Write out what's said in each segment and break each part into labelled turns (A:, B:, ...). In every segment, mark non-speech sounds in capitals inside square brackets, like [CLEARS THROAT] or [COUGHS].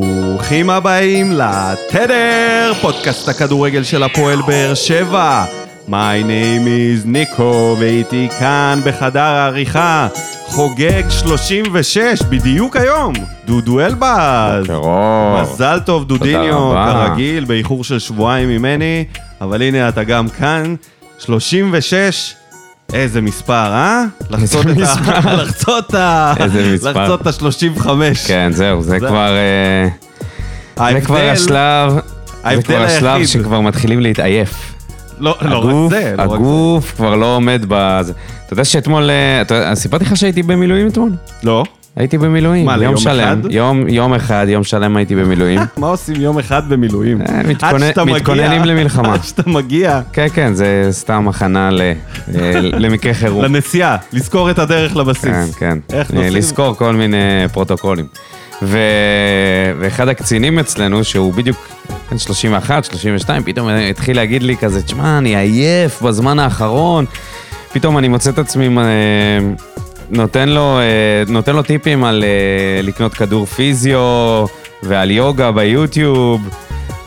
A: ברוכים הבאים לתדר, פודקאסט הכדורגל של הפועל באר שבע. My name is ניקו, ואיתי כאן בחדר העריכה, חוגג 36 בדיוק היום, דודו אלבז.
B: קרוב.
A: מזל טוב, דודיניו,
B: תודה רבה.
A: כרגיל, באיחור של שבועיים ממני, אבל הנה אתה גם כאן, 36, איזה מספר, אה? לחצות את ה... [LAUGHS] לחצות את ה...
B: איזה מספר.
A: לחצות את ה-35.
B: כן, זהו, זה
A: זה-
B: כבר... אה, זה כבר השלב... זה
A: ההבדל
B: כבר השלב
A: היחיד-
B: שכבר מתחילים להתעייף.
A: לא, לא רק
B: הגוף,
A: זה, לא רק זה.
B: הגוף כבר לא עומד בזה. אתה יודע שאתמול... אה, אתה- סיפרתי לך שהייתי במילואים אתמול?
A: לא.
B: הייתי במילואים.
A: מה, ליום
B: יום שלם.
A: אחד?
B: יום- יום אחד, יום שלם הייתי
A: [LAUGHS]
B: במילואים.
A: [LAUGHS] מה עושים יום אחד במילואים?
B: אה, מתכונן-
A: עד שאתה מגיע-
B: מתכוננים
A: [LAUGHS]
B: למלחמה.
A: עד שאתה מגיע
B: כן, כן, זה סתם הכנה ל- אה, למקרה חירום.
A: לנסיעה, לזכור את הדרך לבסיס.
B: כן, כן.
A: איך
B: אה,
A: נוסעים?
B: לזכור כל מיני פרוטוקולים. ו... ואחד הקצינים אצלנו, שהוא בדיוק בן 31, 32, פתאום התחיל להגיד לי כזה, תשמע, אני עייף בזמן האחרון. פתאום אני מוצא את עצמי אה, נותן לו, אה, נותן לו טיפים על אה, לקנות כדור פיזיו ועל יוגה ביוטיוב.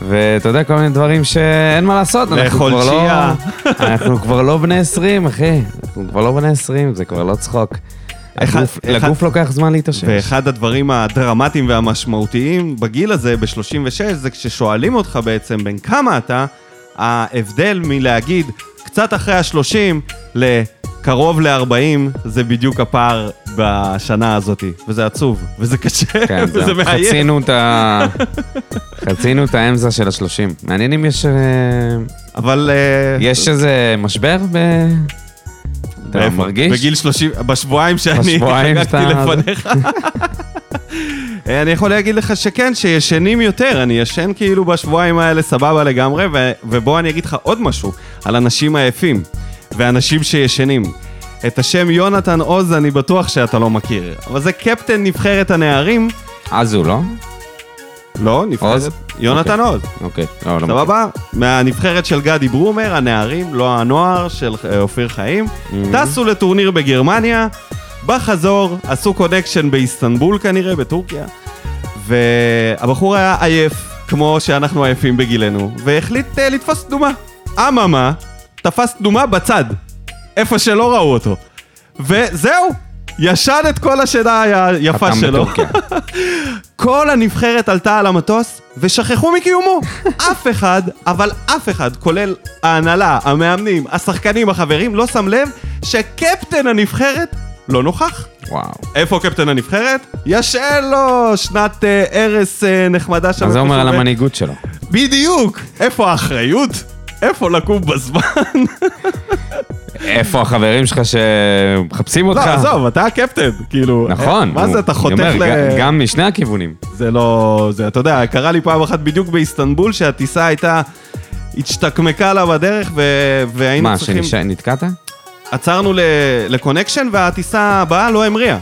B: ואתה יודע, כל מיני דברים שאין מה לעשות, אנחנו
A: לאכול
B: כבר לא...
A: צ'יה.
B: אנחנו כבר לא בני 20, אחי. אנחנו כבר לא בני 20, זה כבר לא צחוק.
A: איך-
B: הגוף-
A: איך-
B: לגוף לוקח זמן להתאושש.
A: ואחד הדברים הדרמטיים והמשמעותיים בגיל הזה, ב-36, זה כששואלים אותך בעצם בן כמה אתה, ההבדל מלהגיד קצת אחרי ה-30 לקרוב ל-40, זה בדיוק הפער בשנה הזאת. וזה עצוב, וזה קשה,
B: כן,
A: [LAUGHS] וזה
B: זהו.
A: מאיים.
B: חצינו את ה... חצינו את האמצע של השלושים. מעניין אם יש... אה,
A: אבל... אה,
B: יש איזה משבר ב... אתה
A: איפה?
B: מרגיש?
A: בגיל 30, בשבועיים שאני
B: בשבועיים
A: חגגתי
B: שאתה-
A: לפניך. אה, אני יכול להגיד לך שכן, שישנים יותר, אני ישן כאילו בשבועיים האלה סבבה לגמרי, ו- ובוא אני אגיד לך עוד משהו על אנשים עייפים ואנשים שישנים. את השם יונתן עוז אני בטוח שאתה לא מכיר, אבל זה קפטן נבחרת הנערים,
B: אז הוא, לא?
A: לא, נבחרת,
B: עוז?
A: יונתן עוז.
B: אוקיי. לא, לא מכיר.
A: סבבה? מהנבחרת של גדי ברומר, הנערים, לא הנוער, של אה, אופיר חיים. טסו לטורניר בגרמניה, בחזור, עשו קונקשן באיסטנבול כנראה, בטורקיה, והבחור היה עייף, כמו שאנחנו עייפים בגילנו, והחליט אה, לתפוס תנומה. אממה, תפס תנומה בצד, איפה שלא ראו אותו. וזהו, ישן את כל השינה היפה
B: חתם
A: שלו.
B: בטורקיה.
A: כל הנבחרת עלתה על המטוס ושכחו מקיומו. אף אחד, אבל אף אחד, כולל ההנהלה, המאמנים, השחקנים, החברים, לא שם לב שקפטן הנבחרת לא נוכח.
B: וואו.
A: איפה קפטן הנבחרת? ישן לו שנת אה, ערס אה, נחמדה שם.
B: מה זה
A: איפה
B: אומר על
A: שהוא ב-
B: המנהיגות שלו?
A: בדיוק. איפה האחריות? איפה לקום בזמן? [LAUGHS]
B: איפה החברים שלך שמחפשים אותך?
A: לא, עזוב, אתה הקפטן, כאילו.
B: כן. נכון.
A: מה
B: הוא-
A: זה, אתה
B: אני
A: חותך
B: אומר,
A: ל...
B: ג- גם משני הכיוונים.
A: זה לא... זה, אתה יודע, קרה לי פעם אחת בדיוק באיסטנבול, שהטיסה הייתה... הצ'תקמקה לה בדרך, ו... והיינו
B: מה,
A: צריכים...
B: שנתקעת?
A: עצרנו ל... לקונקשן, והטיסה הבאה לא המריאה.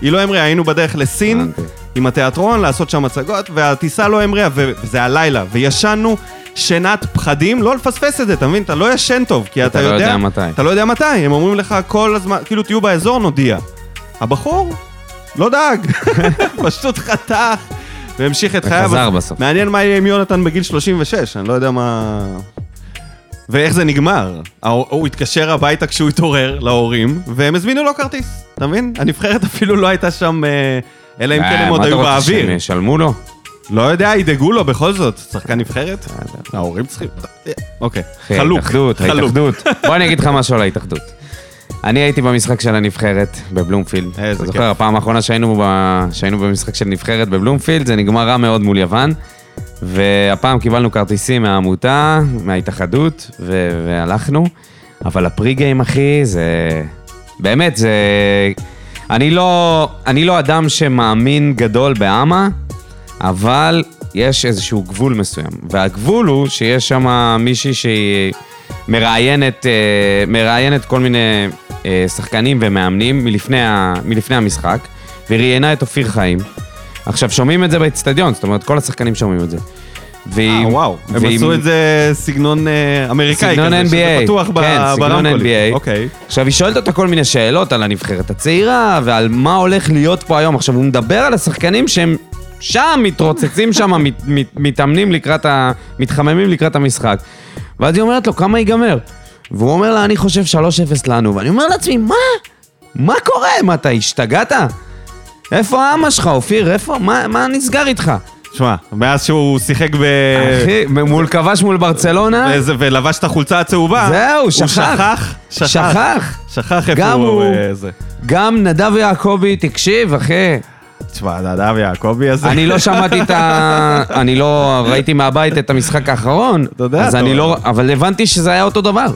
A: היא לא המריאה, היינו בדרך לסין,
B: הבנתי.
A: עם התיאטרון, לעשות שם הצגות, והטיסה לא המריאה, ו- וזה הלילה, וישנו שנת פחדים, לא לפספס את זה, אתה מבין? אתה לא ישן טוב, כי אתה
B: לא
A: יודע...
B: יודע מתי.
A: אתה לא יודע מתי, הם אומרים לך כל הזמן, כאילו תהיו באזור, נודיע. הבחור לא דאג, [LAUGHS] פשוט חתך. והמשיך את חייו.
B: וחזר
A: אז
B: בסוף.
A: מעניין מה יהיה עם יונתן בגיל 36, אני לא יודע מה... ואיך זה נגמר. ההור- הוא התקשר הביתה כשהוא התעורר להורים, והם הזמינו לו כרטיס, אתה מבין? הנבחרת אפילו לא הייתה שם, אה, אלא אם כן
B: אה,
A: הם עוד
B: מה אתה
A: היו
B: רוצה,
A: באוויר.
B: שהם ישלמו לו?
A: לא יודע, ידאגו לו בכל זאת. שחקן נבחרת? ההורים צריכים... אוקיי,
B: אה, לא. אחי,
A: חלוק.
B: ההתאחדות,
A: חלוק.
B: ההתאחדות. בוא אני אגיד לך משהו על ההתאחדות. אני הייתי במשחק של הנבחרת בבלומפילד.
A: איזה
B: אתה
A: כיף.
B: זוכר, הפעם האחרונה שהיינו, ב... שהיינו במשחק של נבחרת בבלומפילד, זה נגמר רע מאוד מול יוון. והפעם קיבלנו כרטיסים מהעמותה, מההתאחדות, ו... והלכנו. אבל הפרי גיים, אחי, זה... באמת, זה... אני לא, אני לא אדם שמאמין גדול באמה, אבל יש איזשהו גבול מסוים. והגבול הוא שיש שם מישהי שהיא אה, מראיינת, אה, מראיינת כל מיני אה, שחקנים ומאמנים מלפני, ה, מלפני המשחק, וראיינה את אופיר חיים. עכשיו, שומעים את זה באצטדיון, זאת אומרת, כל השחקנים שומעים את זה. והיא-
A: אה, וואו, הם
B: והיא-
A: עשו את זה סגנון אה, אמריקאי
B: סגנון
A: כזה, שזה
B: NBA.
A: פתוח ב-
B: כן, סגנון
A: ברמקולים.
B: NBA.
A: אוקיי.
B: עכשיו, היא שואלת אותו כל מיני שאלות על הנבחרת הצעירה ועל מה הולך להיות פה היום. עכשיו, הוא מדבר על השחקנים שהם שם מתרוצצים שם, [LAUGHS] מת- מת- מתאמנים לקראת ה... מתחממים לקראת המשחק. ואז היא אומרת לו, כמה ייגמר? והוא אומר לה, אני חושב 3-0 לנו. ואני אומר לעצמי, מה? מה קורה? מה, אתה השתגעת? איפה האמא שלך, אופיר? איפה? מה, מה נסגר איתך?
A: שמע, מאז שהוא שיחק ב...
B: אחי, מול כבש מול ברצלונה?
A: וזה- ולבש את החולצה הצהובה.
B: זהו,
A: הוא
B: שכח.
A: שכח.
B: שכח.
A: שכח איפה
B: גם
A: הוא...
B: הוא.
A: אה, זה.
B: גם נדב יעקבי, תקשיב, אחי.
A: תשמע, נדב יעקבי הזה.
B: אני לא שמעתי את ה... אני לא ראיתי מהבית את המשחק האחרון.
A: אתה יודע,
B: אז
A: אתה
B: אני
A: אומר.
B: לא... אבל הבנתי שזה היה אותו דבר.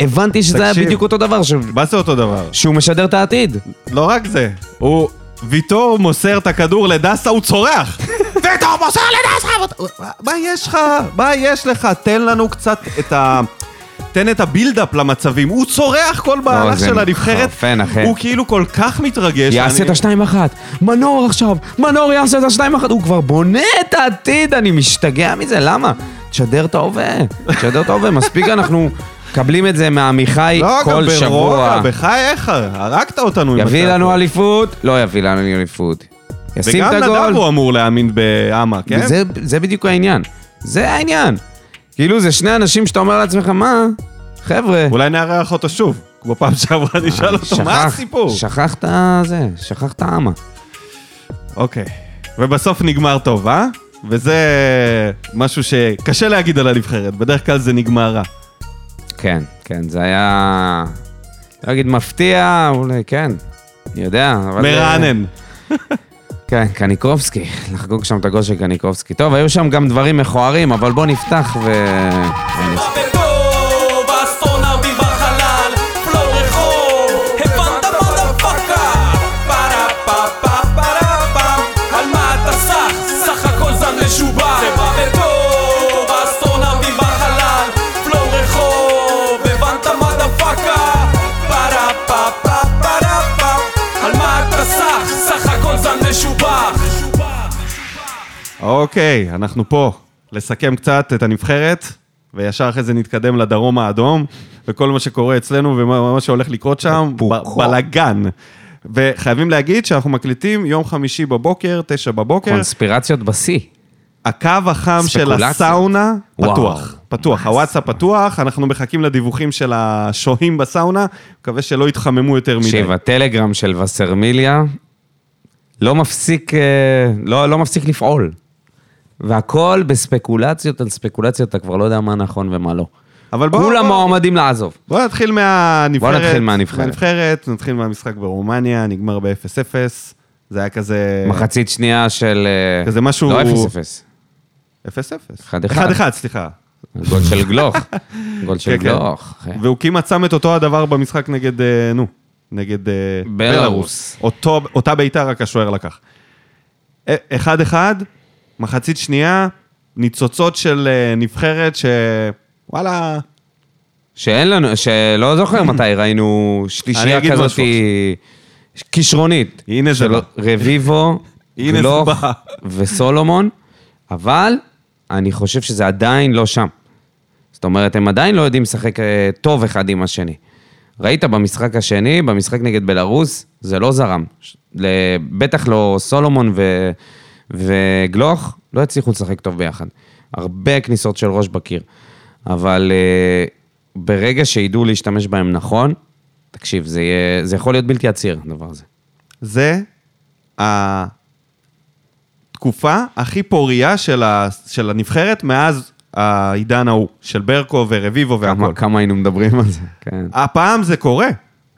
B: הבנתי שזה היה
A: תקשיב.
B: בדיוק אותו דבר, ש-
A: מה זה אותו דבר?
B: שהוא משדר את העתיד.
A: לא רק זה, הוא... ויטור מוסר את הכדור לדסה, הוא צורח!
B: [LAUGHS]
A: ויטור מוסר לדסה! ואתה- מה יש לך? מה יש לך? תן לנו קצת את ה... תן את הבילדאפ למצבים. הוא צורח כל מהלך
B: לא, זה
A: של הנבחרת.
B: מחרפן, אחי.
A: הוא כאילו כל כך מתרגש.
B: יעשה
A: אני-
B: את השתיים אחת. מנור עכשיו, מנור יעשה את השתיים אחת. הוא כבר בונה את העתיד, אני משתגע מזה, למה? תשדר את ההווה. תשדר את ההווה. מספיק אנחנו מקבלים את זה מעמיחי
A: לא, גם
B: כל שבוע.
A: ברוגע, בחייך, הרגת אותנו עם
B: יביא
A: הצעקות.
B: לנו אליפות? לא יביא לנו אליפות. ישים את
A: וגם נדב
B: הגול.
A: הוא אמור להאמין באמה, כן?
B: זה, זה בדיוק העניין. זה העניין. כאילו, זה שני אנשים שאתה אומר לעצמך, מה? חבר'ה,
A: אולי נארח אותו שוב, כמו פעם שעברה נשאל אותו, מה הסיפור?
B: שכחת זה, שכחת אמה.
A: אוקיי. ובסוף נגמר טוב, אה? וזה משהו שקשה להגיד על הנבחרת, בדרך כלל זה נגמר רע.
B: כן, כן, זה היה... לא אגיד מפתיע, אולי כן. אני יודע, אבל... אה,
A: מרענן.
B: כן, קניקובסקי. לחגוג שם את הגול של קניקובסקי. טוב, היו שם גם דברים מכוערים, אבל בוא נפתח ו...
A: כן.
C: בטוב, אסטרונאוטים בחלל, פלו רחוב, הבנת מודפאקה. פרה פה פה פרה פם, על מה אתה סח? סך הכל זן משובח. זה בא בטוב, אסטרונאוטים בחלל, פלו רחוב, הבנת מודפאקה. פרה פה פה פרה פם, על מה אתה סח? סך הכל זן משובח.
A: אוקיי, אנחנו פה. לסכם קצת את הנבחרת, וישר אחרי זה נתקדם לדרום האדום, וכל מה שקורה אצלנו ומה מה שהולך לקרות שם, ב- בלאגן. וחייבים להגיד שאנחנו מקליטים יום חמישי בבוקר, תשע
B: נכון,
A: בבוקר,
B: קונספירציות בשיא.
A: הקו החם של
B: ספקולציה.
A: הסאונה
B: וואו.
A: פתוח. פתוח, הוואטסאפ פתוח, אנחנו מחכים לדיווחים של השוהים בסאונה, מקווה שלא יתחממו יותר מדי.
B: תקשיב, הטלגרם של וסרמיליה לא מפסיק, אה, לא, לא מפסיק לפעול. והכל בספקולציות על ספקולציות, אתה כבר לא יודע מה נכון ומה לא.
A: אבל בואו
B: כולם
A: בוא,
B: מועמדים לעזוב.
A: בוא נתחיל מהנבחרת.
B: בוא נתחיל מהנבחרת.
A: מהנבחרת, נתחיל מהמשחק ברומניה, נגמר ב-0-0. זה היה כזה...
B: מחצית שנייה של... אה,
A: אה. כזה משהו-
B: לא, 0-0.
A: 0-0.
B: 1-1.
A: 1-1, סליחה.
B: גול של
A: [LAUGHS]
B: גלוך. גול של
A: כן, כן.
B: גלוך. אחי.
A: והוא כמעט שם את אותו הדבר במשחק נגד, אה, נו, נגד אה,
B: בלרוס.
A: אותו, אותה בעיטה רק השוער לקח. אה, אחד-אחד, מחצית שנייה, ניצוצות של אה, נבחרת ש... וואלה,
B: שאין לנו,
A: [COUGHS]
B: שלא זוכר מתי ראינו
A: אני
B: שלישייה
A: אגיד
B: כזאת
A: משהו
B: כישרונית.
A: הנה זה
B: של
A: בא.
B: רביבו,
A: הנה זה
B: גלוך
A: בא.
B: וסולומון, אבל אני חושב שזה עדיין לא שם. זאת אומרת, הם עדיין לא יודעים לשחק אה, טוב אחד עם השני. ראית במשחק השני, במשחק נגד בלארוס, זה לא זרם. ש- ל- בטח לא סולומון ו... וגלוך, לא הצליחו לשחק טוב ביחד. הרבה כניסות של ראש בקיר. אבל אה, ברגע שידעו להשתמש בהם נכון, תקשיב, זה, יהיה, זה יכול להיות בלתי עציר, הדבר הזה.
A: זה התקופה הכי פוריה של, ה, של הנבחרת מאז העידן ההוא, של ברקו ורביבו והכל.
B: כמה, כמה היינו מדברים על זה, כן.
A: הפעם זה קורה.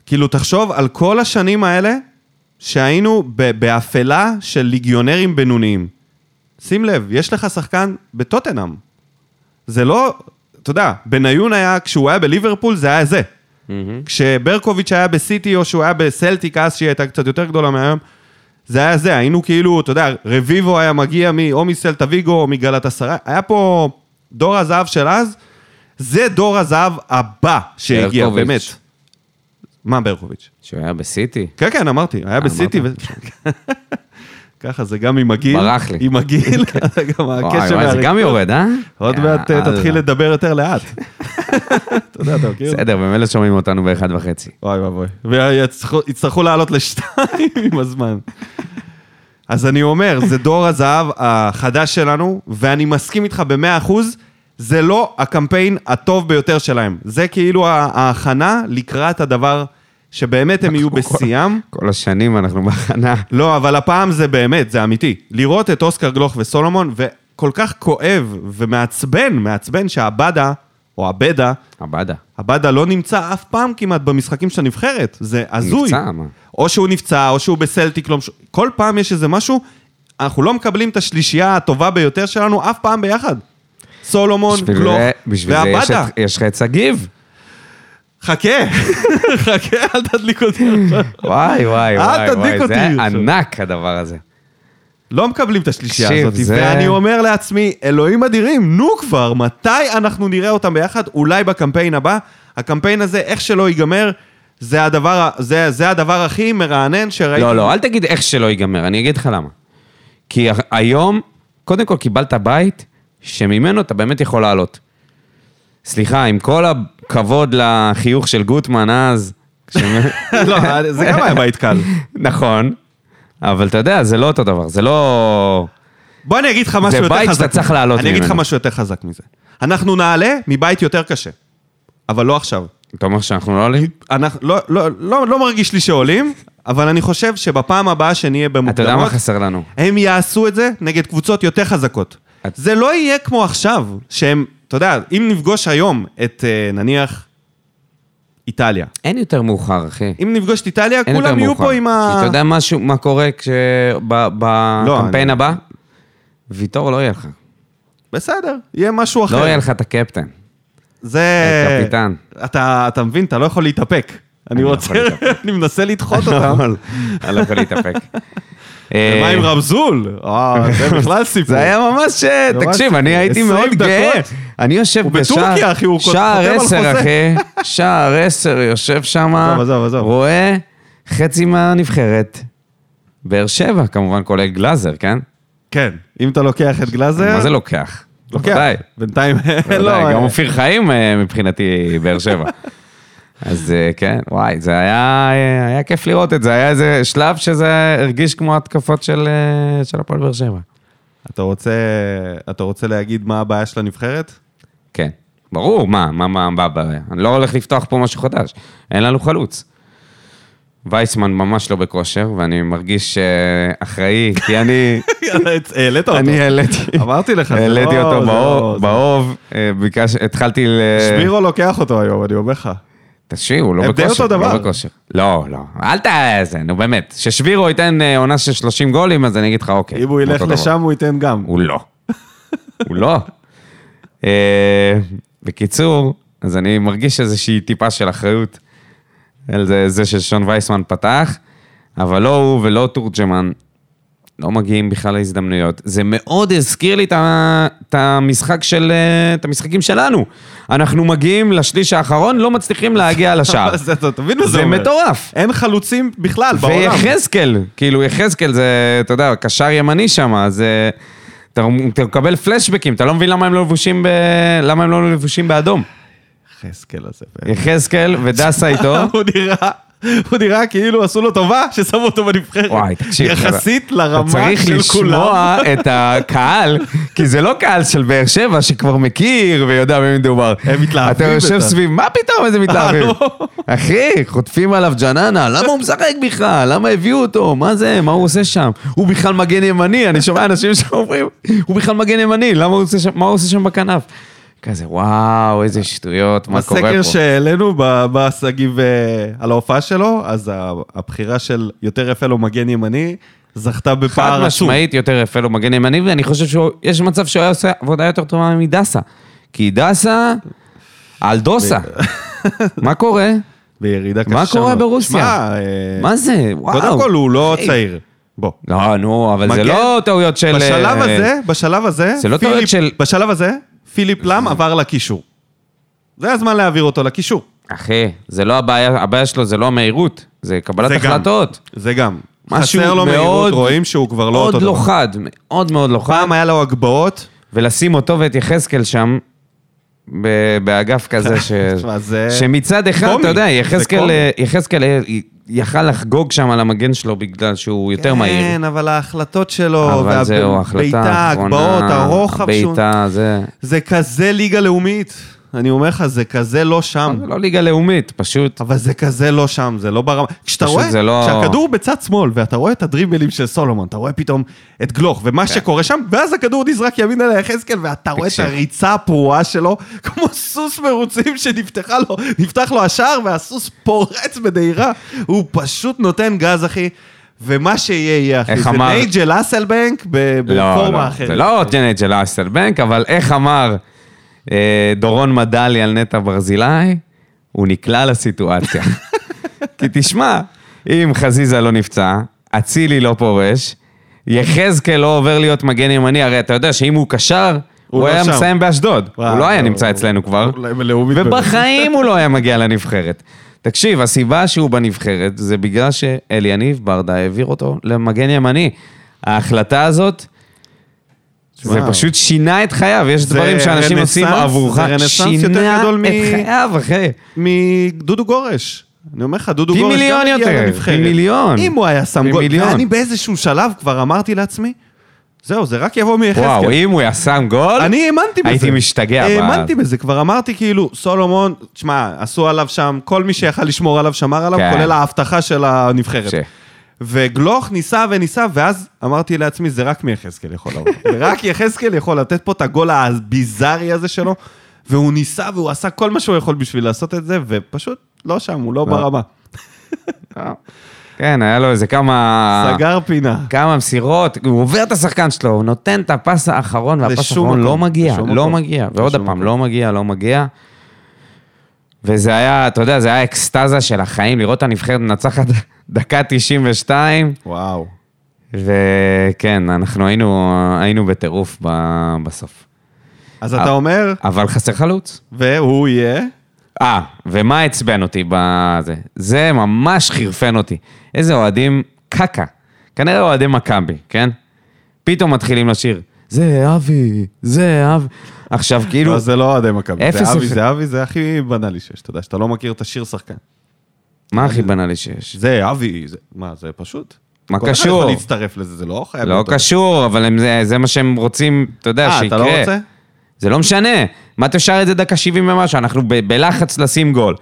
A: כאילו, תחשוב על כל השנים האלה שהיינו ב- באפלה של ליגיונרים בינוניים. שים לב, יש לך שחקן בטוטנאם. זה לא, אתה יודע, בניון היה, כשהוא היה בליברפול, זה היה זה. כשברקוביץ' היה בסיטי, או שהוא היה בסלטיק, אז שהיא הייתה קצת יותר גדולה מהיום, זה היה זה, היינו כאילו, אתה יודע, רביבו היה מגיע מ- או מסלטה ויגו או מגלת עשרה, היה פה דור הזהב של אז, זה דור הזהב הבא שהגיע,
B: ברקוביץ'.
A: באמת. מה ברקוביץ'?
B: שהוא היה בסיטי.
A: כן, כן, אמרתי,
B: אה,
A: היה בסיטי. ו- [LAUGHS] ככה זה גם עם הגיל.
B: כן. ברח לי. כן.
A: עם
B: [LAUGHS]
A: הגיל, [LAUGHS] זה גם
B: וואי
A: הקשר
B: וואי, זה גם
A: מהרקורד.
B: יורד, אה?
A: עוד מעט אה,
B: יאללה.
A: תתחיל לדבר יותר לאט. [LAUGHS] אתה יודע, אתה מכיר?
B: בסדר, במילא שומעים אותנו באחד וחצי.
A: [LAUGHS] אוי ואבוי. ויצטרכו לעלות לשתיים עם הזמן. אז אני אומר, זה דור הזהב החדש שלנו, ואני מסכים איתך במאה אחוז, זה לא הקמפיין הטוב ביותר שלהם. זה כאילו ה- ההכנה לקראת הדבר שבאמת
B: [LAUGHS]
A: הם יהיו בשיאם.
B: כל השנים אנחנו בהכנה.
A: לא, אבל הפעם זה באמת, זה אמיתי. לראות את אוסקר גלוך וסולומון, וכל כך כואב ומעצבן, מעצבן שהבדה, או הבדה,
B: עבדה.
A: הבדה לא נמצא אף פעם כמעט במשחקים של הנבחרת. זה הזוי.
B: נפצע, מה?
A: או שהוא נפצע, או שהוא בסלטיק, לא מש... כל פעם יש איזה משהו, אנחנו לא מקבלים את השלישייה הטובה ביותר שלנו אף פעם ביחד. סולומון,
B: בשביל
A: גלוך,
B: זה- בשביל זה יש
A: והבדה.
B: את- יש לך את שגיב.
A: חכה, [LAUGHS] חכה, אל תדליק אותי עכשיו.
B: וואי, וואי,
A: אל
B: וואי,
A: תדליק
B: וואי,
A: אותי
B: זה
A: עכשיו.
B: ענק הדבר הזה.
A: לא מקבלים את השלישייה
B: תקשיב,
A: הזאת,
B: זה-
A: ואני אומר לעצמי, אלוהים אדירים, נו כבר, מתי אנחנו נראה אותם ביחד? אולי בקמפיין הבא. הקמפיין הזה, איך שלא ייגמר, זה הדבר, ה- זה, זה הדבר הכי מרענן שראיתי.
B: לא, לא, אל תגיד איך שלא ייגמר, אני אגיד לך למה. כי הח- היום, קודם כל קיבלת בית שממנו אתה באמת יכול לעלות. סליחה, עם כל הכבוד לחיוך של גוטמן אז, כשמ- [LAUGHS]
A: לא, זה גם היה בית קל.
B: נכון, אבל אתה יודע, זה לא אותו דבר, זה לא...
A: בוא אני אגיד לך משהו יותר חזק.
B: בית שאתה צריך
A: מזה.
B: לעלות
A: אני אגיד לך
B: ממנו.
A: משהו יותר חזק מזה. אנחנו נעלה מבית יותר קשה, אבל לא עכשיו.
B: אתה אומר שאנחנו לא עולים?
A: אנחנו, לא, לא, לא, לא מרגיש לי שעולים, אבל אני חושב שבפעם הבאה שנהיה במוקדמות...
B: אתה יודע מה חסר לנו?
A: הם יעשו את זה נגד קבוצות יותר חזקות.
B: את-
A: זה לא יהיה כמו עכשיו, שהם, אתה יודע, אם נפגוש היום את אה, נניח איטליה,
B: אין יותר מאוחר, אחי.
A: אם נפגוש את איטליה,
B: אין יותר
A: כולם יהיו
B: מאוחר.
A: פה עם ה... לא,
B: כי אתה יודע משהו, מה קורה כש... ב- בקמפיין
A: אני-
B: הבא? ויטור לא יהיה לך.
A: בסדר, יהיה משהו אחר.
B: לא יהיה לך את
A: [LAUGHS]
B: הקפטן.
A: זה...
B: הקפיטן.
A: אתה, אתה מבין, אתה לא יכול להתאפק. אני
B: לא
A: רוצה,
B: יכול להתאפק.
A: [LAUGHS] אני מנסה לדחות
B: לא,
A: אותם.
B: אבל אני לא יכול להתאפק.
A: ומה עם
B: אה,
A: רמזול? אה,
B: [LAUGHS]
A: זה בכלל סיפור.
B: זה היה ממש... אה, תקשיב, אני הייתי
A: 20
B: מאוד גאה.
A: דקות.
B: אני יושב
A: הוא
B: בשער...
A: בטורקיה, אחי, הוא כותב על
B: שער עשר,
A: חוזה.
B: אחי. שער עשר, יושב שם,
A: עזוב, עזוב, עזוב.
B: רואה חצי מהנבחרת. באר שבע, כמובן, כולל גלאזר, כן?
A: כן, אם אתה לוקח את גלאזר...
B: מה זה לוקח?
A: כן. לוקח.
B: בוודאי.
A: בינתיים, [LAUGHS] לא...
B: בוודאי, גם
A: אה,
B: אופיר חיים אה, מבחינתי באר
A: [LAUGHS]
B: שבע. אז אה, כן, וואי, זה היה, אה, היה כיף לראות את זה, היה איזה שלב שזה הרגיש כמו התקפות של אה, של הפועל באר שבע.
A: אתה רוצה, אתה רוצה להגיד מה הבעיה של הנבחרת? [LAUGHS]
B: כן, ברור, מה, מה, מה, מה הבעיה? אני לא הולך לפתוח פה משהו חדש, אין לנו חלוץ. וייסמן ממש לא בכושר, ואני מרגיש אה, אחראי, כי אני,
A: [LAUGHS] העלית אותו.
B: אני העליתי,
A: אמרתי לך, זה
B: העליתי
A: [LAUGHS] לא-
B: אותו אה,
A: זה
B: באוב-
A: לא- זה-
B: באוב, אה, ביקש- התחלתי ל...
A: שבירו לוקח אותו היום, אני אומר לך.
B: תשאיר, הוא לא
A: הם די
B: בכושר.
A: אותו דבר.
B: לא בכושר. לא, לא. אל ת... זה, נו באמת. ששבירו ייתן אה, עונה של 30 גולים, אז אני אגיד לך, אוקיי.
A: אם הוא ילך
B: אותו דבר.
A: לשם, הוא ייתן גם.
B: הוא לא. הוא לא. אה, בקיצור, אז אני מרגיש איזושהי טיפה של אחריות על זה, זה ששון וייסמן פתח, אבל לא הוא ולא תורג'מן לא מגיעים בכלל להזדמנויות. זה מאוד הזכיר לי את ה- את המשחק של... אה, את המשחקים שלנו. אנחנו מגיעים לשליש האחרון, לא מצליחים להגיע
A: [LAUGHS]
B: לשער.
A: זה, אתה תבין מה זה
B: זה
A: אומר.
B: מטורף.
A: אין חלוצים בכלל בעולם.
B: ויחזקאל, כאילו יחזקאל זה, אתה יודע, קשר ימני שם, אז אה, אתה, אתה מקבל פלשבקים, אתה לא מבין למה הם לא לבושים, ב, למה הם לא לבושים באדום.
A: יחזקאל הזה.
B: יחזקאל ודסה איתו,
A: [LAUGHS] הוא נראה... הוא נראה כאילו עשו לו טובה ששמו אותו בנבחרת.
B: וואי, תקשיב.
A: יחסית
B: אתה-
A: לרמה של כולם.
B: אתה צריך לשמוע את הקהל, כי זה לא קהל של באר שבע שכבר מכיר ויודע במי מדובר.
A: הם מתלהבים
B: אתה יושב
A: בטח.
B: סביב, מה פתאום איזה מתלהבים?
A: אה, לא.
B: אחי, חוטפים עליו ג'ננה, למה הוא משחק בכלל? למה הביאו אותו? מה זה? מה הוא עושה שם? הוא בכלל מגן ימני, אני שומע אנשים שאומרים, הוא בכלל מגן ימני, למה הוא עושה שם, מה הוא עושה שם בכנף? כזה, וואו, איזה שטויות, מה קורה פה?
A: בסקר שהעלינו ב- בשגיב אה, על ההופעה שלו, אז ה- הבחירה של יותר יפה לו מגן ימני, זכתה בפער
B: חד
A: עצום.
B: משמעית יותר יפה לו מגן ימני, ואני חושב שיש מצב שהוא היה עושה עבודה יותר טובה מדסה. כי דסה, על
A: [LAUGHS]
B: דוסה. מה קורה?
A: בירידה קשה.
B: מה קורה
A: מאוד.
B: ברוסיה?
A: שמע, אה,
B: מה זה? וואו.
A: קודם כל, הוא לא
B: אחי.
A: צעיר. בוא.
B: לא, נו, אבל זה
A: מגן-
B: לא טעויות של...
A: בשלב
B: אה,
A: הזה, בשלב הזה,
B: זה לא טעויות
A: פיליפ-
B: של-
A: בשלב הזה, פיליפ לאם עבר לקישור. זה הזמן להעביר אותו לקישור.
B: אחי, זה לא הבעיה, הבעיה שלו זה לא המהירות, זה קבלת
A: זה גם.
B: החלטות.
A: זה גם.
B: משהו
A: חסר לו מהירות,
B: מאוד-
A: רואים שהוא כבר לא
B: מאוד
A: אותו
B: לא
A: דבר.
B: חד, מאוד מאוד לא חד,
A: פעם היה לו הגבהות,
B: ולשים אותו ואת יחזקאל שם, ב- באגף כזה ש...
A: [LAUGHS] תשמע, זה-
B: שמצד אחד,
A: קומי.
B: אתה יודע,
A: זה
B: יחזקאל, אה,
A: קומי.
B: יחזקאל, יכל לחגוג שם על המגן שלו בגלל שהוא יותר מהיר.
A: כן, לא, אבל ההחלטות שלו,
B: אבל זהו, החלטה
A: והבעיטה, ההגבהות, הרוחב, שהוא-
B: הבעיטה, זה...
A: זה כזה ליגה לאומית. אני אומר לך, זה כזה לא שם.
B: זה לא ליגה לאומית, פשוט.
A: אבל זה כזה לא שם, זה לא ברמה... כשאתה
B: פשוט
A: רואה,
B: זה לא-
A: כשהכדור בצד שמאל, ואתה רואה את הדריבלים של סולומון, אתה רואה פתאום את גלוך, ומה שקורה שם, ואז הכדור נזרק ימינה ליחזקאל, ואתה רואה את
B: כן. תקשיב.
A: הריצה הפרועה שלו, כמו סוס מרוצים שנפתחה לו, נפתח לו השער, והסוס פורץ בדהירה, הוא פשוט נותן גז, אחי. ומה שיהיה יהיה, אחי,
B: איך
A: זה
B: אמר-
A: נייג'ל אסלבנק ב-
B: לא,
A: בפורמה
B: לא,
A: אחרת.
B: זה לא ג'נט של אסלבנק, אבל איך אמר אה, דורון מדלי על נטע ברזילי? הוא נקלע לסיטואציה. [LAUGHS] כי תשמע, אם חזיזה לא נפצע, אצילי לא פורש, יחזקאל לא עובר להיות מגן ימני, הרי אתה יודע שאם הוא קשר, הוא,
A: לא
B: היה
A: שם.
B: מסיים באשדוד.
A: וואו, לא,
B: הוא לא היה
A: הוא-
B: נמצא אצלנו כבר.
A: אולי לאומית באמת.
B: ובחיים הוא לא היה מגיע לנבחרת. תקשיב, הסיבה שהוא בנבחרת זה בגלל שאליניב ברדה העביר אותו למגן ימני. ההחלטה הזאת, זה
A: שמע,
B: פשוט שינה את חייו. יש
A: זה
B: דברים שאנשים עושים
A: רנסאנס,
B: עבורך.
A: זה רנסאנס יותר
B: שינה
A: גדול מ-
B: את חייו, אחי.
A: מדודו גורש. אני אומר לך, דודו
B: פי
A: גורש
B: מיליון
A: גם הגיע
B: יותר,
A: לנבחרת.
B: פי מיליון.
A: אם הוא היה שם
B: פי
A: גול,
B: מיליון.
A: ואני באיזשהו שלב כבר אמרתי לעצמי, זהו, זה רק יבוא מיחזקאל.
B: וואו, אם הוא היה שם גול,
A: אני האמנתי בזה.
B: הייתי משתגע.
A: האמנתי
B: ב-
A: בזה, כבר אמרתי כאילו, סולומון, תשמע, עשו עליו שם, כל מי שיכל לשמור עליו שמר עליו,
B: כן.
A: כולל ההבטחה של הנבחרת.
B: ש-
A: וגלוך ניסה וניסה, ואז אמרתי לעצמי, זה רק מיחזקאל יכול
B: [LAUGHS]
A: לבוא. זה רק יחזקאל יכול לתת פה את הגול הביזארי הזה שלו, והוא ניסה והוא עשה כל מה שהוא יכול בשביל לעשות את זה, ופשוט לא שם, הוא לא ברמה.
B: כן, היה לו איזה כמה...
A: סגר פינה.
B: כמה מסירות, הוא עובר את השחקן שלו, הוא נותן את הפס האחרון, והפס
A: לשום
B: האחרון לא
A: מקום,
B: מגיע,
A: לשום
B: לא
A: מקום.
B: מגיע, ועוד
A: לשום
B: פעם,
A: מקום.
B: לא מגיע, לא מגיע. וזה היה, אתה יודע, זה היה אקסטזה של החיים, לראות את הנבחרת מנצחת [LAUGHS] דקה 92,
A: וואו.
B: וכן, אנחנו היינו, היינו בטירוף ב- בסוף.
A: אז
B: אה.
A: אתה אומר,
B: אבל חסר חלוץ.
A: והוא יהיה,
B: אה, ומה עצבן אותי בזה? זה ממש חירפן אותי. איזה אוהדים קקה. כנראה אוהדי מכבי, כן? פתאום מתחילים לשיר, זה אבי, זה אבי.
A: [LAUGHS]
B: עכשיו, כאילו,
A: לא, זה לא אוהדי מכבי,
B: אפס
A: זה אבי,
B: אפס.
A: זה אבי, זה הכי בנאלי שיש, אתה יודע, שאתה לא מכיר את השיר שחקן.
B: מה הכי בנאלי שיש?
A: זה אבי, זה- מה, זה פשוט.
B: מה
A: כל אחד
B: קשור?
A: יכול להצטרף לזה, זה לא חייב
B: לא
A: להיות-
B: קשור, אבל הם, זה, זה מה שהם רוצים, אתה יודע,
A: אה, אתה
B: שיקרה.
A: לא רוצה?
B: זה לא משנה. מה תשאר את זה דקה 70 ומשהו? אנחנו ב- בלחץ לשים גול.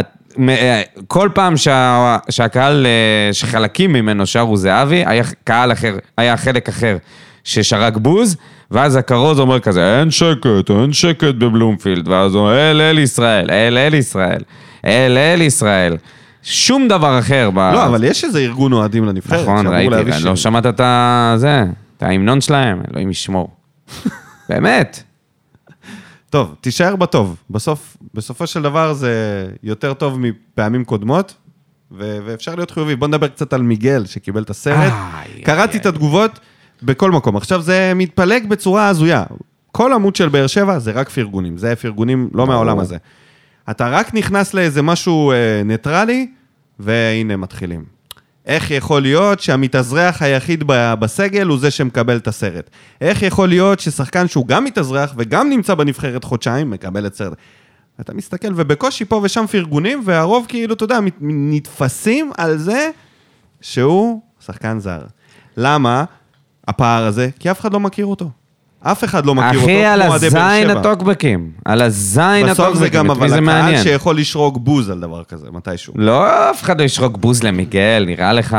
B: את, מ- אה, כל פעם שה, שהקהל, אה, שחלקים ממנו שרו זהבי, היה קהל אחר, היה חלק אחר ששרק בוז, ואז הכרוז אומר כזה, אין שקט, אין שקט בבלומפילד, ואז הוא אומר, אל אל ישראל, אל אל ישראל, אל אל ישראל. שום דבר אחר. ב-
A: לא, אבל יש איזה ארגון אוהדים לנבחרת,
B: אה, נכון,
A: שאמור
B: ראיתי,
A: להביא
B: אני
A: שיר.
B: לא שמעת את ה... זה, את ההמנון שלהם, אלוהים ישמור. [LAUGHS] באמת.
A: טוב, תישאר בטוב. בסוף, בסופו של דבר זה יותר טוב מפעמים קודמות, ו- ואפשר להיות חיובי. בוא נדבר קצת על מיגל, שקיבל את הסרט.
B: איי,
A: קראתי
B: איי.
A: את התגובות בכל מקום. עכשיו, זה מתפלג בצורה הזויה. כל עמוד של באר שבע זה רק פרגונים. זה פרגונים לא מהעולם הזה. אתה רק נכנס לאיזה משהו אה, ניטרלי, והנה מתחילים. איך יכול להיות שהמתאזרח היחיד ב- בסגל הוא זה שמקבל את הסרט? איך יכול להיות ששחקן שהוא גם מתאזרח וגם נמצא בנבחרת חודשיים מקבל את הסרט? אתה מסתכל, ובקושי פה ושם פרגונים, והרוב כאילו, אתה יודע, מת- נתפסים על זה שהוא שחקן זר. למה הפער הזה? כי אף אחד לא מכיר אותו. אף אחד לא מכיר אותו.
B: אחי, על
A: כמו אוהדי באר
B: הזין
A: שבע.
B: הטוקבקים. על הזין
A: בסוף זה
B: הטוקבקים,
A: גם
B: את מי
A: אבל
B: זה
A: הקהל
B: מעניין.
A: שיכול לשרוק בוז על דבר כזה, מתישהו.
B: לא, אף אחד לא ישרוק בוז למיגל, נראה לך.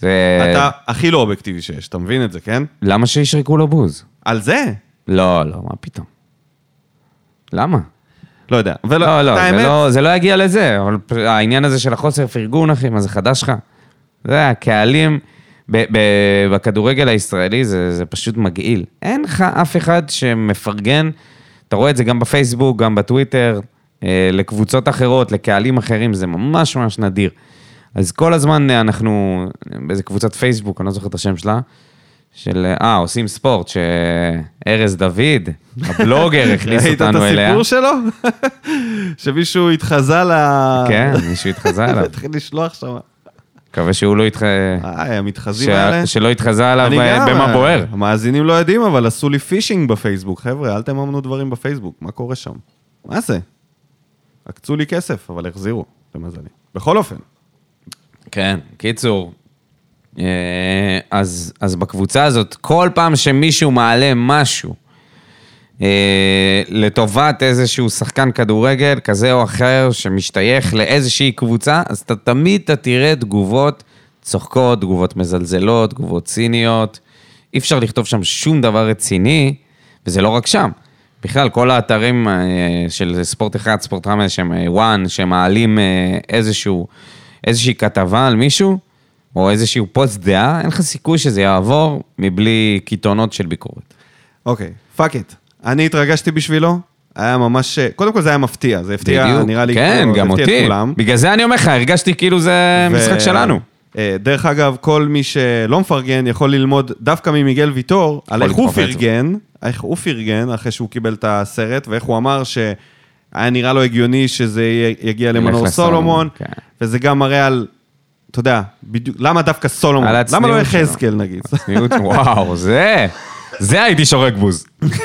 B: זה...
A: אתה הכי לא אובייקטיבי שיש, אתה מבין את זה, כן?
B: למה שישרקו לו בוז?
A: על זה?
B: לא, לא, מה פתאום. למה?
A: לא יודע. ולא,
B: לא,
A: את
B: לא, זה
A: האמת,
B: לא, זה לא יגיע לזה, אבל פ- העניין הזה של החוסר פרגון, אחי, מה זה חדש לך? זה הקהלים ב- ב- בכדורגל הישראלי, זה, זה פשוט מגעיל. אין לך אף אחד שמפרגן, אתה רואה את זה גם בפייסבוק, גם בטוויטר, אה, לקבוצות אחרות, לקהלים אחרים, זה ממש ממש נדיר. אז כל הזמן אה, אנחנו, באיזה קבוצת פייסבוק, אני לא זוכר את השם שלה, של, אה, עושים ספורט, שארז דוד,
A: [LAUGHS]
B: הבלוגר, לא הכניס
A: ראית את
B: אותנו אליה.
A: הסיפור שלו? [LAUGHS] שמישהו התחזה ל... [LAUGHS]
B: כן, מישהו התחזה עליו.
A: התחיל לשלוח שם.
B: מקווה שהוא לא יתח...
A: איי, המתחזים האלה.
B: ש... שלא יתחזה עליו
A: אני
B: ב-
A: גם, אה.
B: במה בוער.
A: המאזינים לא יודעים, אבל עשו לי פישינג בפייסבוק. חבר'ה, אל תממנו דברים בפייסבוק, מה קורה שם? מה זה? עקצו לי כסף, אבל החזירו, למזלי. בכל אופן,
B: כן, קיצור. אה, אז, אז בקבוצה הזאת, כל פעם שמישהו מעלה משהו אה, לטובת איזשהו שחקן כדורגל כזה או אחר שמשתייך לאיזושהי קבוצה, אז אתה תמיד אתה תראה תגובות צוחקות, תגובות מזלזלות, תגובות ציניות. אי אפשר לכתוב שם שום דבר רציני, וזה לא רק שם. בכלל, כל האתרים אה, של ספורט 1, ספורט 5, שהם אה, וואן, שמעלים אה, איזשהו, איזושהי כתבה על מישהו, או איזשהו פוסט דעה, אין לך סיכוי שזה יעבור מבלי קיתונות של ביקורת.
A: אוקיי, פאק איט. אני התרגשתי בשבילו, היה ממש... קודם כל זה היה מפתיע, זה הפתיע, נראה לי,
B: כן,
A: כאילו, זה
B: גם
A: הפתיע את
B: אותי.
A: כולם.
B: בגלל זה אני אומר לך, הרגשתי כאילו זה
A: ו-
B: משחק שלנו.
A: אה, דרך אגב, כל מי שלא מפרגן יכול ללמוד דווקא ממיגל ויטור על איך הוא
B: לקרוא בעצם.
A: פרגן, איך הוא פרגן אחרי שהוא קיבל את הסרט, ואיך הוא אמר שהיה נראה לו הגיוני שזה י- יגיע למנור
B: לסולומון,
A: סולומון,
B: כן.
A: וזה גם מראה על, אתה יודע, בדיוק, למה דווקא סולומון?
B: על
A: למה לא
B: הצניעות שלו.
A: יחזקאל נגיד?
B: צניעות, וואו, זה, זה הייתי שורק בוז.
A: [LAUGHS]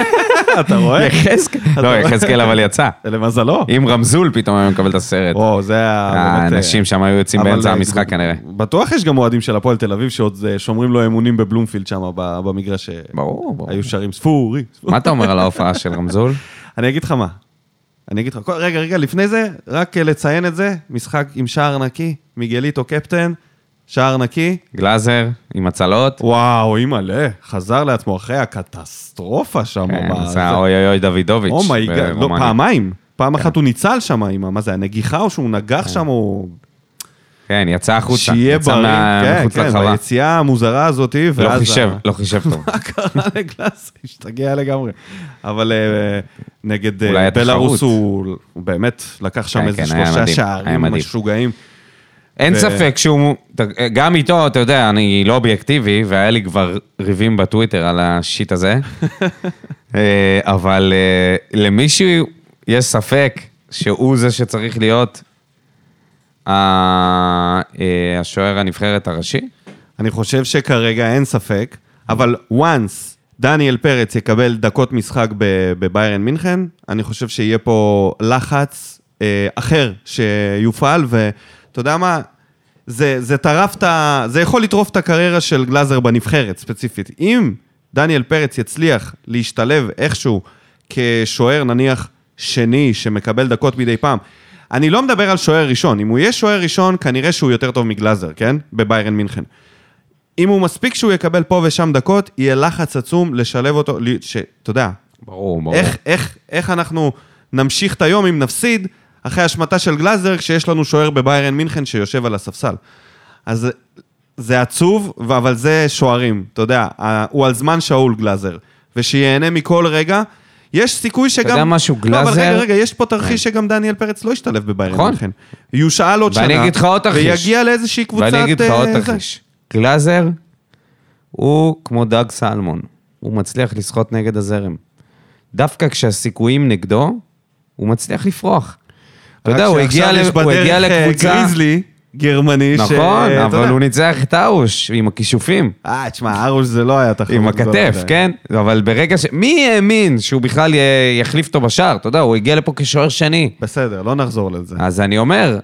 A: אתה רואה?
B: [LAUGHS] יחזקאל, לא, יחזקאל אבל יצא.
A: למזלו.
B: עם רמזול פתאום היה מקבל את הסרט.
A: וואו, זה היה באמת... אה,
B: האנשים שם היו יוצאים
A: אבל,
B: באמצע
A: אה,
B: המשחק כנראה.
A: בטוח יש גם אוהדים של הפועל תל אביב שעוד אה, שומרים לו אמונים בבלומפילד שם ב- במגרש, אה,
B: ברור, ברור.
A: היו שרים ספורי. ספורי".
B: מה אתה אומר על ההופעה של
A: [LAUGHS]
B: רמזול?
A: אני אגיד לך מה. אני אגיד לך, כל- רגע, רגע, לפני זה, רק אה, לציין את זה, משחק עם שער נקי, מיגליטו קפטן, שער נקי,
B: גלאזר עם הצלות?
A: וואו, אימא'לה, חזר לעצמו אחרי הקטסטרופה שם.
B: כן,
A: ב-
B: זה האוי אוי אוי דוידוביץ'.
A: אומייגאד, לא,
B: ברומניה.
A: פעמיים.
B: כן.
A: פעם אחת הוא ניצל שם, עם ה- מה זה, הנגיחה או שהוא נגח שם, הוא...
B: כן, יצא החוצה.
A: שיהיה
B: יצא
A: בריא,
B: מה-
A: כן,
B: מחוץ
A: כן,
B: לחווה.
A: ביציאה המוזרה הזאת, ואז...
B: לא חישב,
A: ה-
B: לא חישב
A: [LAUGHS]
B: טוב.
A: מה קרה לגלאס? [LAUGHS] השתגע לגמרי. אבל אה, נגד אה,
B: אולי היה
A: בלארוס
B: תחרות.
A: הוא הוא באמת לקח שם
B: כן,
A: איזה
B: כן, היה
A: שלושה
B: מדהים, היה
A: שערים
B: מדהים.
A: משוגעים.
B: אין
A: ו-
B: ספק שהוא, ת- גם איתו, אתה יודע, אני לא אובייקטיבי, והיה לי כבר ריבים בטוויטר על
A: [LAUGHS]
B: השיט הזה, אה, אבל אה, למישהו יש ספק שהוא זה שצריך להיות ה- אה, השוער הנבחרת הראשי?
A: אני חושב שכרגע אין ספק, אבל once דניאל פרץ יקבל דקות משחק ב- בביירן מינכן, אני חושב שיהיה פה לחץ אה, אחר שיופעל, ואתה יודע מה? זה, זה טרף את ה... זה יכול לטרוף את הקריירה של גלאזר בנבחרת, ספציפית. אם דניאל פרץ יצליח להשתלב איכשהו כשוער, נניח, שני, שמקבל דקות מדי פעם, אני לא מדבר על שוער ראשון. אם הוא יהיה שוער ראשון, כנראה שהוא יותר טוב מגלאזר, כן? בביירן מינכן. אם הוא מספיק שהוא יקבל פה ושם דקות, יהיה לחץ עצום לשלב אותו, ל- ש- אתה יודע,
B: ברור, ברור.
A: איך, איך, איך אנחנו נמשיך את היום אם נפסיד אחרי השמטה של גלאזר, כשיש לנו שוער בביירן מינכן שיושב על הספסל. אז זה עצוב, ו- אבל זה שוערים, אתה יודע, ה- הוא על זמן שאול גלאזר, ושיהנה מכל רגע. יש סיכוי שגם...
B: יודע משהו,
A: לא, אבל רגע,
B: גלאזר- כן.
A: רגע, יש פה תרחיש שגם דניאל פרץ לא ישתלב בביירן
B: נכון.
A: מינכן. יושאל עוד שנה.
B: ואני אגיד לך עוד תרחיש.
A: ויגיע לאיזושהי קבוצת...
B: ואני אגיד לך עוד
A: אה, זה.
B: תרחיש. גלאזר הוא כמו דג סלמון, הוא מצליח לשחות נגד הזרם. דווקא כשהסיכויים נגדו, הוא מצליח לפרוח. אתה יודע, הוא הגיע ל- הוא הגיע
A: אה,
B: לקבוצה...
A: גריזלי גרמני, ש-
B: נכון,
A: אתה
B: אבל
A: יודע.
B: הוא ניצח את האוש עם הכישופים.
A: אה, תשמע, ארוש זה לא היה תחרות.
B: עם
A: גדולה
B: הכתף,
A: מדי.
B: כן? אבל ברגע ש... מי האמין שהוא בכלל י- יחליף אותו בשער? אתה יודע, הוא הגיע לפה כשוער שני.
A: בסדר, לא נחזור לזה.
B: אז אני אומר,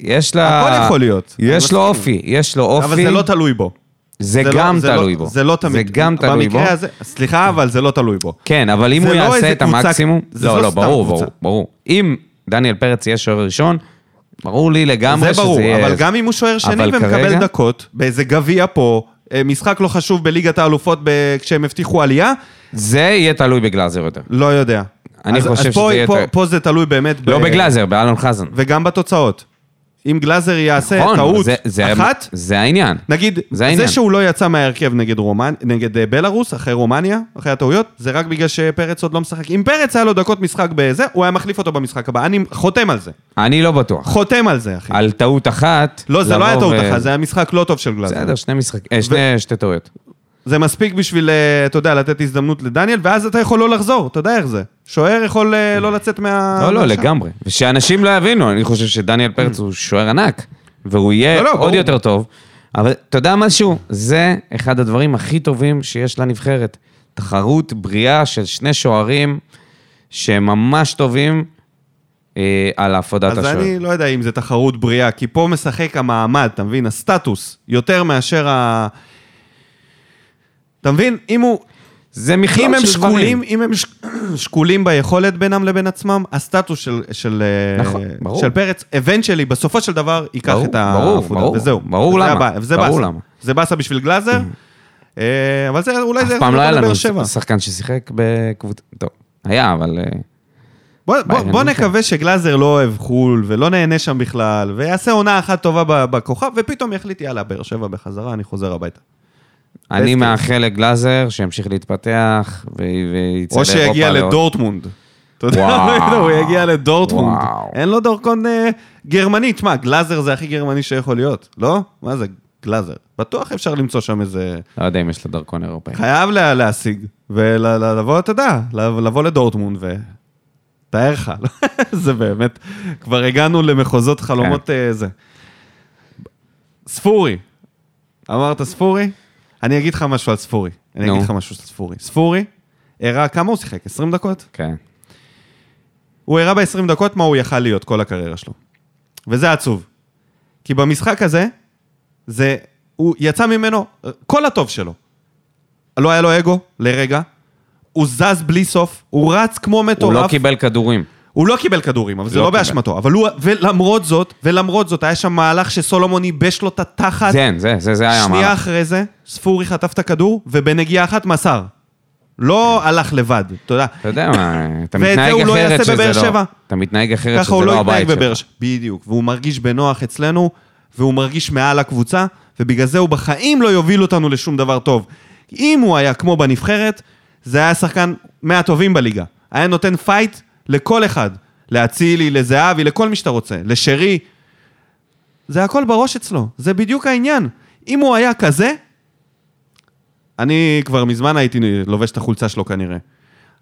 B: יש לה...
A: הכל יכול להיות. אני
B: יש
A: מסכים.
B: לו אופי, יש לו אופי.
A: אבל זה לא תלוי בו.
B: זה
A: לא-
B: גם
A: לא-
B: תלוי בו.
A: זה לא תמיד.
B: זה גם תלוי בו.
A: במקרה הזה, סליחה, אבל זה לא תלוי בו.
B: כן, אבל אם
A: זה
B: הוא
A: לא איזה
B: יעשה את
A: קבוצה-
B: המקסימום...
A: זה לא
B: לא, לא,
A: סתם
B: ברור,
A: קבוצה.
B: ברור, ברור. אם דניאל פרץ יהיה שוער ראשון, ברור לי לגמרי
A: זה
B: שזה
A: ברור,
B: יהיה...
A: אבל גם אם הוא שוער שני
B: אבל
A: ומקבל
B: כרגע-
A: דקות, באיזה גביע פה, אה, משחק לא חשוב בליגת האלופות ב- כשהם הבטיחו עלייה,
B: זה יהיה תלוי בגלאזר יותר.
A: לא יודע.
B: אני
A: אז-
B: חושב
A: אז
B: שזה
A: פה-
B: יהיה
A: פה-
B: יותר-
A: פה זה תלוי באמת... ב-
B: לא בגלאזר, באלון חזן.
A: וגם בתוצאות. אם גלאזר יעשה
B: נכון, אבל
A: טעות
B: זה- זה-
A: אחת,
B: זה העניין.
A: נגיד,
B: זה
A: זה, זה
B: העניין.
A: שהוא לא יצא מההרכב נגד, רומנ... נגד אה, בלארוס, אחרי רומניה, אחרי הטעויות, זה רק בגלל שפרץ עוד לא משחק. אם פרץ היה לו דקות משחק בזה, הוא היה מחליף אותו במשחק הבא. אני חותם על זה.
B: אני לא בטוח.
A: חותם על זה, אחי.
B: על טעות אחת...
A: אוקיי. לא, זה לא
B: לבוא
A: היה טעות
B: ו-
A: אחת, זה היה משחק לא טוב של גלאזר.
B: בסדר, שני משחק... אה, שני- שתי טעויות.
A: זה מספיק בשביל, אה, אתה יודע, לתת הזדמנות לדניאל, ואז אתה יכול לא לחזור, אתה יודע איך זה. שוער יכול אה, לא לצאת מה...
B: לא, לא,
A: מהשער.
B: לגמרי. ושאנשים לא יבינו, אני חושב שדניאל פרץ הוא שוער ענק, והוא יהיה
A: לא, לא,
B: עוד
A: ברור.
B: יותר טוב. אבל אתה יודע משהו? זה אחד הדברים הכי טובים שיש לנבחרת. תחרות בריאה של שני שוערים שהם ממש טובים, אה, על הפרדת
A: אז
B: השוער.
A: אני לא יודע אם זה תחרות בריאה, כי פה משחק המעמד, אתה מבין? הסטטוס, יותר מאשר ה... אתה מבין? אם הוא...
B: זה מכלול
A: אם הם
B: של דברים.
A: שקולים, אם הם ש- [CLEARS THROAT] שקולים ביכולת בינם לבין עצמם, הסטטוס של, של, אה,
B: נכון, ברור.
A: של פרץ, אבנצ'לי, בסופו של דבר, ייקח
B: ברור,
A: את
B: ברור,
A: העפודה,
B: ברור.
A: וזהו.
B: ברור
A: וזה
B: למה,
A: הבעיה, וזה
B: ברור
A: באסה.
B: למה. Mm.
A: זה באסה בשביל גלאזר, אה, אבל זה, אולי
B: אף
A: זה...
B: פעם לא היה
A: לבאר
B: לנו
A: שבע.
B: שחקן ששיחק בקבוצה... טוב, היה, אבל... אה,
A: בוא, בוא,
B: בעניין
A: בוא
B: הזה.
A: נקווה שגלאזר לא אוהב חו"ל ולא נהנה שם בכלל, ויעשה עונה אחת טובה ב- בכוכב, ופתאום יחליט, יאללה, באר שבע בחזרה, אני חוזר הביתה.
B: אני
A: בסט.
B: מאחל לגלאזר שימשיך להתפתח ו- ויצא
A: או
B: לאירופה.
A: שיגיע
B: לעוד-
A: לדורטמונד. אתה יודע, [LAUGHS]
B: וואו.
A: הוא יגיע לדורטמונד.
B: וואו.
A: אין לו דרכון אה, גרמני. תשמע, גלאזר זה הכי גרמני שיכול להיות, לא? מה זה גלאזר? בטוח אפשר למצוא שם איזה...
B: לא יודע אם יש לו דרכון אירופאי.
A: חייב לה- להשיג, ולבוא, אתה יודע, ל- לבוא לדורטמונד ו... תאר לך, [LAUGHS] זה באמת, כבר הגענו למחוזות
B: כן.
A: חלומות אה, זה. ספורי, אמרת ספורי? אני אגיד לך משהו על ספורי. אני
B: נו.
A: אגיד לך משהו על ספורי. ספורי, הראה כמה הוא שיחק? 20 דקות?
B: כן.
A: הוא הראה ב-20 דקות מה הוא יכל להיות כל הקריירה שלו. וזה עצוב. כי במשחק הזה, זה, הוא יצא ממנו כל הטוב שלו. לא היה לו אגו לרגע, הוא זז בלי סוף, הוא רץ כמו
B: הוא
A: מטורף.
B: לא קיבל כדורים.
A: הוא לא קיבל כדורים, אבל זה
B: לא
A: לא,
B: קיבל.
A: באשמתו. אבל הוא, ולמרות זאת, ולמרות זאת, היה שם מהלך שסולומון ייבש לו את התחת.
B: כן, זה, זה, זה היה
A: אה, שנייה
B: המהלך.
A: אחרי זה, ספורי חטף את הכדור, ובנגיעה אחת מסר. לא הלך לבד, אתה יודע.
B: אתה יודע מה, אתה
A: ואת זה
B: מתנהג
A: הוא לא
B: אחרת
A: יעשה
B: שזה
A: בבאר
B: לא...
A: שבע.
B: אתה מתנהג אחרת
A: ככה
B: שזה
A: הוא לא
B: לא
A: יתנהג
B: הבית
A: בבאר
B: שלך.
A: שבע. בדיוק, והוא מרגיש בנוח אצלנו, והוא מרגיש מעל הקבוצה, ובגלל זה הוא בחיים לא יוביל אותנו לשום דבר טוב. אם הוא היה כמו בנבחרת, זה היה שחקן מהטובים בליגה. היה נותן פייט לכל אחד. לאצילי, לזהבי, לכל מי שאתה רוצה, לשרי. זה הכל בראש אצלו, זה בדיוק העניין. אם הוא היה כזה, אני כבר מזמן הייתי לובש את החולצה שלו כנראה.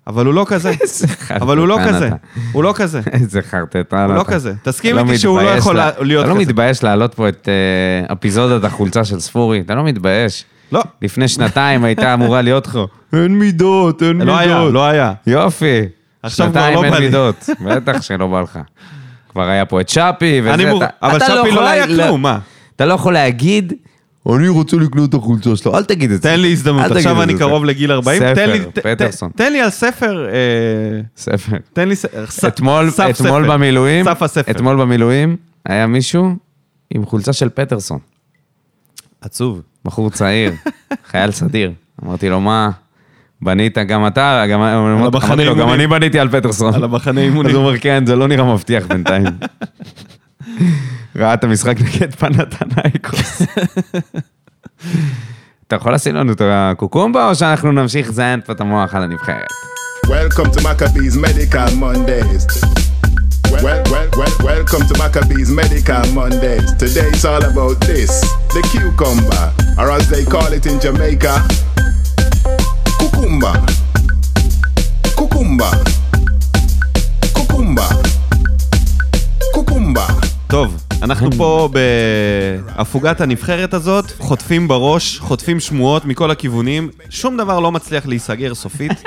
A: אבל הוא לא כזה.
B: [LAUGHS] איזה חרטטן
A: אבל הוא לא כזה.
B: אתה.
A: הוא לא כזה.
B: [LAUGHS] איזה חרטטן.
A: הוא לא
B: אתה.
A: כזה. תסכים
B: אתה
A: איתי שהוא לא
B: מתבייש
A: יכול
B: לה-
A: לה- להיות
B: אתה לא
A: כזה.
B: מתבייש להעלות פה את אה, אפיזודת החולצה של ספורי? אתה לא מתבייש.
A: לא.
B: לפני שנתיים הייתה אמורה להיות לך. אין מידות, אין
A: לא היה, לא היה.
B: יופי.
A: עכשיו כבר
B: שנתיים
A: לא
B: אין
A: בא לי.
B: מידות, בטח שלא בא לך. כבר היה פה את שפי, וזה...
A: אני מור-
B: אתה-
A: אבל
B: אתה
A: שפי
B: יכול
A: לא היה
B: לה-
A: כלום, מה?
B: אתה לא יכול להגיד, אני רוצה לקנות את החולצה שלו, אל תגיד את זה.
A: תן לי
B: אל
A: הזדמנות,
B: תגיד
A: עכשיו
B: את
A: אני
B: זה.
A: קרוב לגיל 40.
B: ספר,
A: תן לי- ת- ת-
B: פטרסון.
A: תן לי על ספר, אה,
B: ספר.
A: תן לי ס- ס-
B: אתמול,
A: סף
B: אתמול
A: ספר.
B: במילואים,
A: סף הספר.
B: אתמול במילואים, היה מישהו עם חולצה של פטרסון,
A: עצוב.
B: בחור צעיר, חייל סדיר. אמרתי לו, מה, בנית גם אתה, גם, אמרתי
A: המחנה
B: לו, גם
A: אימונים."
B: אני בניתי על פטרסון.
A: על המחנה
B: אז
A: אימונים.
B: הוא אומר, כן, זה לא נראה מבטיח בינתיים. ראה את המשחק נגד פנתנייקוס. אתה יכול לשים לנו את הקוקומבה, או שאנחנו נמשיך לזיין פה את המוח על הנבחרת?
D: Welcome to Maccabees Medical Mondays. Well, well, well, welcome to Maccabees Medical Mondays. Today it's all about this the cucumber, or as they call it in Jamaica, cucumba. Cucumba. Cucumba. Cucumba.
A: טוב, אנחנו פה בהפוגת הנבחרת הזאת, חוטפים בראש, חוטפים שמועות מכל הכיוונים, שום דבר לא מצליח להיסגר סופית.
B: [LAUGHS]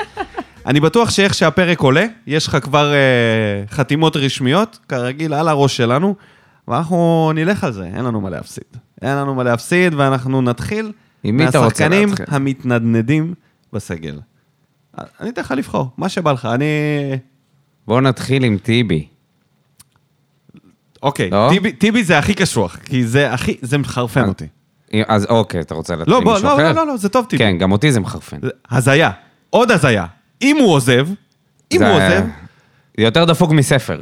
A: אני בטוח שאיך שהפרק עולה, יש לך כבר אה, חתימות רשמיות, כרגיל, על הראש שלנו, ואנחנו נלך על זה, אין לנו מה להפסיד. אין לנו מה להפסיד, ואנחנו נתחיל
B: עם מי אתה רוצה
A: מהשחקנים
B: להתחיל?
A: המתנדנדים בסגל. אני אתן לך לבחור, מה שבא לך. אני...
B: בואו נתחיל עם טיבי.
A: אוקיי,
B: לא? אה.
A: טיבי, טיבי זה הכי קשוח, כי זה הכי... זה מחרפן אותי.
B: אז אוקיי, אתה רוצה להתחיל
A: לא,
B: עם
A: בוא,
B: מישהו
A: לא,
B: אחר?
A: לא, לא, לא, זה טוב טיבי.
B: כן, גם אותי זה מחרפן.
A: זה הזיה. עוד הזיה. אם הוא עוזב, אם
B: זה-
A: הוא עוזב, [LAUGHS]
B: יותר דפוק מספר.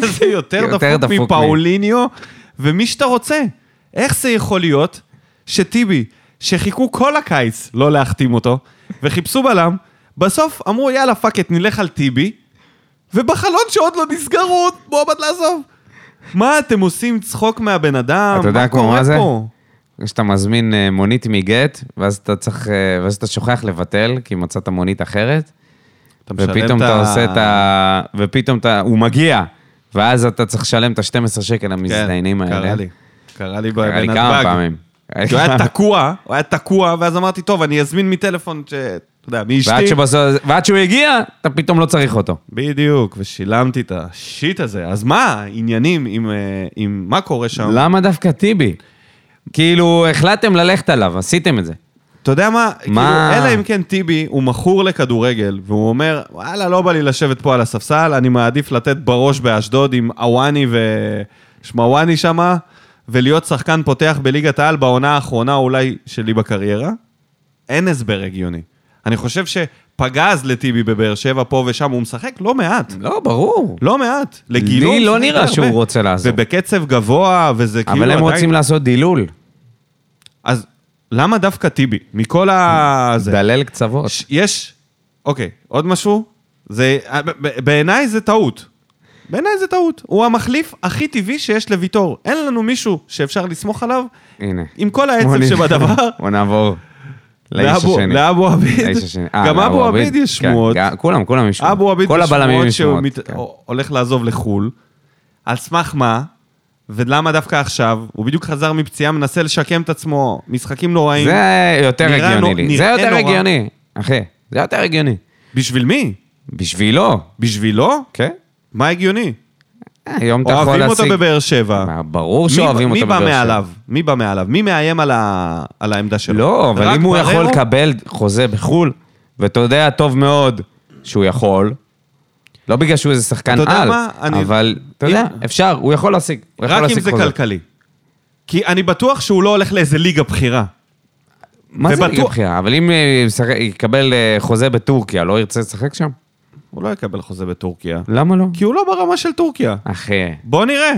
A: זה יותר
B: יותר
A: דפוק
B: דפוק מ-
A: מפאוליניו ומי שאתה רוצה. איך זה יכול להיות שטיבי, שחיכו כל הקיץ לא להחתים אותו, וחיפשו בלם, בסוף אמרו יאללה פאק את, נלך על טיבי, ובחלון שעוד לא נסגר הוא עוד מועמד לעזוב. מה, אתם עושים צחוק מהבן אדם?
B: אתה יודע
A: מה
B: כמו
A: קורה
B: מה זה?
A: פה?
B: כשאתה מזמין אה, מונית מגט, ואז אתה צריך, אה, ואז אתה שוכח לבטל, כי מצאת מונית אחרת,
A: אתה משלם
B: ופתאום
A: את
B: אתה
A: ה-
B: עושה את ה... ופתאום אתה... הוא מגיע, ואז אתה צריך לשלם את ה-12 שקל המזדיינים
A: כן,
B: האלה.
A: קרה לי. קרה לי
B: קרה לי
A: בנתב"ג.
B: כמה פעמים. [LAUGHS]
A: כי הוא היה תקוע, הוא היה תקוע, ואז אמרתי, טוב, אני אזמין מטלפון ש... אתה יודע, מאשתי.
B: ועד, שבסוף, ועד שהוא הגיע, אתה פתאום לא צריך אותו.
A: בדיוק, ושילמתי את השיט הזה. אז מה העניינים עם, אה, עם מה קורה שם?
B: למה דווקא טיבי? כאילו, החלטתם ללכת עליו, עשיתם את זה.
A: אתה יודע מה?
B: מה?
A: כאילו, אלא אם כן טיבי הוא מכור לכדורגל, והוא אומר, וואלה, לא בא לי לשבת פה על הספסל, אני מעדיף לתת בראש באשדוד עם עוואני ושמוואני שמה, ולהיות שחקן פותח בליגת העל בעונה האחרונה אולי שלי בקריירה. אין הסבר הגיוני. אני חושב שפגז לטיבי בבאר שבע פה ושם, הוא משחק לא מעט.
B: לא, ברור.
A: לא מעט. לגילו...
B: לי לא
A: משחק
B: נראה
A: הרבה.
B: שהוא רוצה לעזור.
A: ובקצב גבוה, וזה כאילו
B: אבל הם רוצים לעשות דילול,
A: אז למה דווקא טיבי? מכל ה... זה.
B: דלל קצוות.
A: ש- יש, אוקיי, עוד משהו? זה, אה, ב- ב- בעיניי זה טעות. בעיניי זה טעות. הוא המחליף הכי טבעי שיש לוויטור. אין לנו מישהו שאפשר לסמוך עליו,
B: הנה.
A: עם כל
B: בוא
A: העצב
B: נ- [LAUGHS]
A: שבדבר,
B: בוא נעבור לאיש
A: לאבו-
B: השני.
A: לאבו עביד.
B: לאיש השני. אה,
A: גם
B: לאבו
A: אבו עביד יש
B: כן,
A: שמועות.
B: גם- כולם, כולם יש שמועות.
A: אבו עביד
B: כל הבלמים
A: בשמועות
B: יש
A: שהוא
B: שמועות.
A: מת...
B: כן.
A: הולך לעזוב לחו"ל. על סמך מה? ולמה דווקא עכשיו? הוא בדיוק חזר מפציעה, מנסה לשקם את עצמו, משחקים נוראים.
B: זה יותר
A: נראה
B: הגיוני
A: נו-
B: לי. זה
A: נראה
B: יותר
A: נורא.
B: הגיוני, אחי. זה יותר הגיוני.
A: בשביל מי?
B: בשבילו,
A: בשבילו?
B: כן?
A: מה הגיוני?
B: אה, היום אתה יכול
A: אוהבים
B: להשיג...
A: אותו בבאר שבע.
B: מה, ברור
A: מי-
B: שאוהבים אותו
A: מי
B: בבאר
A: בא
B: שבע.
A: מעליו? מי בא מעליו? מי מאיים על ה- על העמדה שלו?
B: לא, אבל
A: רק
B: אם הוא יכול
A: בררו?
B: לקבל חוזה בחו"ל, ואתה יודע טוב מאוד שהוא יכול, לא בגלל שהוא איזה שחקן
A: אתה יודע
B: על,
A: מה? אני-
B: אבל אתה
A: אם-
B: יודע, אפשר, הוא יכול להשיג. הוא יכול
A: רק אם
B: להשיג
A: זה
B: חוזה.
A: כלכלי. כי אני בטוח שהוא לא הולך לאיזה ליגה בכירה.
B: מה זה
A: ובטוח-
B: ליגה בכירה? אבל אם אה, ישחק- יקבל אה, חוזה בטורקיה, לא ירצה לשחק שם?
A: הוא לא יקבל חוזה בטורקיה.
B: למה לא?
A: כי הוא לא ברמה של טורקיה.
B: אחי,
A: בוא נראה.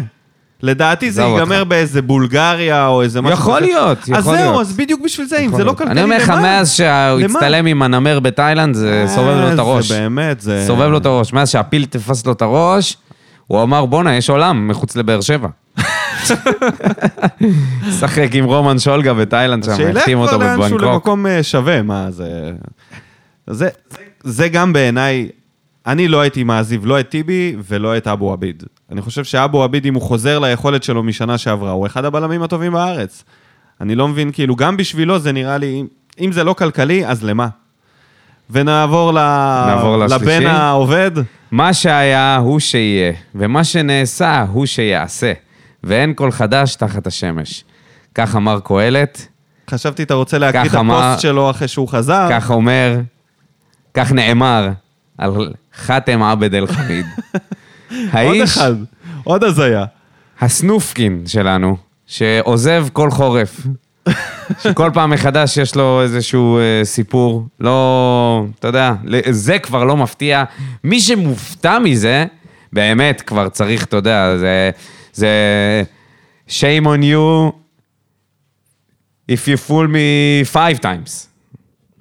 A: לדעתי זה
B: עזוב
A: ייגמר
B: אותך.
A: באיזה בולגריה או איזה משהו
B: יכול
A: כזה.
B: להיות, יכול
A: אז זהו,
B: להיות.
A: אז בדיוק בשביל זה, אם זה לא כלכלי,
B: אני אומר לך,
A: למה?
B: מאז שהוא
A: למה?
B: הצטלם עם הנמר בתאילנד, זה
A: אה,
B: סובב לו את הראש.
A: זה באמת, אה. זה...
B: סובב לו את הראש. מאז שהפיל תפס לו את הראש, הוא אמר, בואנה, יש עולם מחוץ לבאר שבע. שחק עם רומן שולגה בתאילנד שם,
A: שילך
B: החתים
A: כבר
B: אותו
A: לאנשהו
B: בבנקוק.
A: למקום אה, שווה, מה זה... זה, זה- זה גם בעיניי, אני לא הייתי מעזיב לא את טיבי ולא את אבו עביד. אני חושב שאבו עביד, אם הוא חוזר ליכולת שלו משנה שעברה, הוא אחד הבלמים הטובים בארץ. אני לא מבין, כאילו, גם בשבילו זה נראה לי, אם- אם זה לא כלכלי, אז למה? ונעבור ל...
B: נעבור לשלישי.
A: לבן העובד.
B: מה שהיה הוא שיהיה, ומה שנעשה הוא שיעשה, ואין כל חדש תחת השמש. כך אמר קהלת,
A: חשבתי, אתה רוצה להקריא
B: כך
A: את
B: אמר-
A: הפוסט שלו אחרי שהוא חזר.
B: כך אומר, כך נאמר על חאתם עבד אל חמיד.
A: [LAUGHS] עוד
B: האיש
A: אחד, עוד הזיה.
B: הסנופקין שלנו, שעוזב כל חורף, שכל פעם מחדש יש לו איזשהו אה, סיפור, לא, אתה יודע, ל- זה כבר לא מפתיע. מי שמופתע מזה, באמת כבר צריך, אתה יודע, זה... זה... shame on you if you fool me five times,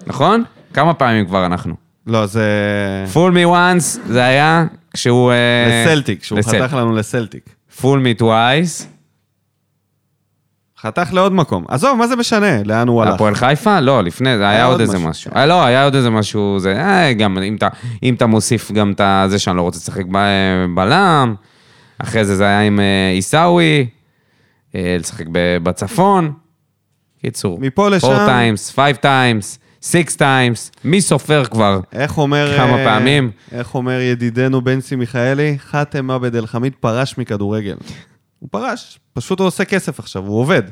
B: נכון? כמה פעמים כבר אנחנו?
A: לא, זה...
B: fool me once, זה היה כשהוא... אה,
A: לסלטיק, שהוא
B: לסלטיק.
A: חתך לנו לסלטיק.
B: fool me twice.
A: חתך לעוד מקום. עזוב, מה זה משנה? לאן הוא הלך?
B: הפועל חיפה? לא, לפני, זה היה עוד
A: עוד
B: איזה
A: משהו.
B: משהו. אה, לא, היה עוד איזה משהו, זה, אה, גם אם אתה- אם אתה מוסיף גם את ה- זה שאני לא רוצה לשחק ב- בלם, אחרי זה זה היה עם אה, עיסאווי, אה, לשחק ב- בצפון. קיצור,
A: מפה לשם.
B: 4 times, 5 times, 6 times, מי סופר כבר?
A: איך אומר...
B: כמה
A: אה,
B: פעמים?
A: איך אומר ידידנו בנצי מיכאלי? חאתם עבד אל חמיד פרש מכדורגל. הוא פרש, פשוט הוא עושה כסף עכשיו, הוא עובד.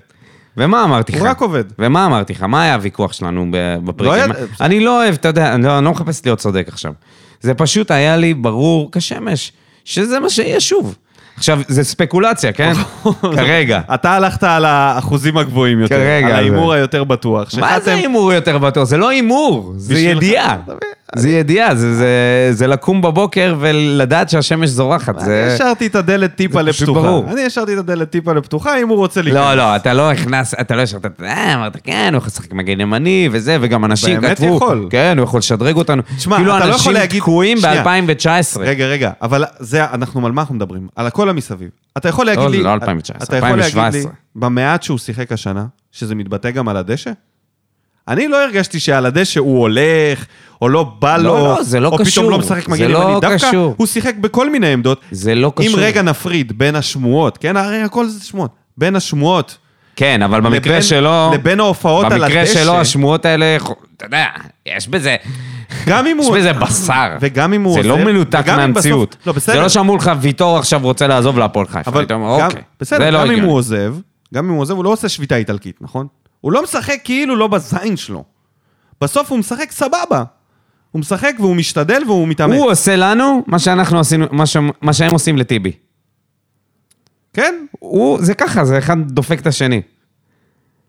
B: ומה אמרתי לך?
A: הוא רק עובד.
B: ומה אמרתי לך? מה היה הוויכוח שלנו ב- בפרקים?
A: לא היה-
B: אני לא אוהב, אתה יודע, אני לא, אני לא מחפש להיות צודק עכשיו. זה פשוט היה לי ברור כשמש, שזה מה שיהיה שוב. עכשיו, זה ספקולציה, כן? כרגע.
A: אתה הלכת על האחוזים הגבוהים יותר.
B: כרגע,
A: על
B: זה-
A: ההימור היותר בטוח.
B: מה זה
A: שחאתם-
B: הימור יותר בטוח? זה לא הימור, זה
A: בשבילך,
B: ידיעה. זה ידיעה, זה- זה- זה לקום בבוקר ולדעת שהשמש זורחת.
A: אני
B: זה...
A: השארתי את הדלת טיפה
B: זה פשוט ברור.
A: לפתוחה. אני השארתי את הדלת טיפה לפתוחה, אם הוא רוצה להיכנס.
B: לא, לא, אתה לא הכנסת, אתה לא ישבת, אה, אמרת, כן, הוא יכול לשחק עם מגן ימני וזה, וגם אנשים
A: באמת
B: כתבו,
A: יכול.
B: כן, הוא יכול לשדרג אותנו.
A: תשמע,
B: כאילו
A: אתה לא יכול
B: אנשים
A: להגיד-
B: תקועים
A: שנייה.
B: ב-2019.
A: רגע, רגע, אבל זה, אנחנו, על מה אנחנו מדברים? על הכל המסביב. אתה יכול להגיד
B: לא,
A: לי...
B: זה לא 2019,
A: אתה יכול להגיד לי,
B: 2017.
A: במעט שהוא שיחק השנה, שזה מתבטא גם על הדשא? אני לא הרגשתי שעל הדשא הוא הולך, או לא בא
B: לא,
A: לו,
B: לא, זה לא
A: או
B: קשור.
A: פתאום לא משחק
B: זה
A: מגן
B: לא
A: ימני. דווקא
B: קשור.
A: הוא שיחק בכל מיני עמדות.
B: זה לא קשור.
A: אם רגע נפריד בין השמועות, כן? הרי הכל זה שמועות. בין השמועות
B: כן, אבל במקרה
A: לבין-
B: שלו...
A: לבין ההופעות על
B: במקרה
A: הדשא.
B: שלו, השמועות האלה, אתה יודע, יש בזה...
A: גם אם
B: יש
A: הוא...
B: בזה בשר.
A: וגם אם הוא
B: זה לא
A: עוזב-
B: מנותק
A: וגם אם
B: מהמציאות.
A: בסוף- לא, בסדר.
B: זה לא שאמרו לך, ויטור עכשיו רוצה לעזוב להפועל חיפה.
A: אבל
B: היית אומר,
A: גם-
B: אוקיי, זה לא
A: בסדר, גם אם
B: הגיוני.
A: הוא עוזב, גם אם הוא עוזב, הוא לא עושה שביתה איטלקית, נכון? הוא לא משחק כאילו לא בזין שלו. בסוף הוא משחק סבבה. הוא משחק והוא משתדל והוא מתאמץ.
B: הוא עושה לנו מה שאנחנו עשינו, מה שהם- מה שהם עושים לטיבי.
A: כן,
B: הוא, זה ככה, זה אחד דופק את השני.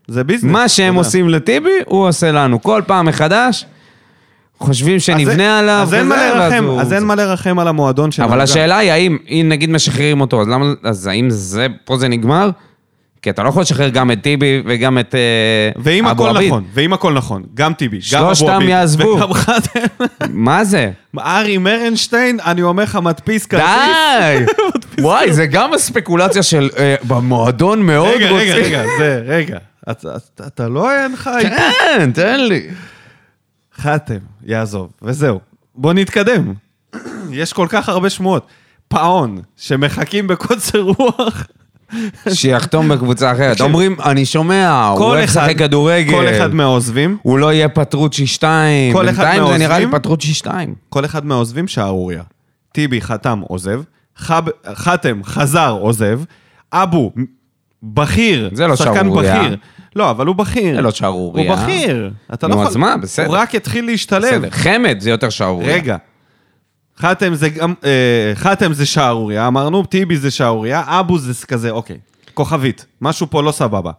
A: זה ביזנס.
B: מה שהם
A: אתה יודע.
B: עושים לטיבי, הוא עושה לנו. כל פעם מחדש, חושבים
A: אז
B: שנבנה
A: אין-
B: עליו.
A: אז אין מה
B: וזה, ואז
A: לרחם,
B: הוא-
A: אז אין מה לרחם על המועדון שלנו.
B: אבל
A: גם.
B: השאלה היא, האם, אם נגיד משחררים אותו, אז למה, אז האם זה, פה זה נגמר? כי אתה לא יכול לשחרר גם את טיבי וגם את אה,
A: ואם
B: אבו
A: הכל
B: עביד.
A: נכון, ואם הכל נכון, גם טיבי, גם אבו עביד.
B: שלושתם יעזבו.
A: וגם חתם.
B: מה זה?
A: [LAUGHS] ארי מרנשטיין, אני אומר לך, מדפיס כרטיס. [LAUGHS]
B: די! וואי, זה גם הספקולציה של אה, במועדון מאוד
A: רגע, רגע,
B: רוצים.
A: רגע, זה, רגע. אתה- אתה- אתה לא אין לך...
B: [LAUGHS] כן, תן לי.
A: חתם, יעזוב, וזהו. בוא נתקדם. יש כל כך הרבה שמועות. פאון, שמחכים בקוצר רוח.
B: שיחתום בקבוצה אחרת. אומרים, אני שומע, הוא
A: כל
B: אוהב
A: אחד-
B: לשחק כדורגל.
A: כל אחד מהעוזבים,
B: הוא לא יהיה פטרוצ'י 2.
A: כל אחד כן.
B: בינתיים זה נראה לי
A: מהעוזבים?
B: פטרוצ'י 2.
A: כל אחד מהעוזבים שערוריה. טיבי חתם עוזב, חב, חתם חזר עוזב, אבו בכיר,
B: זה לא
A: שחקן
B: שערורייה.
A: בכיר. לא, אבל הוא בכיר.
B: זה לא שערורייה.
A: הוא בכיר. אתה לא
B: נו,
A: יכול...
B: אז מה, בסדר.
A: הוא רק התחיל להשתלב.
B: בסדר, חמד זה יותר שערורייה.
A: רגע. חתם זה גם, אה, חתם זה שערורייה, אמרנו, טיבי זה שערורייה, אבו זה כזה, אוקיי, כוכבית, משהו פה לא סבבה.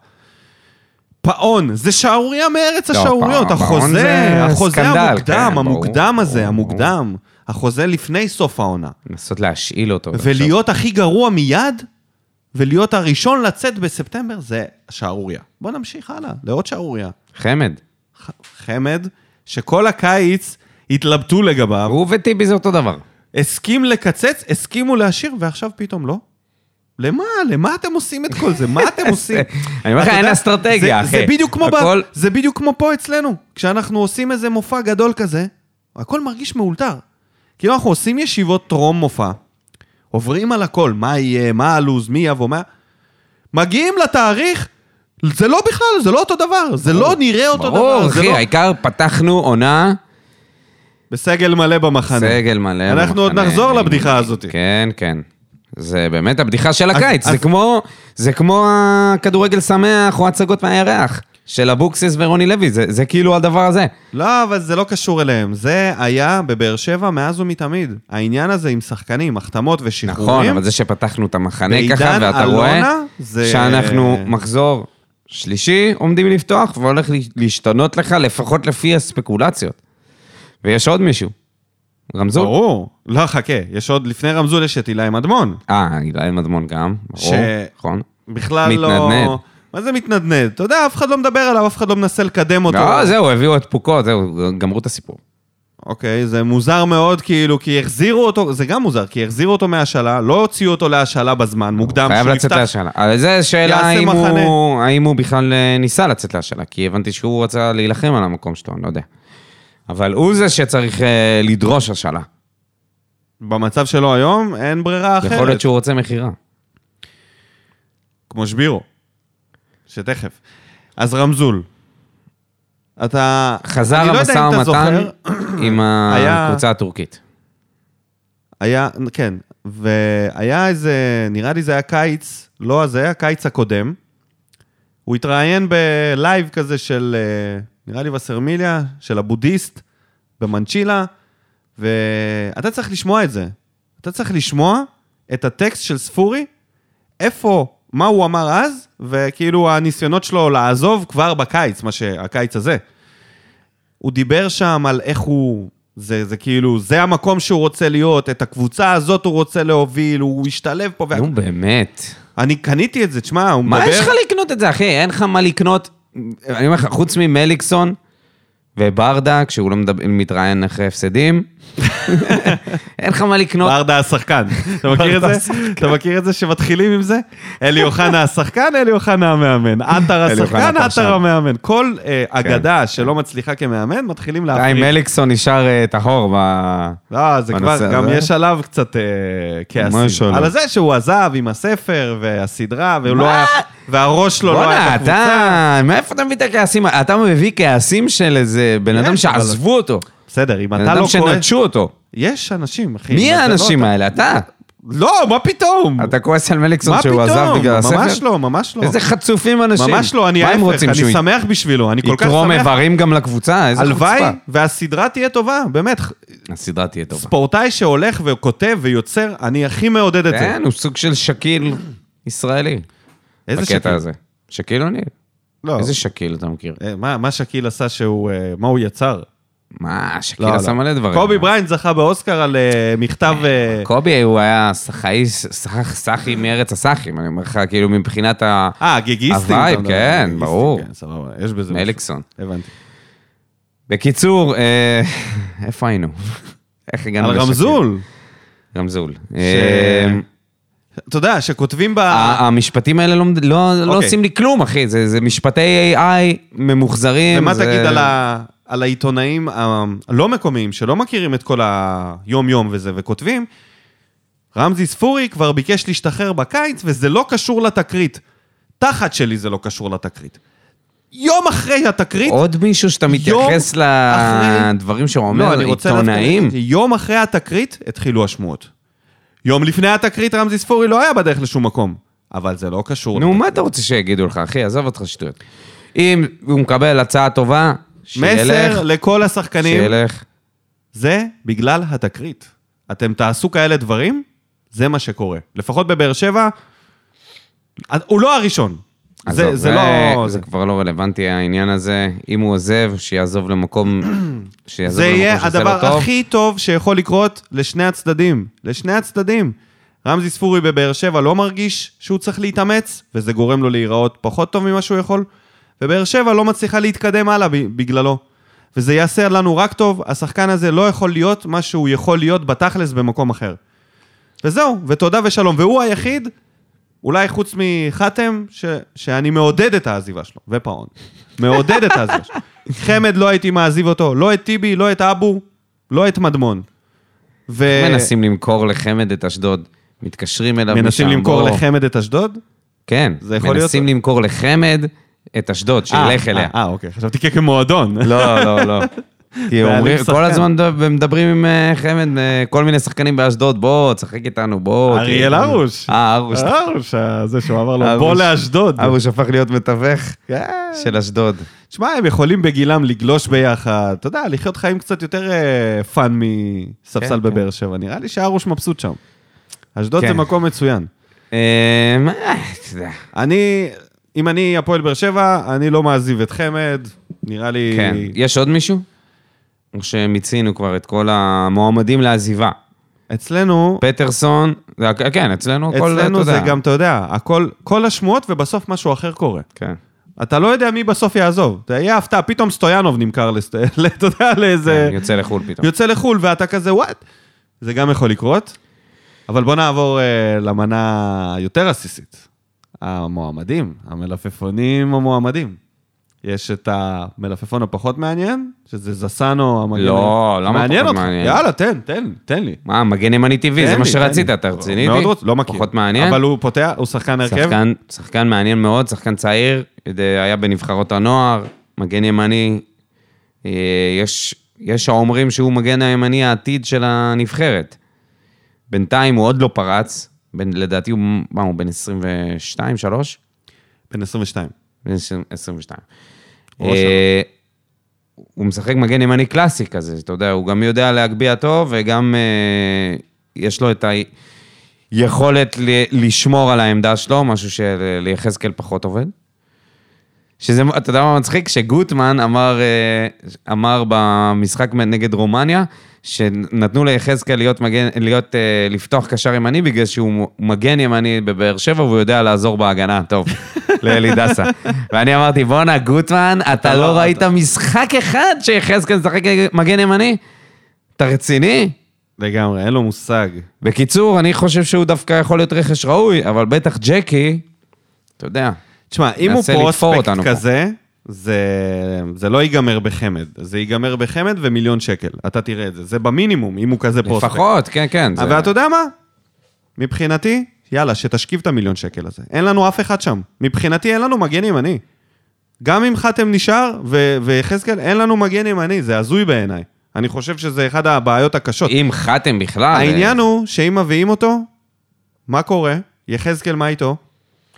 A: פאון, זה שערורייה מארץ
B: לא,
A: השערוריות,
B: פאון
A: החוזה,
B: זה
A: החוזה
B: סקנדל,
A: המוקדם,
B: כן,
A: המוקדם
B: ברור,
A: הזה,
B: ברור, לא,
A: המוקדם, החוזה לפני סוף העונה.
B: לנסות להשאיל אותו.
A: ולהיות הכי גרוע מיד, ולהיות הראשון לצאת בספטמבר, זה שערורייה. בוא נמשיך הלאה, לעוד שערורייה.
B: עכשיו. חמד.
A: ח- חמד, שכל הקיץ התלבטו לגביו.
B: הוא וטיבי זה אותו דבר.
A: הסכים לקצץ, הסכימו להשאיר, ועכשיו פתאום לא? למה? למה אתם עושים את כל זה?
B: [LAUGHS]
A: מה אתם עושים?
B: אני אומר לך,
A: אתה
B: אין
A: יודע,
B: אסטרטגיה,
A: זה-
B: אחי.
A: זה בדיוק כמו ב-
B: הכל-
A: זה בדיוק כמו פה אצלנו. כשאנחנו עושים איזה מופע גדול כזה, הכל מרגיש מאולתר. כאילו אנחנו עושים ישיבות טרום מופע, עוברים על הכל, מה יהיה, מה הלו"ז, מי יבוא, מה... מגיעים לתאריך, זה לא בכלל, זה לא אותו דבר, זה לא נראה אותו דבר.
B: ברור,
A: זה
B: אחי,
A: לא-
B: העיקר פתחנו עונה,
A: בסגל מלא במחנה.
B: סגל מלא.
A: אנחנו עוד
B: במחנה.
A: נחזור לבדיחה הזאת.
B: כן, כן. זה באמת הבדיחה של
A: אז-
B: הקיץ, זה
A: אז-
B: כמו- זה כמו הכדורגל שמח או הצגות מהירח של אבוקסיס ורוני לוי, זה זה כאילו הדבר הזה.
A: לא, אבל זה לא קשור אליהם. זה היה בבאר שבע מאז ומתמיד. העניין הזה עם שחקנים, החתמות ושחרורים.
B: נכון, אבל זה שפתחנו את המחנה
A: בעידן
B: ככה, ואתה
A: אלונה,
B: רואה
A: זה-
B: שאנחנו מחזור שלישי עומדים לפתוח, והולך לה- להשתנות לך, לפחות לפי הספקולציות. ויש עוד מישהו, רמזור.
A: ברור. לא, חכה, יש עוד, לפני רמזול יש את אילי מדמון.
B: אה, אילן מדמון גם, ברור,
A: ש-
B: נכון.
A: בכלל
B: מתנדנד.
A: לא... מה זה מתנדנד? אתה יודע, אף אחד לא מדבר עליו, אף אחד לא מנסה לקדם אותו.
B: לא, זהו, הביאו את פוקו, זהו, גמרו את הסיפור.
A: אוקיי, זה מוזר מאוד, כאילו, כי החזירו אותו, זה גם מוזר, כי החזירו אותו מהשאלה, לא הוציאו אותו להשאלה בזמן, מוקדם,
B: חייב
A: שהוא
B: לצאת
A: יפתח-
B: להשאלה. אבל זה שאלה
A: יעשה
B: האם הוא,
A: מחנה.
B: האם הוא בכלל אה, ניסה לצאת להשאלה, כי הבנתי שהוא רצה להילחם על המקום שלו, אני לא יודע. אבל הוא זה שצריך אה, לדרוש השאלה.
A: במצב שלו היום, אין ברירה אחרת.
B: יכול להיות שהוא רוצה מכירה.
A: כמו שבירו, שתכף. אז רמזול. אתה...
B: חזר
A: אני לא
B: המשא
A: יודע אם אתה
B: ומתן
A: זוכר,
B: עם
A: [CLEARS THROAT] היה-
B: הקבוצה הטורקית.
A: היה, כן, והיה איזה, נראה לי זה היה קיץ, לא, זה היה הקיץ הקודם. הוא התראיין בלייב כזה של, אה, נראה לי וסרמיליה, של הבודהיסט, במנצ'ילה, ואתה צריך לשמוע את זה. אתה צריך לשמוע את הטקסט של ספורי, איפה, מה הוא אמר אז, וכאילו הניסיונות שלו לעזוב כבר בקיץ, מה שהקיץ הזה. הוא דיבר שם על איך הוא... זה, זה כאילו, זה המקום שהוא רוצה להיות, את הקבוצה הזאת הוא רוצה להוביל, הוא השתלב פה. וה...
B: נו, באמת.
A: אני קניתי את זה, תשמע, הוא מדבר...
B: מה יש לך לקנות את זה, אחי? אין לך מה לקנות. אני אומר לך, חוץ ממליקסון וברדה, כשהוא לא מדבר- מתראיין אחרי הפסדים, [LAUGHS] אין לך מה לקנות.
A: ברדה השחקן. אתה מכיר
B: ברדה
A: את זה? אתה מכיר את זה שמתחילים עם זה? אלי אוחנה השחקן, אלי אוחנה המאמן. עטר
B: אלי אוחנה
A: השחקן,
B: הפרשן. כן.
A: עטר המאמן. כל אה, אגדה שלא מצליחה כמאמן, מתחילים
B: חיים
A: להפריד.
B: אליקסון נשאר אה, טהור ב...
A: לא, זה
B: בנושא
A: כבר, גם
B: הזה?
A: יש עליו קצת אה,
B: מה יש
A: כעסים.
B: עליו?
A: על זה שהוא עזב עם הספר והסדרה, והוא
B: מה?
A: לא היה, והראש שלו לא
B: בואנה,
A: היה בקבוצה.
B: אתה... מאיפה אתה מביא את הכעסים? אתה מביא כעסים של איזה בן אדם
A: אבל-
B: שעזבו אותו.
A: בסדר, אם
B: בן
A: אתה
B: אדם
A: לא כועס...
B: שנטשו אותו.
A: יש אנשים, אחי.
B: מי
A: זה לא
B: האנשים
A: אתה.
B: האלה? אתה.
A: לא, מה פתאום?
B: אתה כועס על מליקסון
A: מה
B: שהוא עזב
A: פתאום?
B: בגלל הספר?
A: ממש לא, ממש לא.
B: איזה חצופים אנשים.
A: ממש לא, אני
B: מה הם
A: ההפך,
B: רוצים, שהוא
A: אני שמח בשבילו, אני כל כך
B: יתרום
A: שמח.
B: איברים גם לקבוצה? איזה חוצפה.
A: הלוואי, והסדרה תהיה טובה, באמת.
B: הסדרה תהיה טובה.
A: ספורטאי שהולך וכותב ויוצר, אני הכי מעודד את זה.
B: כן, הוא סוג של שקיל ישראלי.
A: איזה שקיל?
B: בקטע הזה. שקיל עוני?
A: לא.
B: איזה שקיל אתה מכיר?
A: אה, מה מה שקיל עשה שהוא, אה, מה הוא יצר?
B: מה, שקיל
A: לא,
B: עשה
A: לא.
B: מלא דברים.
A: קובי בריינד זכה באוסקר על אה, מכתב... אה,
B: קובי הוא היה סחאי, סח- סחי מארץ הסחים, אני אומר לך, כאילו מבחינת ה...
A: אה, גיגיסטים.
B: הווייב,
A: אתה מדבר,
B: כן,
A: גיגיסטים,
B: ברור.
A: כן, סבבה, יש בזה משהו.
B: אליקסון.
A: הבנתי.
B: בקיצור, אה, [LAUGHS] איפה היינו? [LAUGHS] איך הגענו
A: על
B: לשקיל?
A: רמזול.
B: רמזול. אה,
A: אתה יודע, שכותבים ב...
B: ה- המשפטים האלה לא, לא, לא
A: אה. אוקיי.
B: עושים לי כלום, אחי. זה, זה משפטי AI ממוחזרים.
A: ומה
B: זה...
A: תגיד על, ה... על העיתונאים הלא מקומיים, שלא מכירים את כל היום-יום וזה, וכותבים, רמזי ספורי כבר ביקש להשתחרר בקיץ, וזה לא קשור לתקרית. תחת שלי זה לא קשור לתקרית. יום אחרי התקרית...
B: עוד מישהו שאתה מתייחס
A: יום אחרי- לא,
B: לדברים שהוא אומר,
A: דווקא-
B: עיתונאים?
A: יום אחרי התקרית התחילו השמועות. יום לפני התקרית רמזי ספורי לא היה בדרך לשום מקום, אבל זה לא קשור.
B: נו,
A: לתקרית.
B: מה אתה רוצה שיגידו לך, אחי? עזוב אותך שטויות. אם הוא מקבל הצעה טובה, שילך,
A: מסר לכל השחקנים.
B: שילך.
A: זה בגלל התקרית. אתם תעשו כאלה דברים, זה מה שקורה. לפחות בבאר שבע, הוא לא הראשון.
B: עזוב,
A: זה, זה לא...
B: זה
A: זה,
B: כבר לא רלוונטי העניין הזה. אם הוא עוזב, שיעזוב
A: [CLEARS THROAT]
B: למקום... שיעזוב
A: זה
B: למקום
A: יהיה
B: שעושה לו
A: הדבר
B: לא טוב.
A: הכי טוב שיכול לקרות לשני הצדדים. לשני הצדדים. רמזי ספורי בבאר שבע לא מרגיש שהוא צריך להתאמץ, וזה גורם לו להיראות פחות טוב ממה שהוא יכול, ובאר שבע לא מצליחה להתקדם הלאה ב- בגללו. וזה יעשה לנו רק טוב, השחקן הזה לא יכול להיות מה שהוא יכול להיות בתכלס במקום אחר. וזהו, ותודה ושלום. והוא היחיד, אולי חוץ מחתם, ש, שאני מעודד את העזיבה שלו, ופאון. מעודד את העזיבה
B: [LAUGHS]
A: שלו. חמד, לא הייתי מעזיב אותו, לא את טיבי, לא את אבו, לא את מדמון. ו...
B: מנסים למכור לחמד את אשדוד. מתקשרים אליו
A: מנסים
B: משם,
A: למכור
B: בוא.
A: לחמד את אשדוד?
B: כן,
A: זה יכול להיות-
B: מנסים למכור לחמד את אשדוד, שילך
A: אה,
B: אליה.
A: אה, אוקיי, חשבתי כמועדון.
B: [LAUGHS] לא, לא, לא. כי
A: בעלים
B: אומרים, כל
A: שחקן.
B: הזמן מדב- מדברים עם אה, חמד, אה, כל מיני שחקנים באשדוד, בוא, תשחק איתנו, בוא.
A: אריאל
B: תהיה-
A: הרוש.
B: אה, הרוש.
A: הרוש, אה, זה שהוא אמר לו,
B: הרוש.
A: בוא לאשדוד.
B: הרוש הפך להיות מתווך
A: כן.
B: של אשדוד.
A: שמע, הם יכולים בגילם לגלוש ביחד, אתה יודע, לחיות חיים קצת יותר אה, פאן מספסל
B: כן, כן.
A: בבאר שבע. נראה לי שהרוש מבסוט שם. אשדוד
B: כן.
A: זה מקום מצוין.
B: אה, מה, אתה יודע.
A: אני, אם אני הפועל באר שבע, אני לא מעזיב את חמד, נראה לי...
B: כן. יש עוד מישהו? או שמיצינו כבר את כל המועמדים לעזיבה.
A: אצלנו,
B: פטרסון, זה- כן, אצלנו הכל, אתה
A: אצלנו זה
B: יודע.
A: גם, אתה יודע, הכל, כל השמועות ובסוף משהו אחר קורה.
B: כן.
A: אתה לא יודע מי בסוף יעזוב. זה יהיה הפתעה, פתאום סטויאנוב נמכר, לסט- [LAUGHS] אתה יודע, לאיזה...
B: כן, יוצא לחו"ל פתאום.
A: יוצא לחו"ל ואתה כזה, וואט? זה גם יכול לקרות. אבל בוא נעבור אה, למנה היותר עסיסית. המועמדים, המלפפונים המועמדים. יש את המלפפון הפחות מעניין, שזה זסנו המגן.
B: לא, למה פחות
A: אותך?
B: מעניין?
A: יאללה, תן, תן, תן לי.
B: מה, מגן ימני טבעי, זה
A: תן
B: מה
A: לי,
B: שרצית,
A: תן לי.
B: אתה רציני?
A: מאוד
B: איתי?
A: רוצ... כן, לא מכיר.
B: פחות מעניין?
A: אבל הוא פותח, הוא שחקן הרכב.
B: שחקן, שחקן מעניין מאוד, שחקן צעיר, יודע, היה בנבחרות הנוער, מגן ימני. אה, יש, יש האומרים שהוא מגן הימני העתיד של הנבחרת. בינתיים הוא עוד לא פרץ, בין, לדעתי הוא, מה, הוא בן 22, 3?
A: בן 22.
B: בן 22.
A: ראש
B: אה, הוא משחק מגן ימני קלאסי כזה, אתה יודע, הוא גם יודע להגביה טוב, וגם אה, יש לו את היכולת ל- לשמור על העמדה שלו, משהו שליחזקאל פחות עובד. שזה, אתה יודע מה מצחיק? שגוטמן אמר, אה, אמר במשחק נגד רומניה, שנתנו ליחזקאל להיות, מגן, להיות, אה, לפתוח קשר ימני, בגלל שהוא מגן ימני בבאר שבע, והוא יודע לעזור בהגנה, טוב, לאלי דסה. ואני אמרתי, בואנה, גוטמן, אתה
A: לא-
B: לא ראית משחק אחד שיחזקאל משחק מגן ימני? אתה רציני?
A: לגמרי, אין לו מושג.
B: בקיצור, אני חושב שהוא דווקא יכול להיות רכש ראוי, אבל בטח ג'קי, אתה יודע.
A: תשמע, אם הוא
B: מנסה לתפור
A: פרוספקט
B: אותנו פה.
A: כזה, זה, זה לא ייגמר בחמד. זה ייגמר בחמד ומיליון שקל. אתה תראה את זה. זה במינימום, אם הוא כזה פרוספקט.
B: לפחות, כן, כן. זה-
A: ואתה יודע מה? מבחינתי, יאללה, שתשכיב את המיליון שקל הזה. אין לנו אף אחד שם. מבחינתי אין לנו מגן ימני. גם אם חתם נשאר ו- ויחזקאל, אין לנו מגן ימני, זה הזוי בעיניי. אני חושב שזה אחת הבעיות הקשות.
B: אם חתם בכלל...
A: העניין הוא שאם מביאים אותו, מה קורה? יחזקאל, מה איתו?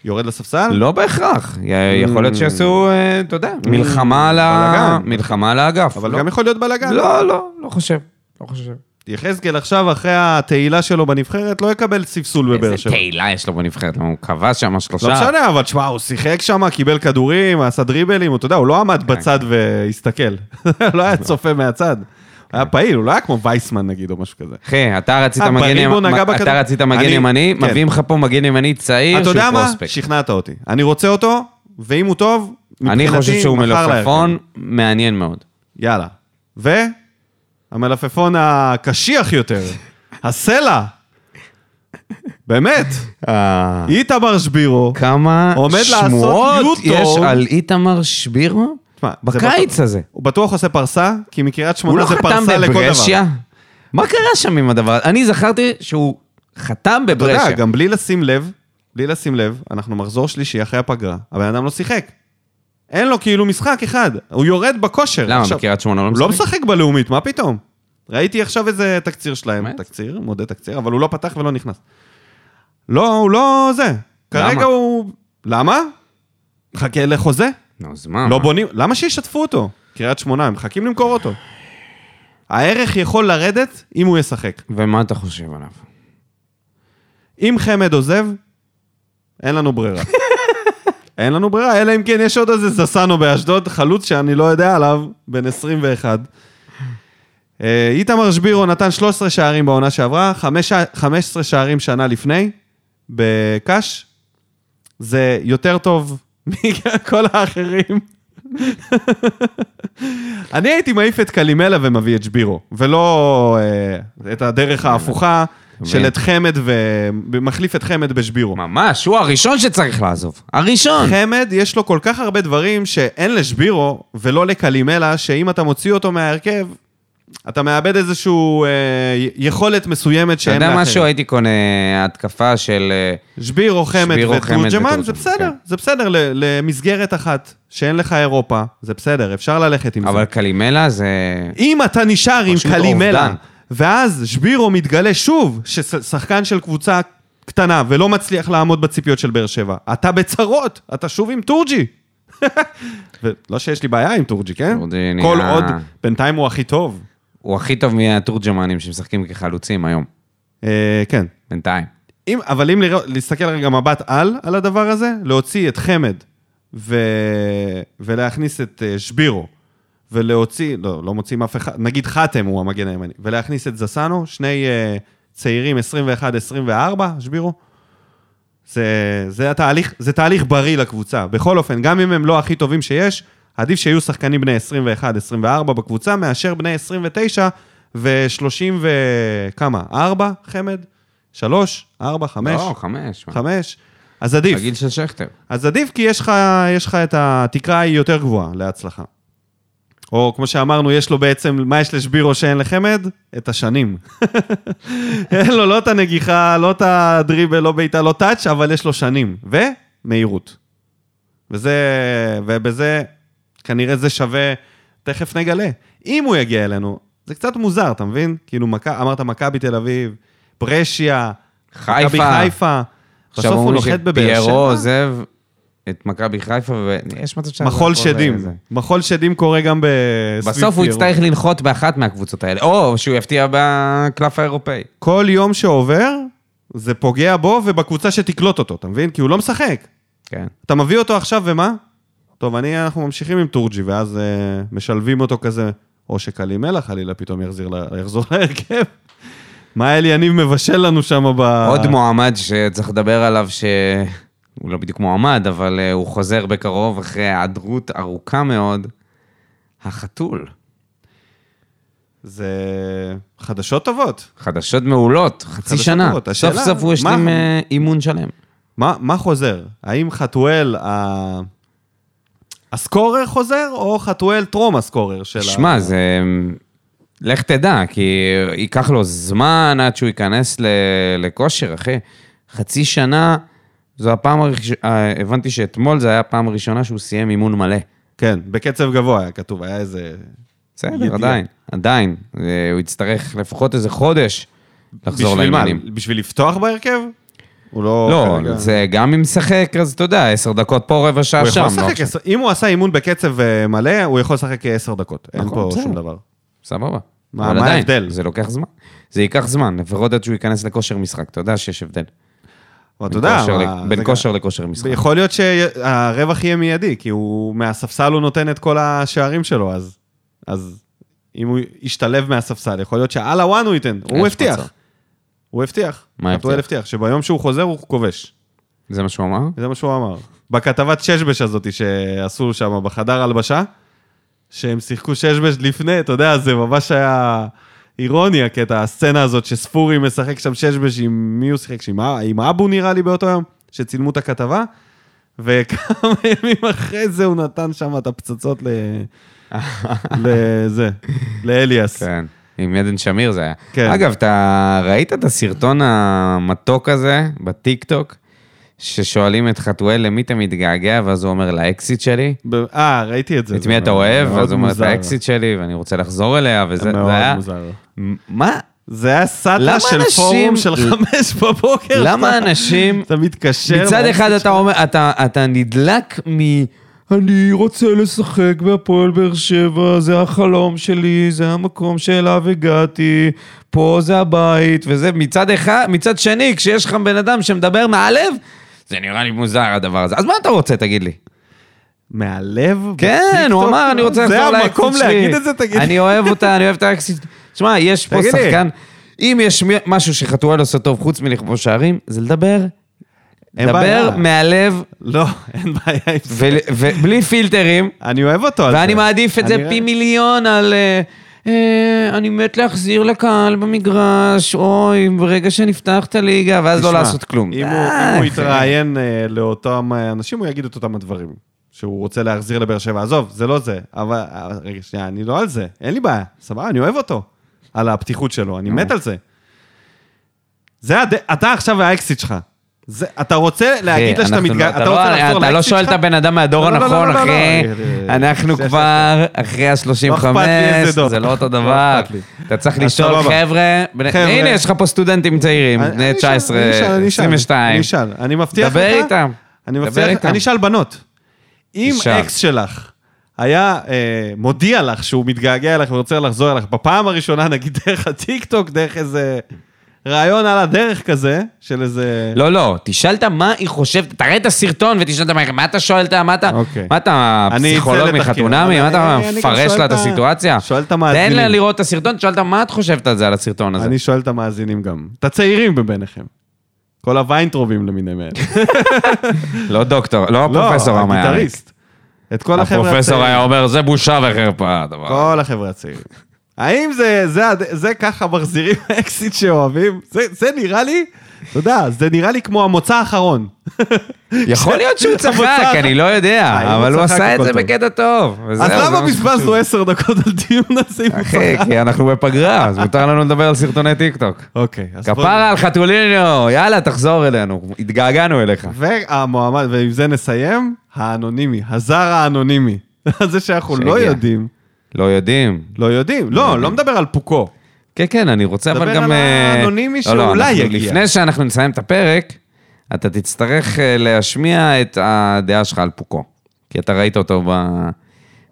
A: יורד לספסל?
B: לא בהכרח. י- יכול להיות שיעשו, אה, אתה יודע, מלחמה על ה...
A: בלאגן.
B: מלחמה על האגף.
A: אבל
B: לא.
A: גם יכול להיות בלאגן.
B: לא, לא, לא חושב. לא חושב.
A: יחזקאל עכשיו, אחרי התהילה שלו בנבחרת, לא יקבל ספסול בבאר
B: איזה
A: שבע.
B: תהילה יש לו בנבחרת, הוא כבש שם שלושה.
A: לא משנה, אבל תשמע, הוא שיחק שם, קיבל כדורים, עשה דריבלים, אתה יודע, הוא לא
B: כן,
A: עמד בצד והסתכל. [LAUGHS] לא היה צופה מהצד. היה פעיל, הוא לא היה כמו וייסמן נגיד, או משהו כזה.
B: אחי, אתה רצית
A: אה,
B: מגן
A: בריבו נגע
B: ימני,
A: בכדור.
B: אתה רצית מגן
A: אני-
B: ימני,
A: כן.
B: מביאים לך פה מגן ימני צעיר
A: אתה
B: שהוא
A: יודע מה?
B: פרוספקט.
A: שכנעת אותי. אני רוצה אותו, ואם הוא טוב, מבחינתי,
B: אני חושב שהוא
A: מחר לירקן.
B: מלפפון מעניין מאוד.
A: יאללה. ו? המלפפון הקשיח
B: [LAUGHS]
A: יותר, הסלע. באמת, אה, איתמר שבירו.
B: כמה
A: עומד לעשות
B: שמועות
A: יוטו.
B: יש על איתמר שבירו
A: תשמע, זה
B: בקיץ
A: בטוח-
B: הזה.
A: הוא בטוח עושה פרסה, כי מקריית
B: הוא
A: שמונה
B: לא
A: זה
B: חתם
A: פרסה לכל דבר.
B: בברשיה? מה קרה שם עם הדבר הזה? אני זכרתי שהוא חתם
A: אתה יודע,
B: בברשיה.
A: גם בלי לשים לב, בלי לשים לב, אנחנו מחזור שלישי אחרי הפגרה, הבן אדם לא שיחק. אין לו כאילו משחק אחד, הוא יורד בכושר.
B: למה,
A: עכשיו,
B: בקריית שמונה
A: הוא
B: הוא
A: לא
B: לא
A: משחק בלאומית, מה פתאום? ראיתי עכשיו איזה תקציר שלהם,
B: באמת?
A: תקציר, מודה תקציר, אבל הוא לא פתח ולא נכנס. לא, הוא לא זה. כרגע הוא... למה? חכה לחוזה?
B: נו, אז מה?
A: לא בונים, למה שישתפו אותו? קריית שמונה, הם מחכים למכור אותו. הערך יכול לרדת אם הוא ישחק.
B: ומה אתה חושב עליו?
A: אם חמד עוזב, אין לנו ברירה. אין לנו ברירה, אלא אם כן יש עוד איזה זסנו באשדוד, חלוץ שאני לא יודע עליו, בן 21. אה, איתמר שבירו נתן 13 שערים בעונה שעברה, חמש- 15 שערים שנה לפני, בקאש. זה יותר טוב [LAUGHS] מכל האחרים. [LAUGHS] אני הייתי מעיף את קלימלה ומביא את שבירו, ולא אה, את הדרך ההפוכה של את חמד ומחליף את חמד בשבירו.
B: ממש, הוא הראשון שצריך לעזוב. הראשון.
A: חמד, יש לו כל כך הרבה דברים שאין לשבירו ולא לקלימלה, שאם אתה מוציא אותו מההרכב, אתה מאבד איזושהי אה, יכולת מסוימת
B: אתה
A: שאין
B: יודע
A: כן, לאחרים.
B: משהו? הייתי קונה התקפה של... אה,
A: שבירו, חמד
B: שבירו, חמד
A: ותורג'מן, זה
B: ותורג'מן,
A: בסדר,
B: כן.
A: זה בסדר ל- למסגרת אחת, שאין לך אירופה, זה בסדר, אפשר ללכת עם זה.
B: אבל קלימלה זה...
A: אם אתה נשאר עם
B: פשוט
A: קלימלה,
B: אובדן.
A: ואז שבירו מתגלה שוב ששחקן של קבוצה קטנה ולא מצליח לעמוד בציפיות של באר שבע, אתה בצרות, אתה שוב עם תורג'י. [LAUGHS] ולא שיש לי בעיה עם תורג'י, כן?
B: תורג'י נהיה-
A: כל עוד, בינתיים הוא הכי טוב.
B: הוא הכי טוב מהתורג'מנים שמשחקים כחלוצים היום,
A: אה, כן.
B: בינתיים.
A: אם, אבל אם לרא- להסתכל רגע מבט על, על הדבר הזה, להוציא את חמד ו... ולהכניס את אה, שבירו, ולהוציא, לא, לא מוציאים אף אחד, נגיד חתם הוא המגן הימני, ולהכניס את זסנו, שני אה, צעירים, 21-24, שבירו, זה, זה, התהליך, זה תהליך בריא לקבוצה. בכל אופן, גם אם הם לא הכי טובים שיש, עדיף שיהיו שחקנים בני 21-24 בקבוצה, מאשר בני 29 ו-30 וכמה? 4, חמד? 3, 4, 5,
B: לא, חמש. מה?
A: 5? אז עדיף.
B: בגיל של שכטר.
A: אז עדיף כי יש לך, יש לך את התקרה היא יותר גבוהה להצלחה. או כמו שאמרנו, יש לו בעצם, מה יש לשבירו שאין לחמד? את השנים. [LAUGHS] אין לו לא את הנגיחה, לא את הדריבל, לא בעיטה, לא טאץ', אבל יש לו שנים. ומהירות. וזה, ובזה, כנראה זה שווה, תכף נגלה. אם הוא יגיע אלינו, זה קצת מוזר, אתה מבין? כאילו, מק... אמרת מכבי תל אביב, ברשיה,
B: חיפה.
A: מכבי חיפה.
B: עכשיו
A: בסוף הוא
B: אומרים
A: נוחת בבאר שבע.
B: שפיירו עוזב את מכבי חיפה, ויש מצב ש...
A: מחול שדים. מחול שדים קורה גם בסביב
B: בסוף
A: פיירו.
B: הוא יצטרך לנחות באחת מהקבוצות האלה, או שהוא יפתיע בקלף האירופאי.
A: כל יום שעובר, זה פוגע בו ובקבוצה שתקלוט אותו, אתה מבין? כי הוא לא משחק.
B: כן.
A: אתה מביא אותו עכשיו ומה? טוב, אני, אנחנו ממשיכים עם תורג'י, ואז אה, משלבים אותו כזה, או שקלימלה חלילה פתאום יחזיר ל- יחזור להרכב. [LAUGHS] מה אלי יניב מבשל לנו שם ב...
B: עוד מועמד שצריך לדבר עליו, שהוא לא בדיוק מועמד, אבל אה, הוא חוזר בקרוב אחרי היעדרות ארוכה מאוד, החתול.
A: זה חדשות טובות.
B: חדשות מעולות, חצי
A: חדשות
B: שנה.
A: מעולות.
B: סוף
A: השאלה,
B: סוף הוא
A: מה-
B: השלים אה, אימון שלם.
A: מה, מה חוזר? האם חתואל ה... הסקורר חוזר, או חתואל טרום הסקורר של
B: שמע, זה... לך תדע, כי ייקח לו זמן עד שהוא ייכנס ל... לכושר, אחי. חצי שנה, זו הפעם הראשונה, הבנתי שאתמול זו הייתה הפעם הראשונה שהוא סיים אימון מלא.
A: כן, בקצב גבוה היה כתוב, היה איזה...
B: בסדר,
A: ידיעה.
B: עדיין, עדיין. אה, הוא יצטרך לפחות איזה חודש לחזור
A: בשביל מה?
B: לאימונים.
A: בשביל לפתוח בהרכב? הוא לא...
B: לא,
A: כרגע-
B: זה גם אם משחק, אז אתה יודע, עשר דקות פה, רבע שעה
A: הוא
B: שם.
A: יכול
B: לא?
A: לשחק, עשר- אם הוא עשה אימון בקצב אה, מלא, הוא יכול לשחק עשר דקות. אין
B: נכון,
A: פה
B: בסדר.
A: שום דבר.
B: סבבה.
A: מה-
B: אבל
A: מה
B: עדיין,
A: ההבדל?
B: זה לוקח זמן. זה ייקח זמן, לפחות עד שהוא ייכנס לכושר משחק. אתה יודע שיש הבדל.
A: אבל אתה יודע,
B: בין כושר
A: מה,
B: ל-
A: זה
B: בין
A: גם-
B: כושר לכושר משחק.
A: יכול להיות שהרווח יהיה מיידי, כי הוא מהספסל הוא נותן את כל השערים שלו, אז, אז אם הוא ישתלב מהספסל, יכול להיות שעל הוואן הוא ייתן, הוא
B: יש מצב.
A: הבטיח. הוא הבטיח.
B: מה
A: חתואל
B: הבטיח?
A: הבטיח? שביום שהוא חוזר הוא כובש.
B: זה מה שהוא אמר?
A: זה מה שהוא אמר. בכתבת ששבש הזאת שעשו שם בחדר הלבשה, שהם שיחקו ששבש לפני, אתה יודע, זה ממש היה אירוני הקטע, הסצנה הזאת שספורי משחק שם ששבש עם מי הוא שיחק? עם, א- עם אבו נראה לי באותו יום, שצילמו את הכתבה, וכמה [LAUGHS] ימים אחרי זה הוא נתן שם את הפצצות ל...
B: [LAUGHS]
A: לזה, לאליאס.
B: כן. עם עדן שמיר זה היה.
A: כן.
B: אגב, אתה ראית את הסרטון המתוק הזה בטיקטוק, ששואלים את חתואל למי אתה מתגעגע, ואז הוא אומר, לאקסיט שלי.
A: ב- אה, ראיתי את זה.
B: את
A: זה
B: מי אתה
A: מאוד-
B: אוהב,
A: מאוד
B: ואז הוא אומר, את
A: מוזר.
B: האקסיט שלי, ואני רוצה לחזור אליה, וזה זה
A: מאוד
B: היה...
A: מוזר.
B: מה?
A: זה היה סאטה
B: למה
A: של
B: אנשים-
A: פורום של חמש בבוקר.
B: למה
A: אתה- [LAUGHS]
B: אנשים...
A: אתה מתקשר.
B: מצד אחד אתה אומר, אתה, אתה נדלק מ... אני רוצה לשחק בהפועל באר שבע, זה החלום שלי, זה המקום שאליו הגעתי, פה זה הבית, וזה מצד אחד, מצד שני, כשיש לך בן אדם שמדבר מהלב, זה נראה לי מוזר הדבר הזה. אז מה אתה רוצה, תגיד לי?
A: מהלב?
B: כן,
A: בטיקטוק?
B: הוא אמר, אני רוצה לחזור
A: זה
B: לאקסיט שלי.
A: המקום להגיד את זה, תגיד. לי.
B: אני אוהב אותה, אני אוהב את האקסיט. תשמע, יש פה
A: תגיד לי.
B: שחקן, אם יש מי- משהו שחתואל עושה טוב חוץ מלכבוש שערים, זה לדבר.
A: אין
B: דבר
A: בעיה.
B: מהלב,
A: לא, אין בעיה עם זה.
B: ובלי פילטרים,
A: אני אוהב אותו. על
B: ואני
A: זה.
B: מעדיף את זה
A: אני-
B: פי מיליון על... אה, אה, אני מת להחזיר לקהל במגרש, אוי, ברגע שנפתח את הליגה, ואז לא
A: תשמע,
B: לעשות כלום.
A: אם הוא-
B: די,
A: אם הוא
B: אחי.
A: יתראיין אה, לאותם אה, אנשים, הוא יגיד את אותם הדברים. שהוא רוצה להחזיר לבאר שבע. עזוב, זה לא זה. אבל, אה, רגע, שנייה, אני לא על זה. אין לי בעיה. סבבה, אני אוהב אותו. על הפתיחות שלו, אני מת על זה. זה הד... אתה עכשיו האקסיט שלך. זה, אתה רוצה להגיד לה שאתה
B: אנחנו
A: מתגע...
B: לא- אתה לא-
A: רוצה לחזור
B: אתה לא
A: לאקסיט
B: שואל את
A: שלך?
B: הבן אדם מהדור
A: לא, לא, לא,
B: הנכון,
A: לא, לא,
B: אחי.
A: לא.
B: אנחנו
A: זה-
B: כבר אחרי
A: לא אכפת לי
B: ה-35,
A: איזה דור.
B: זה לא אותו
A: לא
B: דבר.
A: אכפת לי.
B: אתה צריך
A: אז
B: לשאול,
A: סבבה.
B: חבר'ה, בני-
A: חבר'ה.
B: הנה, יש לך פה סטודנטים צעירים,
A: אני- אני
B: בני
A: אשאל,
B: 19,
A: אני אשאל, אני אשאל,
B: 22.
A: אני אשאל, אני מבטיח לך.
B: דבר איתם,
A: אני
B: דבר
A: מבטיח לך,
B: איתם.
A: אני אשאל בנות. אם
B: אשאל.
A: אקס שלך היה אה, מודיע לך שהוא מתגעגע אליך ורוצה לחזור אליך, בפעם הראשונה, נגיד [LAUGHS] דרך הטיקטוק, דרך איזה רעיון על הדרך כזה, של איזה...
B: לא, לא, תשאל אותה מה היא חושבת, תראה את הסרטון ותשאל אותה מה- מה אתה שואל אותה, מה אתה,
A: אוקיי.
B: מה אתה
A: אני אצא
B: פסיכולוג
A: לתחקיר, אבל
B: מחתונמי, מה אתה
A: אני- אני גם
B: מפרש
A: שואל
B: לה את
A: את ה-
B: הסיטואציה?
A: שואל את
B: תן לה
A: המאזינים.
B: לראות את הסרטון, תשאל אותה מה את חושבת על זה, על הסרטון הזה.
A: אני שואל את המאזינים גם, את הצעירים מביניכם. כל הוויינטרובים למיניהם
B: [LAUGHS]
A: האלה.
B: לא דוקטור, לא הפרופסור אמר.
A: הגיטריסט. את כל החבר'ה הצעירים.
B: הפרופסור היה אומר, זה בושה וחרפה הדבר. הזה."
A: כל החבר'ה הצעירים. האם זה, זה, הד- זה ככה מחזירים אקזיט שאוהבים? זה, זה נראה לי, אתה יודע, זה נראה לי כמו המוצא האחרון. [LAUGHS]
B: יכול להיות שהוא צחק,
A: המוצא-
B: אני לא יודע,
A: אה, אם
B: אבל
A: הוא
B: הוא
A: צחק,
B: עשה את
A: הכל
B: זה
A: טוב.
B: בקטע טוב. וזהו,
A: אז
B: זה מה
A: למה
B: שחשוב.
A: בזבזנו עשר דקות על דיון הזה עם
B: [LAUGHS] אחי,
A: מוצא?
B: כי אנחנו בפגרה, אז מותר לנו לדבר על סרטוני טיקטוק.
A: אוקיי, אז בוא...
B: כפרה על חתולינו, יאללה, תחזור אלינו, התגעגענו אליך.
A: והמועמד, ועם זה נסיים, האנונימי, הזר האנונימי. [LAUGHS] זה שאנחנו לא
B: שהגיע.
A: יודעים,
B: לא יודעים.
A: לא יודעים, לא, לא מדבר על פוקו.
B: כן, כן, אני רוצה
A: דבר
B: אבל גם...
A: על
B: אה,
A: האנונימי
B: לא, לא,
A: שאולי
B: אנחנו-
A: יגיע.
B: לפני שאנחנו נסיים את הפרק, אתה תצטרך אה, להשמיע את הדעה שלך על פוקו. כי אתה ראית אותו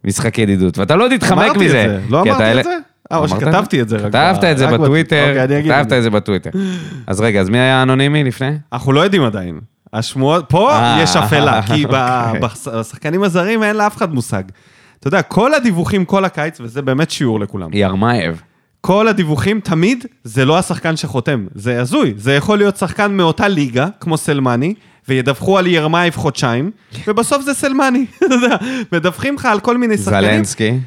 B: במשחק ידידות, ואתה לא תתחמק
A: אמרתי את
B: מזה.
A: זה, לא
B: כי
A: אמרתי
B: אתה-
A: את זה? אה, או
B: אמרת?
A: שכתבתי את זה רק
B: כתבת
A: ב-
B: את זה
A: רק ב- אוקיי,
B: בטוויטר,
A: אני אגיד את
B: כתבת
A: זה.
B: את זה בטוויטר. אז רגע, אז מי היה אנונימי לפני?
A: אנחנו לא יודעים עדיין. השמועות, פה
B: אה,
A: יש אפלה, כי ב-
B: [LAUGHS] אוקיי.
A: בש- בשחקנים הזרים אין לאף אחד מושג. אתה יודע, כל הדיווחים כל הקיץ, וזה באמת שיעור לכולם,
B: ירמייב.
A: כל הדיווחים תמיד, זה לא השחקן שחותם, זה הזוי. זה יכול להיות שחקן מאותה ליגה, כמו סלמני, וידווחו על ירמייב [LAUGHS] חודשיים, ובסוף זה סלמני, אתה יודע, מדווחים לך על כל מיני שחקנים.
B: זלנסקי.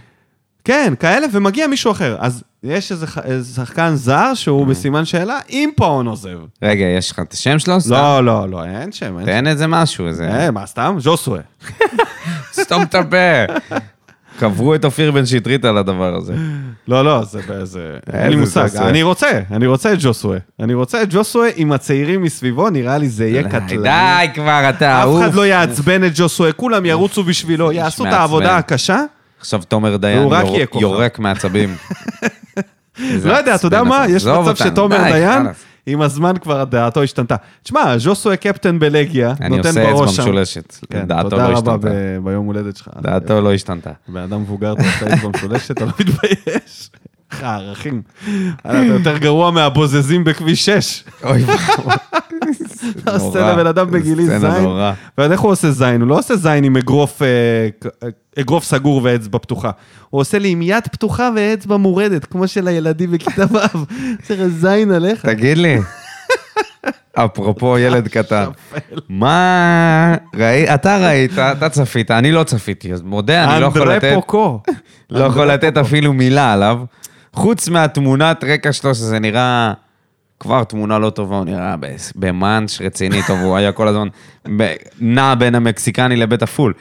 A: כן, כאלה, ומגיע מישהו אחר. אז יש איזה ח- איזה שחקן זר
B: אה.
A: שהוא בסימן שאלה, אם פאון עוזב.
B: רגע, יש לך את השם שלו? סתם.
A: לא, לא, לא, אין שם, אין שם.
B: תן איזה משהו, איזה...
A: אה, מה סתם? ז'וסווה.
B: סתום את הפה. קברו את אופיר בן שטרית על הדבר הזה.
A: לא, לא, זה... זה- אין לי
B: איזה
A: מושג.
B: ז'וסווה.
A: אני רוצה, אני רוצה את ג'וסווה. אני רוצה את ג'וסווה עם הצעירים מסביבו, נראה לי זה יהיה קטלני.
B: די כבר, אתה
A: אף
B: עוף.
A: אחד לא יעצבן את ג'וסווה, כולם ירוצו בשבילו, יעשו את
B: מעצבן.
A: העבודה הקשה.
B: עכשיו תומר דיין
A: והוא רק
B: יור-
A: יהיה כוכב. [LAUGHS]
B: יורק מעצבים. איזה
A: לא יודע, אתה יודע
B: עצבן
A: מה?
B: אתה.
A: יש
B: עזוב
A: מצב
B: אותנו,
A: שתומר
B: די,
A: דיין,
B: חלאס.
A: עם הזמן כבר דעתו השתנתה. תשמע, ז'וסווה קפטן בלגיה,
B: אני
A: נותן
B: עושה
A: בראש
B: אצבע
A: שם.
B: משולשת.
A: כן,
B: דעתו
A: תודה
B: לא
A: רבה
B: השתנתה.
A: ב- ביום הולדת שלך.
B: דעתו לא
A: [LAUGHS]
B: השתנתה.
A: באדם מבוגר אתה עושה אצבע משולשת, אתה לא מתבייש. איך הערכים. אתה יותר גרוע מהבוזזים בכביש 6.
B: אוי ואבוי.
A: אתה עושה
B: נורא.
A: לבן אדם בגילי
B: סצנה
A: זין.
B: נורא.
A: ועד איך הוא עושה זין? הוא לא עושה זין עם אגרוף, אה, ק- אגרוף סגור ואצבע פתוחה. הוא עושה לי עם יד פתוחה ואצבע מורדת, כמו של הילדים בכיתה ו'. צריך זין עליך.
B: תגיד לי,
A: [LAUGHS]
B: אפרופו ילד קטן, מה... ראי- אתה ראית, אתה צפית, אני לא צפיתי, אז מודה, אני לא יכול לתת...
A: אנדרי פוקו.
B: לא יכול לתת אפילו מילה עליו. חוץ מהתמונת רקע שלו, שזה נראה כבר תמונה לא טובה, הוא נראה ב- במאנץ' רציני טוב, הוא היה כל הזמן ב- נע בין המקסיקני לבית הפול.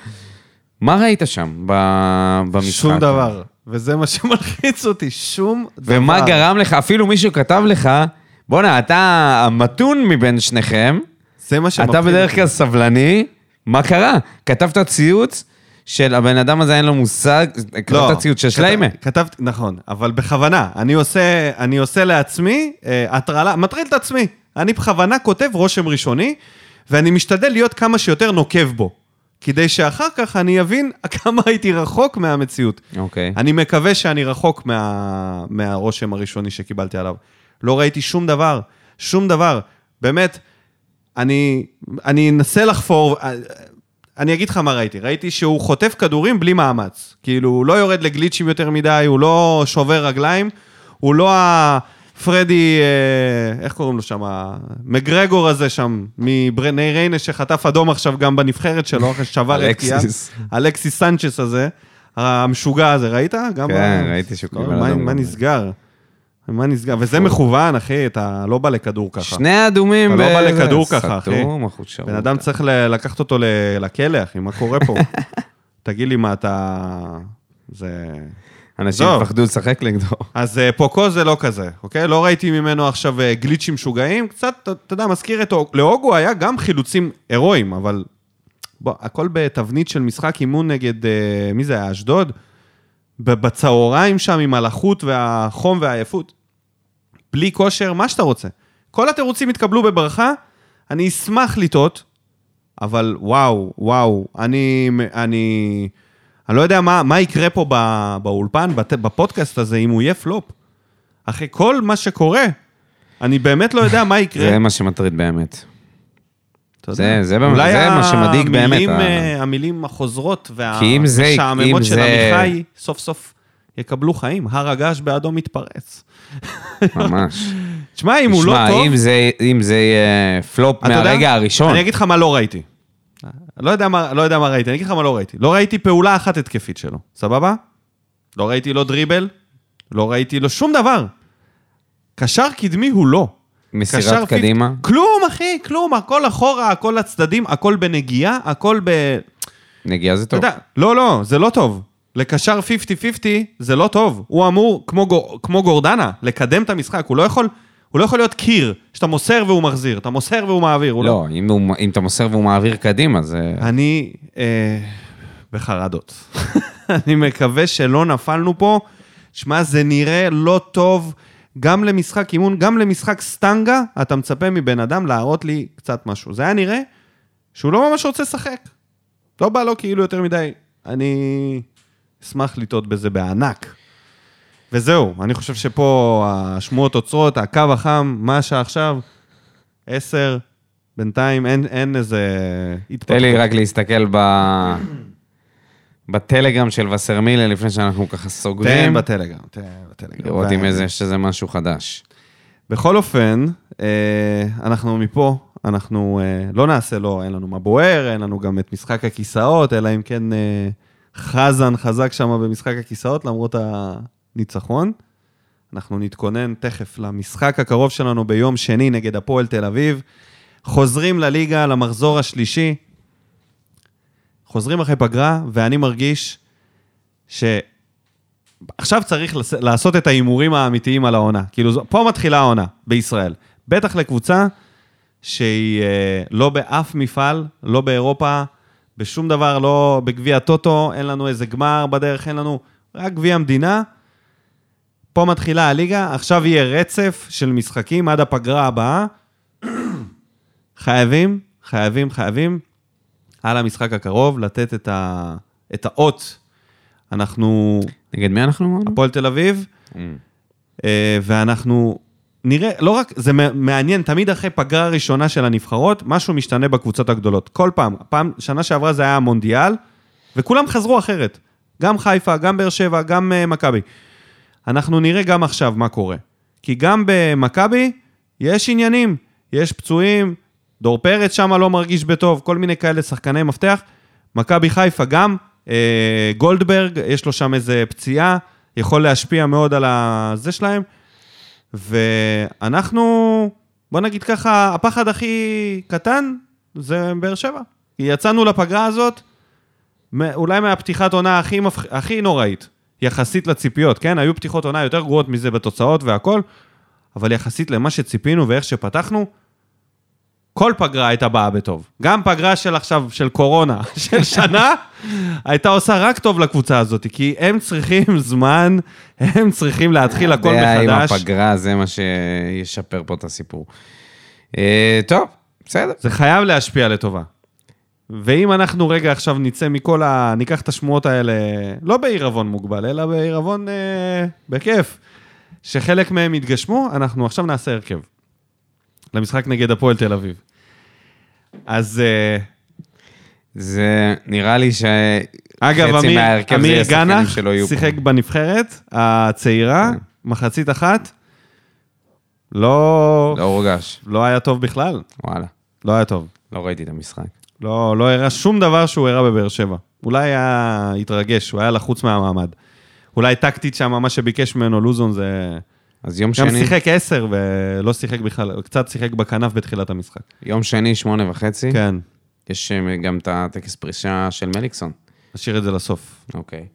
B: מה ראית שם ב- במשחק?
A: שום דבר. וזה מה שמלחיץ אותי, שום דבר.
B: ומה גרם לך, אפילו מישהו כתב לך, בואנה, אתה המתון מבין שניכם,
A: זה מה שמפחיד.
B: אתה בדרך
A: אותי.
B: כלל סבלני, מה קרה? כתבת ציוץ של הבן אדם הזה אין לו מושג,
A: לא,
B: כתבת ציוץ של
A: כת-
B: שליימה.
A: כתבתי, נכון, אבל בכוונה. אני עושה, אני עושה לעצמי אה, הטרלה, מטריל את עצמי. אני בכוונה כותב רושם ראשוני, ואני משתדל להיות כמה שיותר נוקב בו. כדי שאחר כך אני אבין [LAUGHS] כמה הייתי רחוק מהמציאות.
B: אוקיי.
A: אני מקווה שאני רחוק מה, מהרושם הראשוני שקיבלתי עליו. לא ראיתי שום דבר, שום דבר. באמת, אני, אני אנסה לחפור, אני אגיד לך מה ראיתי. ראיתי שהוא חוטף כדורים בלי מאמץ. כאילו, הוא לא יורד לגליצ'ים יותר מדי, הוא לא שובר רגליים, הוא לא הפרדי, אה, איך קוראים לו שם? מגרגור הזה שם, מברני ריינה, שחטף אדום עכשיו גם בנבחרת שלו, אחרי ששבר את קיאה.
B: אלכסיס.
A: אלכסיס סנצ'ס הזה, המשוגע הזה, ראית? גם
B: כן,
A: ה-
B: ראיתי שהוא
A: לא,
B: קיבל
A: מה-
B: אדום.
A: מה נסגר? מה נסגר? וזה מכוון, אחי, אתה לא בא לכדור ככה.
B: שני אדומים.
A: אתה לא בא
B: ב-
A: לכדור
B: זה
A: ככה, אחי.
B: סתום, אחוז שרמוטה.
A: בן אדם צריך ל- לקחת אותו ל- לכלא, אחי, מה קורה
B: [LAUGHS]
A: פה? תגיד לי, מה אתה... זה...
B: אנשים
A: עזוב.
B: יפחדו לשחק נגדו.
A: אז אה, פוקו זה לא כזה, אוקיי? לא ראיתי ממנו עכשיו אה, גליצ'ים משוגעים, קצת, אתה- אתה יודע, מזכיר את... אוג- לאוגו היה גם חילוצים הירואיים, אבל... בוא, הכל בתבנית של משחק אימון נגד, אה, מי זה היה, אשדוד? ב- בצהריים שם עם הלחות והחום והעייפות. בלי כושר, מה שאתה רוצה. כל התירוצים התקבלו בברכה, אני אשמח לטעות, אבל וואו, וואו, אני, אני, אני לא יודע מה, מה יקרה פה ב, באולפן, בת, בפודקאסט הזה, אם הוא יהיה פלופ. אחרי כל מה שקורה, אני באמת לא יודע מה יקרה.
B: זה מה שמטריד באמת.
A: [LAUGHS] אתה
B: זה-
A: יודע.
B: זה באמת-
A: אולי
B: זה מה שמדאיג באמת,
A: המילים,
B: ה-
A: אה, המילים החוזרות
B: כי אם זה-
A: והמשעממות
B: אם
A: של
B: זה-
A: עמיחי, סוף סוף יקבלו חיים. הר הגעש בעדו מתפרץ.
B: ממש.
A: תשמע, אם הוא לא
B: תשמע,
A: טוב...
B: אם זה- אם זה יהיה פלופ
A: אתה יודע?
B: מהרגע הראשון,
A: אני אגיד לך מה לא ראיתי. לא יודע מה, לא יודע מה ראיתי, אני אגיד לך מה לא ראיתי. לא ראיתי פעולה אחת התקפית שלו, סבבה? לא ראיתי לו דריבל, לא ראיתי לו שום דבר. קשר קדמי הוא לא. קשר
B: מסירת
A: פיפ-
B: קדימה,
A: כלום, אחי, כלום, הכל אחורה, הכל לצדדים, הכל בנגיעה, הכל ב...
B: נגיעה זה
A: אתה
B: טוב.
A: יודע, לא, לא, זה לא טוב. לקשר 50-50 זה לא טוב. הוא אמור, כמו, גור- כמו גורדנה, לקדם את המשחק. הוא לא יכול, הוא לא יכול להיות קיר, שאתה מוסר והוא מחזיר, אתה מוסר והוא מעביר. הוא
B: לא, אם הוא- אם אתה מוסר והוא מעביר קדימה, זה...
A: אני אה, בחרדות. [LAUGHS] אני מקווה שלא נפלנו פה. שמע, זה נראה לא טוב גם למשחק אימון, גם למשחק סטנגה, אתה מצפה מבן אדם להראות לי קצת משהו. זה היה נראה שהוא לא ממש רוצה לשחק. לא בא לו כאילו יותר מדי. אני אשמח לטעות בזה בענק. וזהו, אני חושב שפה השמועות עוצרות, הקו החם, מה השעה עכשיו? עשר, בינתיים אין, אין איזה
B: תן לי רק להסתכל ב... בטלגרם של וסרמילה לפני שאנחנו ככה
A: תן
B: סוגרים,
A: בטלגרם, תן בטלגרם.
B: לראות אם
A: ו-
B: איזה- יש איזה משהו חדש.
A: בכל אופן, אה, אנחנו מפה, אנחנו אה, לא נעשה, לא, אין לנו מה בוער, אין לנו גם את משחק הכיסאות, אלא אם כן אה, חזן חזק שם במשחק הכיסאות, למרות הניצחון. אנחנו נתכונן תכף למשחק הקרוב שלנו ביום שני נגד הפועל תל אביב. חוזרים לליגה, למחזור השלישי. חוזרים אחרי פגרה, ואני מרגיש ש... עכשיו צריך לס- לעשות את ההימורים האמיתיים על העונה. כאילו, זו- פה מתחילה העונה בישראל. בטח לקבוצה שהיא אה, לא באף מפעל, לא באירופה, בשום דבר, לא בגביע הטוטו, אין לנו איזה גמר בדרך, אין לנו רק גביע המדינה. פה מתחילה הליגה, עכשיו יהיה רצף של משחקים עד הפגרה הבאה. [COUGHS] חייבים, חייבים, חייבים, על המשחק הקרוב, לתת את, ה... את האות. אנחנו...
B: נגד מי אנחנו אמ. אמרנו?
A: הפועל תל אביב, אה, ואנחנו נראה, לא רק, זה מע- מעניין, תמיד אחרי פגרה ראשונה של הנבחרות, משהו משתנה בקבוצות הגדולות. כל פעם, פעם, שנה שעברה זה היה המונדיאל, וכולם חזרו אחרת. גם חיפה, גם באר שבע, גם אה, מכבי. אנחנו נראה גם עכשיו מה קורה. כי גם במכבי יש עניינים, יש פצועים, דור פרץ שם לא מרגיש בטוב, כל מיני כאלה שחקני מפתח. מכבי חיפה גם, אה, גולדברג, יש לו שם איזה פציעה, יכול להשפיע מאוד על הזה שלהם. ואנחנו, בוא נגיד ככה, הפחד הכי קטן זה באר שבע. כי יצאנו לפגרה הזאת, מ- אולי מהפתיחת עונה הכי, מפח... הכי נוראית, יחסית לציפיות, כן? היו פתיחות עונה יותר גרועות מזה בתוצאות והכל, אבל יחסית למה שציפינו ואיך שפתחנו, כל פגרה הייתה באה בטוב. גם פגרה של עכשיו, של קורונה, [LAUGHS] של שנה, הייתה עושה רק טוב לקבוצה הזאת, כי הם צריכים זמן, הם צריכים להתחיל הכל
B: יודע אם
A: מחדש.
B: הפגרה זה מה שישפר פה את הסיפור. אה, טוב, בסדר.
A: זה חייב להשפיע לטובה. ואם אנחנו רגע עכשיו נצא מכל ה... ניקח את השמועות האלה, לא בעירבון מוגבל, אלא בעירבון אה, בכיף, שחלק מהם יתגשמו, אנחנו עכשיו נעשה הרכב. למשחק נגד הפועל תל אביב. אז אה,
B: זה נראה לי ש...
A: אגב,
B: חצי
A: אמיר,
B: מההרכב זה
A: אמיר
B: יהיה שחקנים
A: גנח
B: שלא יהיו פה. כן.
A: שיחק בנבחרת הצעירה, מחצית אחת, לא,
B: לא הורגש,
A: לא היה טוב בכלל,
B: וואלה.
A: לא היה טוב.
B: לא ראיתי את המשחק.
A: לא, לא הראה שום דבר שהוא הראה בבאר שבע. אולי היה התרגש, הוא היה לחוץ מהמעמד. אולי טקטית שם, מה שביקש ממנו לוזון זה...
B: אז יום
A: גם
B: שני,
A: שיחק עשר ולא שיחק בכלל, קצת שיחק בכנף בתחילת המשחק.
B: יום שני, שמונה וחצי,
A: כן,
B: יש אה, גם את הטקס פרישה של מליקסון.
A: נשאיר את זה לסוף. [LAUGHS]
B: אוקיי.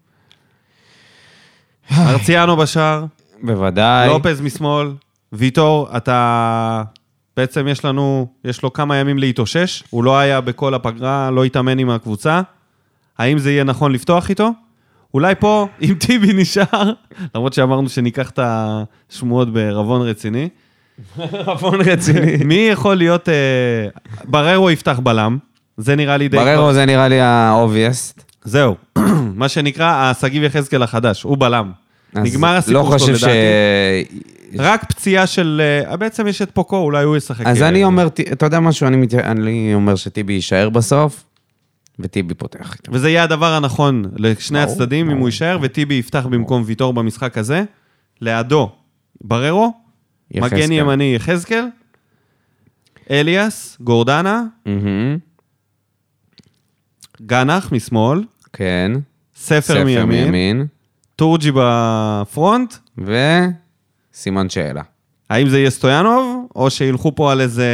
A: ארציאנו בשער,
B: בוודאי.
A: לופז משמאל, ויטור, אתה... בעצם יש לנו, יש לו כמה ימים להתאושש, הוא לא היה בכל הפגרה, לא התאמן עם הקבוצה. האם זה יהיה נכון לפתוח איתו? אולי פה, [LAUGHS] אם טיבי נשאר, למרות שאמרנו שניקח את השמועות בערבון רציני.
B: [LAUGHS] רבון רציני.
A: מי יכול להיות... אה, בררו יפתח בלם, זה נראה לי די...
B: בררו זה נראה לי ה-obvious.
A: זהו, [CLEARS THROAT] מה שנקרא, השגיב יחזקאל החדש, הוא בלם.
B: אז
A: נגמר הסיפור שלו
B: לא חושב ש...
A: לדעתי. רק פציעה של... אה, בעצם יש את פוקו, אולי הוא ישחק.
B: אז
A: אה,
B: אני אומר, ת- אתה יודע משהו, אני מת- אני אומר שטיבי יישאר בסוף, וטיבי פותח. איתו.
A: וזה יהיה הדבר הנכון לשני
B: ברור,
A: הצדדים, אם
B: ברור.
A: הוא יישאר, וטיבי יפתח במקום ויטור במשחק הזה. לידו, בררו,
B: יחזקאל.
A: מגן ימני יחזקאל, אליאס, גורדנה,
B: מהמם.
A: גנח משמאל,
B: כן.
A: ספר מימין, תורג'י בפרונט.
B: וסימן שאלה.
A: האם זה יהיה סטויאנוב, או שילכו פה על איזה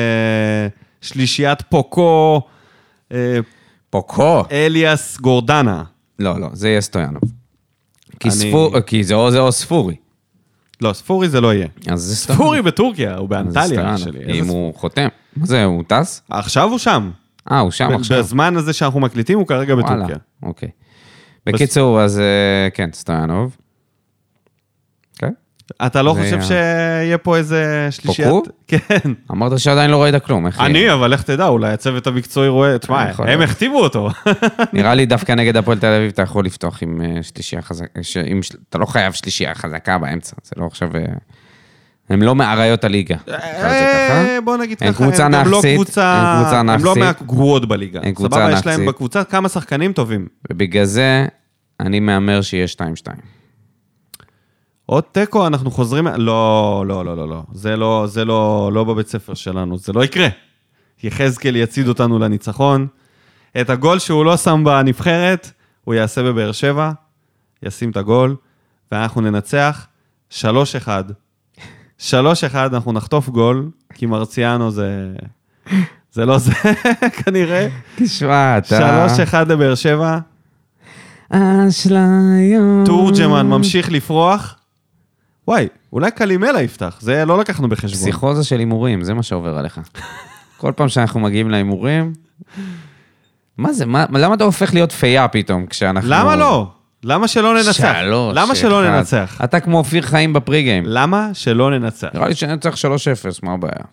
A: שלישיית פוקו, אה,
B: פוקו.
A: אליאס, גורדנה.
B: לא, לא, זה יהיה סטויאנוב. כי ספור- כי זה או זה או ספורי.
A: לא, ספורי זה לא יהיה.
B: אז זה סטויאנוב.
A: ספורי בטורקיה, הוא
B: אז זה
A: באנטליה אח
B: סטויאנוב.
A: שלי.
B: אם
A: איזה
B: הוא חותם. מה זה, הוא טס?
A: עכשיו הוא שם.
B: אה, הוא שם
A: ב-
B: עכשיו.
A: בזמן הזה שאנחנו מקליטים, הוא כרגע
B: וואלה,
A: בטורקיה.
B: אוקיי. בקיצור, אז אה, כן, סטויאנוב. כן?
A: אתה לא
B: זה
A: חושב
B: ה-
A: שיהיה פה איזה שלישיית...
B: פוקו?
A: [LAUGHS] כן.
B: אמרת שעדיין לא ראית כלום, איך יהיה?
A: אני, אבל איך תדע, אולי הצוות המקצועי רואה... תשמע,
B: אה, יכול
A: הם
B: להיות.
A: הכתיבו אותו.
B: נראה לי דווקא נגד הפועל תל אביב אתה יכול לפתוח עם אה, שלישייה חזקה, ש- עם של- אתה לא חייב שלישייה חזקה באמצע, זה לא עכשיו... אה, הם לא מאריות הליגה. נקרא לזה ככה.
A: אה, בוא נגיד ככה,
B: הם קבוצה
A: גם לא
B: נאחסית,
A: קבוצה-
B: הם קבוצה
A: הם לא
B: נאחסית.
A: מהגרועות בליגה.
B: הם קבוצה
A: סבבה, יש להם
B: נאחסית.
A: בקבוצה כמה שחקנים טובים.
B: ובגלל זה אני מהמר שיהיה 2-2.
A: עוד תיקו, אנחנו חוזרים... לא, לא, לא, לא, לא. זה לא, זה לא, לא בבית ספר שלנו, זה לא יקרה. יחזקאל יצעיד אותנו לניצחון. את הגול שהוא לא שם בנבחרת, הוא הוא יעשה בבאר שבע, ישים את הגול, ואנחנו ננצח 3-1. 3-1, אנחנו נחטוף גול, כי מרציאנו זה... זה לא זה, [LAUGHS] כנראה. 3-1
B: תשמע, אתה...
A: לבאר שבע,
B: אשליות.
A: תורג'מן
B: Mm.
A: ממשיך לפרוח. וואי, אולי קלימלה יפתח, זה לא לקחנו בחשבון.
B: פסיכוזה של הימורים, זה מה שעובר עליך. כל פעם שאנחנו מגיעים להימורים... מה זה, מה, למה אתה הופך להיות פייה פתאום כשאנחנו...
A: למה לא? למה שלא ננצח?
B: שלוש,
A: למה שלא
B: אחד.
A: ננצח?
B: אתה כמו אופיר חיים בפרי-גיים.
A: למה שלא ננצח?
B: נראה לי שננצח 3-0, מה הבעיה?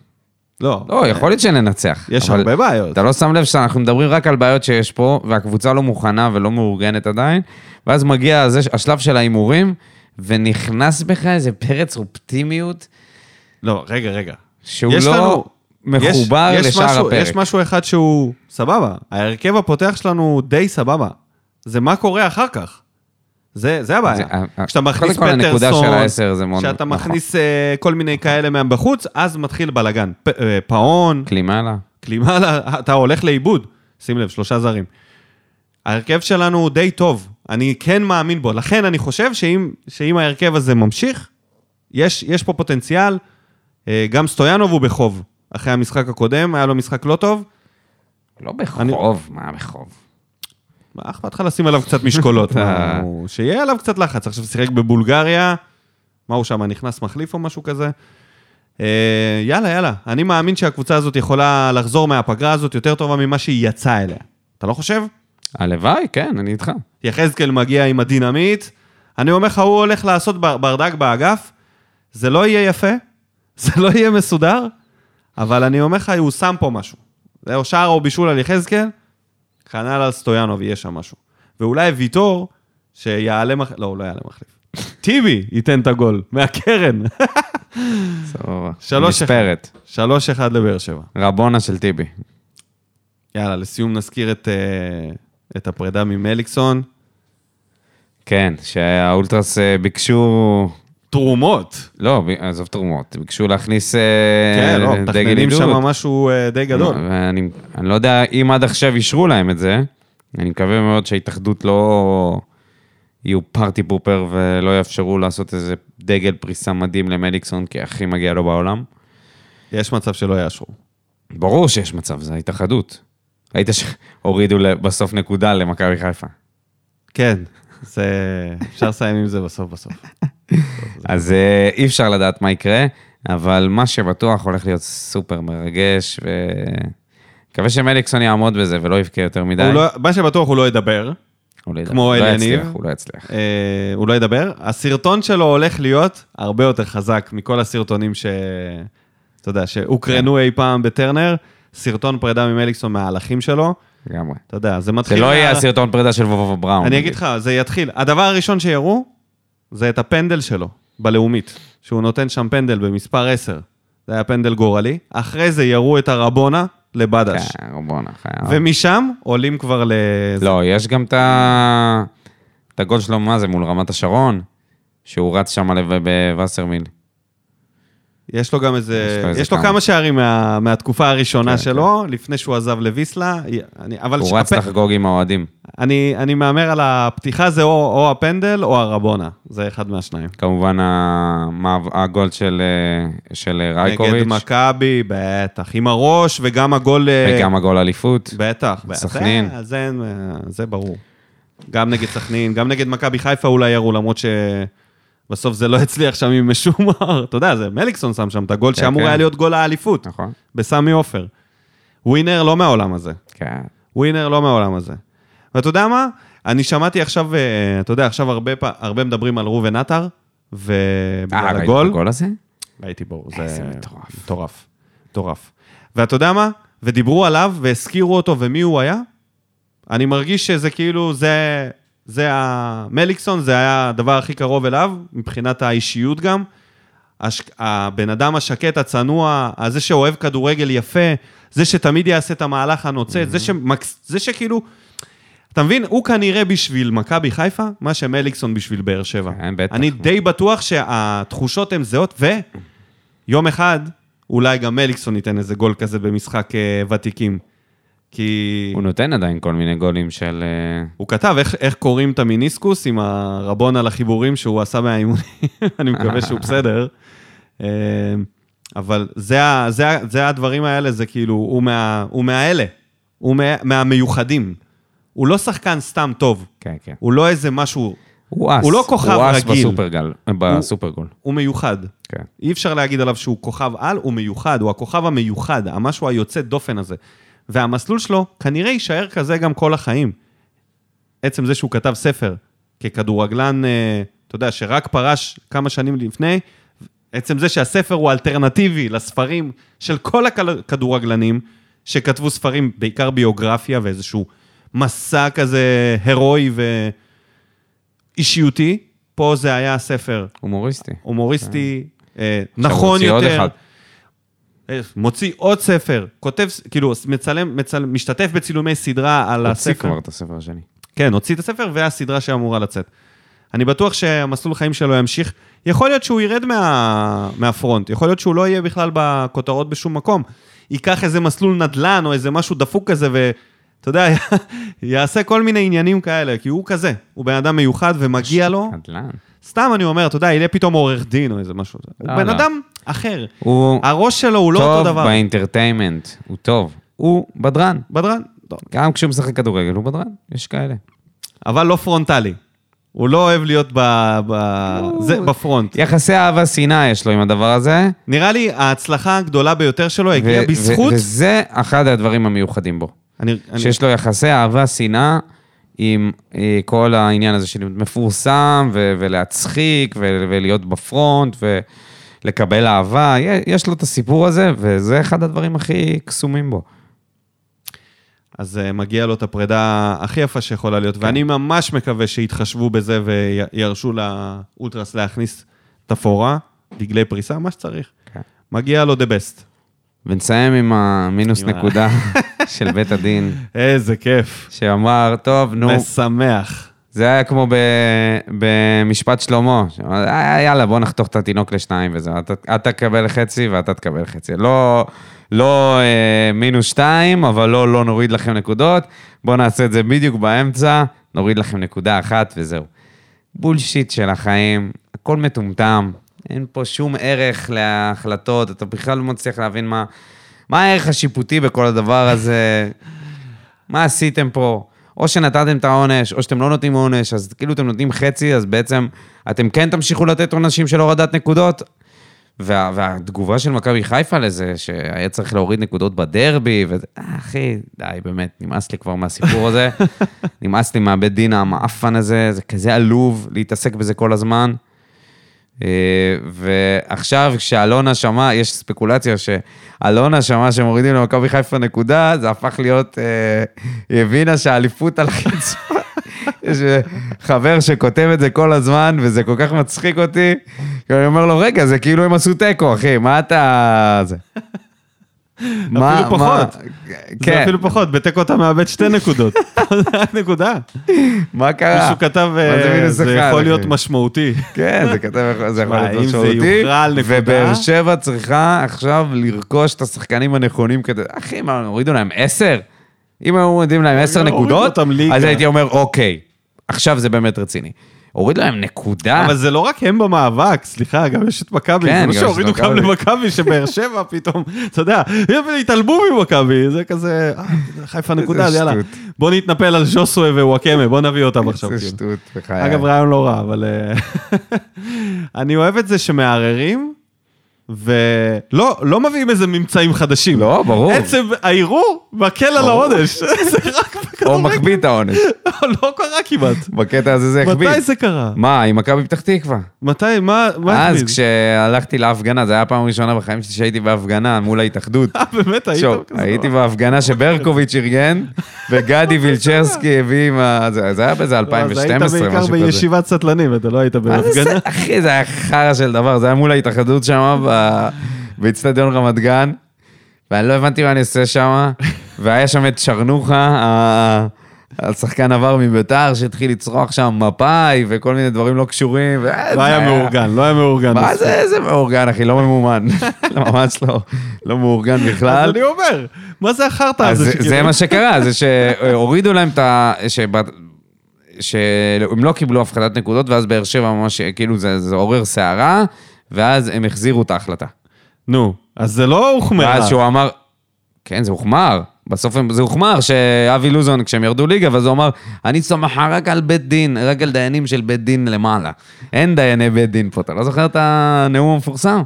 A: לא.
B: לא, יכול להיות שננצח.
A: יש
B: אבל
A: הרבה בעיות.
B: אתה לא שם לב שאנחנו מדברים רק על בעיות שיש פה, והקבוצה לא מוכנה ולא מאורגנת עדיין, ואז מגיע זה, השלב של ההימורים, ונכנס בך איזה פרץ אופטימיות,
A: לא, רגע, רגע.
B: שהוא
A: יש
B: לא
A: לנו-
B: מחובר
A: יש- יש
B: לשאר
A: משהו-
B: הפרק.
A: יש משהו אחד שהוא סבבה. ההרכב הפותח שלנו הוא די סבבה. זה מה קורה אחר כך. זה, זה הבעיה.
B: זה- ה- ה-
A: כשאתה מכניס
B: קודם כל, הנקודה של העשר זה
A: פטרסון,
B: מאוד-
A: כשאתה
B: נכון.
A: מכניס אה, כל מיני כאלה מהם בחוץ, אז מתחיל בלאגן. פ- אה, פאון,
B: קלימלה.
A: כלימה, לה- [LAUGHS] אתה הולך לאיבוד. שים לב, שלושה זרים. ההרכב שלנו הוא די טוב, אני כן מאמין בו. לכן אני חושב שאם, שאם ההרכב הזה ממשיך, יש, יש פה פוטנציאל. אה, גם סטויאנוב הוא בחוב. אחרי המשחק הקודם, היה לו משחק לא טוב.
B: לא בחוב, מה בחוב?
A: מה אה, אכפת לך לשים עליו קצת משקולות?
B: אתה-
A: הוא- שיהיה עליו קצת לחץ. עכשיו שיחק בבולגריה, מה הוא שם, נכנס מחליף או משהו כזה? אה, יאללה, יאללה. אני מאמין שהקבוצה הזאת יכולה לחזור מהפגרה הזאת יותר טובה ממה שהיא יצאה אליה. אתה לא חושב?
B: הלוואי, כן, אני איתך.
A: יחזקאל מגיע עם הדינמיט. אני אומר לך, הוא הולך לעשות בר- ברדק באגף. זה לא יהיה יפה, [LAUGHS] זה לא יהיה מסודר, אבל אני אומר לך, הוא שם פה משהו. זה או שער או בישול על יחזקאל, כנ"ל על סטויאנוב יהיה שם משהו. ואולי ויטור, שיעלה מחליף, לא, הוא לא יעלה מחליף. [LAUGHS] טיבי ייתן את הגול, מהקרן. [LAUGHS]
B: סבבה.
A: שלוש-
B: מספרת.
A: 3-1 לבאר שבע.
B: רבונה של טיבי.
A: יאללה, לסיום נזכיר את, אה, את הפרידה ממליקסון.
B: כן, שהאולטרס אה, ביקשו...
A: תרומות.
B: לא, ב- עזוב תרומות, ביקשו להכניס אה,
A: כן, לא,
B: דגל
A: מתכננים
B: עידוד.
A: שם משהו אה, די גדול.
B: אני, אני לא יודע אם עד עכשיו אישרו להם את זה, אני מקווה מאוד שההתאחדות לא יהיו פארטי פופר ולא יאפשרו לעשות איזה דגל פריסה מדהים למליקסון, כי הכי מגיע לו בעולם.
A: יש מצב שלא יאשרו.
B: ברור שיש מצב, זה ההתאחדות. ראית שהורידו ל- בסוף נקודה למכבי חיפה.
A: כן, זה... אפשר לסיים עם זה בסוף בסוף.
B: אז אה, אי אפשר לדעת מה יקרה, אבל מה שבטוח הולך להיות סופר מרגש, ו... מקווה שמליקסון יעמוד בזה ולא יבכה יותר מדי.
A: הוא לא, מה שבטוח הוא לא ידבר,
B: הוא לא ידע.
A: כמו
B: הוא לא
A: אל
B: יצליח,
A: יניב.
B: הוא לא יצליח.
A: אה, הוא לא ידבר. הסרטון שלו הולך להיות הרבה יותר חזק מכל הסרטונים ש... אתה יודע,
B: כן.
A: שהוקרנו אי פעם בטרנר. סרטון פרידה ממליקסון מההלכים שלו.
B: לגמרי.
A: אתה יודע, זה
B: זה
A: מתחיל...
B: לא
A: מה-
B: יהיה הסרטון פרידה של וובו בראון.
A: אני
B: נגיד.
A: אגיד לך, זה יתחיל. הדבר הראשון שיראו, זה את הפנדל שלו, בלאומית, שהוא נותן שם פנדל במספר 10. זה היה פנדל גורלי. אחרי זה יראו את הרבונה לבדש.
B: כן, רובונה, חייב.
A: אה. ומשם עולים כבר ל...
B: לא, יש גם את ה... את הגול שלו, מה זה, מול רמת השרון, שהוא רץ שם לב- בווסרמיל.
A: יש לו גם איזה...
B: יש לו איזה
A: יש לו
B: כמה.
A: כמה שערים מה- מהתקופה הראשונה
B: כן,
A: שלו, לפני שהוא עזב לוויסלה. אני- אבל
B: הוא
A: שהפ-
B: רץ לחגוג עם האוהדים.
A: אני אני מהמר על הפתיחה, זה או- או הפנדל או הרבונה. זה אחד מהשניים.
B: כמובן, המאב- הגול של אה, של, אה,
A: נגד
B: רייקוביץ',
A: מכבי, בטח. עם הראש וגם הגול... אה,
B: וגם הגול אליפות.
A: בטח. בטח.
B: סכנין.
A: זה- זה- זה ברור. גם נגד סכנין, גם נגד מכבי חיפה אולי ירו, למרות שבסוף זה לא [LAUGHS] הצליח שם עם משומר. אתה יודע, זה מליקסון שם שם את הגול
B: כן,
A: שאמור
B: כן.
A: היה להיות גול האליפות.
B: נכון?
A: בסמי עופר. ווינר לא מהעולם הזה.
B: כן.
A: ווינר לא מהעולם הזה. ואתה יודע מה? אני שמעתי עכשיו, אה, אתה יודע, עכשיו הרבה, פ- הרבה מדברים על ראובן עטר,
B: אה,
A: ובגלל
B: ראית
A: הגול.
B: את הגול הזה?
A: ראיתי ברור,
B: איזה
A: זה
B: מטורף.
A: מטורף. מטורף. ואתה יודע מה? ודיברו עליו, והזכירו אותו, ומי הוא היה? אני מרגיש שזה כאילו, זה... זה ה... מליקסון, זה היה הדבר הכי קרוב אליו, מבחינת האישיות גם. הש... הבן אדם השקט, הצנוע, זה שאוהב כדורגל יפה, זה שתמיד יעשה את המהלך הנוצץ,
B: Mm-hmm.
A: זה, שמקס... זה שכאילו... אתה מבין? הוא כנראה בשביל מכבי חיפה, מה שמליקסון בשביל באר שבע.
B: כן, בטח.
A: אני די בטוח שהתחושות הן זהות, ויום אחד, אולי גם מליקסון ייתן איזה גול כזה במשחק אה, ותיקים. כי
B: הוא נותן עדיין כל מיני גולים של... אה,
A: הוא כתב איך, איך קוראים את המיניסקוס עם הרבון על החיבורים שהוא עשה מהאימונים, [LAUGHS] אני מקווה שהוא בסדר. אמ, אבל זה, ה- זה, ה- זה הדברים האלה, זה כאילו, הוא, מה, הוא מהאלה, הוא מה, מהמיוחדים. הוא לא שחקן סתם טוב,
B: כן, כן.
A: הוא לא איזה משהו,
B: הוא אס.
A: הוא אה, לא כוכב
B: הוא אס
A: רגיל.
B: בסופרגל, בסופרגול.
A: הוא מיוחד.
B: כן.
A: אי אפשר להגיד עליו שהוא כוכב על, הוא מיוחד, הוא הכוכב המיוחד, המשהו היוצא דופן הזה. והמסלול שלו כנראה יישאר כזה גם כל החיים. עצם זה שהוא כתב ספר ככדורגלן, אה, אתה יודע, שרק פרש כמה שנים לפני, עצם זה שהספר הוא אלטרנטיבי לספרים של כל הכדורגלנים שכתבו ספרים, בעיקר ביוגרפיה ואיזשהו מסע כזה הירואי ואישיותי, פה זה היה ספר
B: הומוריסטי.
A: הומוריסטי,
B: כן.
A: אה, נכון
B: הוציא עוד
A: יותר.
B: אחד.
A: אה, מוציא עוד ספר, כותב, ס- כאילו, מצלם, מצלם, משתתף בצילומי סדרה על
B: הוציא
A: הספר.
B: כבר את הספר השני.
A: כן, הוציא את הספר והסדרה שאמורה לצאת. אני בטוח שהמסלול חיים שלו ימשיך. יכול להיות שהוא ירד מה... מהפרונט, יכול להיות שהוא לא יהיה בכלל בכותרות בשום מקום. ייקח איזה מסלול נדל"ן או איזה משהו דפוק כזה, ואתה יודע, [LAUGHS] יעשה כל מיני עניינים כאלה, כי הוא כזה, הוא בן אדם מיוחד ומגיע לו.
B: עדלן.
A: סתם אני אומר, אתה יודע, יהיה פתאום עורך דין או איזה משהו. הוא
B: לא,
A: בן
B: לא.
A: אדם אחר.
B: הוא
A: הראש שלו הוא לא אותו
B: טוב
A: דבר.
B: באינטרטיימנט, הוא טוב. הוא בדרן.
A: בדרן, טוב.
B: גם כשהוא משחק כדורגל הוא בדרן, יש כאלה.
A: אבל לא פרונטלי. הוא לא אוהב להיות ב... ב... זה, בפרונט.
B: יחסי אהבה שנאה יש לו עם הדבר הזה.
A: נראה לי ההצלחה הגדולה ביותר שלו
B: ו-
A: הגיעה
B: ו-
A: בזכות...
B: וזה אחד הדברים המיוחדים בו.
A: אני- אני-
B: שיש לו יחסי אהבה שנאה עם אה, כל העניין הזה של להיות מפורסם ו- ולהצחיק ו- ולהיות בפרונט ולקבל אהבה. יה- יש לו את הסיפור הזה, וזה אחד הדברים הכי קסומים בו.
A: אז אה, מגיע לו את הפרידה הכי יפה שיכולה להיות, ואני
B: כן.
A: ממש מקווה שיתחשבו בזה וירשו לאולטרס להכניס תפאורה, דגלי פריסה, מה שצריך.
B: כן.
A: מגיע לו the best.
B: ונסיים עם המינוס
A: עם ה- [LAUGHS]
B: נקודה של בית הדין,
A: איזה כיף.
B: שאמר, טוב, נו,
A: משמח.
B: זה היה כמו ב- במשפט שלמה, שאמר, "אה, יאללה, בוא נחתוך את התינוק לשניים וזהו, אתה- אתה תקבל חצי ואתה תקבל חצי. לא, לא אה, מינוס שתיים, אבל לא, לא נוריד לכם נקודות, בואו נעשה את זה בדיוק באמצע, נוריד לכם נקודה אחת וזהו. בולשיט של החיים, הכל מטומטם, אין פה שום ערך להחלטות, אתה בכלל לא מצליח להבין מה, מה הערך השיפוטי בכל הדבר הזה, מה עשיתם פה? או שנתתם את העונש, או שאתם לא נותנים עונש, אז כאילו אתם נותנים חצי, אז בעצם אתם כן תמשיכו לתת עונשים של הורדת נקודות. וה, והתגובה של מכבי חיפה לזה, שהיה צריך להוריד נקודות בדרבי, וזה, אה, אחי, די, באמת, נמאס לי כבר מהסיפור הזה. נמאס לי מהבית דין המעפן הזה, זה כזה עלוב להתעסק בזה כל הזמן. אה, ועכשיו כשאלונה שמעה, יש ספקולציה שאלונה שמעה שמורידים למכבי חיפה נקודה, זה הפך להיות, אה, היא הבינה שהאליפות על חיצון. יש אה, חבר שכותב את זה כל הזמן, וזה כל כך מצחיק אותי, כי אני אומר לו, רגע, זה כאילו הם עשו תיקו, אחי, מה אתה... זה... מה-
A: אפילו
B: מה-
A: פחות. זה
B: כן,
A: אפילו פחות, בתיקו אתה מאבד שתי נקודות. זה רק [LAUGHS] נקודה.
B: מה קרה?
A: מישהו כתב,
B: מה זה
A: אה,
B: מינוס
A: זה
B: אחד,
A: יכול
B: אחי?"
A: להיות משמעותי.
B: כן, זה כתב, זה יכול
A: שמע,
B: להיות
A: אם זה
B: משמעותי.
A: יוכרע על נקודה-
B: ובאר שבע צריכה עכשיו לרכוש את השחקנים הנכונים כדי... אחי, מה, הורידו להם עשר? אם היו מורידים להם עשר
A: הורידו
B: נקודות,
A: אותם ליגה.
B: אז הייתי אומר, אוקיי, עכשיו זה באמת רציני. הוריד להם נקודה?
A: אבל זה לא רק הם במאבק, סליחה, גם יש את מכבי.
B: כן,
A: זה לא
B: גם יש את
A: שהורידו גם
B: מכבי.
A: למכבי, שבאר
B: [LAUGHS]
A: שבע פתאום, אתה יודע, התעלמו ממכבי, זה כזה, "אה, חיפה נקודה, אז יאללה.
B: שטות.
A: בוא נתנפל על ז'וסווה ווואקמה, בוא נביא אותם עכשיו.
B: זה
A: כאילו.
B: שטות, בחיי.
A: אגב, רעיון לא רע, אבל... אה, [LAUGHS] אני אוהב את זה שמערערים, ולא לא מביאים איזה ממצאים חדשים.
B: לא, ברור.
A: עצם הערעור מקל על
B: [LAUGHS]
A: העונש. זה רק
B: או
A: בכדורגל.
B: מחביא את העונש.
A: לא קרה כמעט.
B: בקטע הזה זה החביא.
A: מתי זה קרה?
B: מה, עם מכבי פתח תקווה.
A: מתי? מה? מה
B: אז
A: החליט?
B: כשהלכתי להפגנה, זו הייתה הפעם הראשונה בחיים שלי שהייתי בהפגנה מול ההתאחדות.
A: אה, באמת, היית
B: שוב,
A: כזה?
B: הייתי בהפגנה שברקוביץ' ארגן, וגדי
A: [LAUGHS]
B: וילצ'רסקי הביא עם ה... זה זה היה באיזה
A: לא, אז
B: 2012,
A: היית
B: משהו
A: בעיקר
B: כזה.
A: בישיבת סטלנים, אתה לא היית
B: מה זה זה?
A: בהפגנה.
B: אחי, זה היה חרא של דבר, זה היה מול ההתאחדות שם, ב- באצטדיון רמת גן, ואני לא הבנתי מה אני עושה שם, והיה שם את שרנוחה, ה- השחקן עבר מביתר שהתחיל לצרוח שם מפאי וכל מיני דברים לא קשורים. ו-
A: לא היה מאורגן, לא היה מאורגן.
B: מה
A: מספיק.
B: זה, זה מאורגן, אחי, לא ממומן. [LAUGHS] ממש לא, לא מאורגן
A: אז
B: בכלל.
A: אני אומר, מה זה החרטא
B: אז
A: הזה?
B: זה-
A: שכאילו-
B: זה מה שקרה, זה שהורידו להם את ה... שבת- שהם לא קיבלו הפחתת נקודות, ואז באר שבע ממש, כאילו, זה זה עורר סערה, ואז הם החזירו את ההחלטה.
A: נו, אז זה לא הוחמרה.
B: ואז שהוא אמר, כן, זה הוחמר. בסוף הם- זה הוחמר שאבי לוזון, כשהם ירדו ליגה, ואז הוא אמר, אני סומך רק על בית דין, רק על דיינים של בית דין למעלה. אין דייני בית דין פה. אתה לא זוכר את הנאום המפורסם?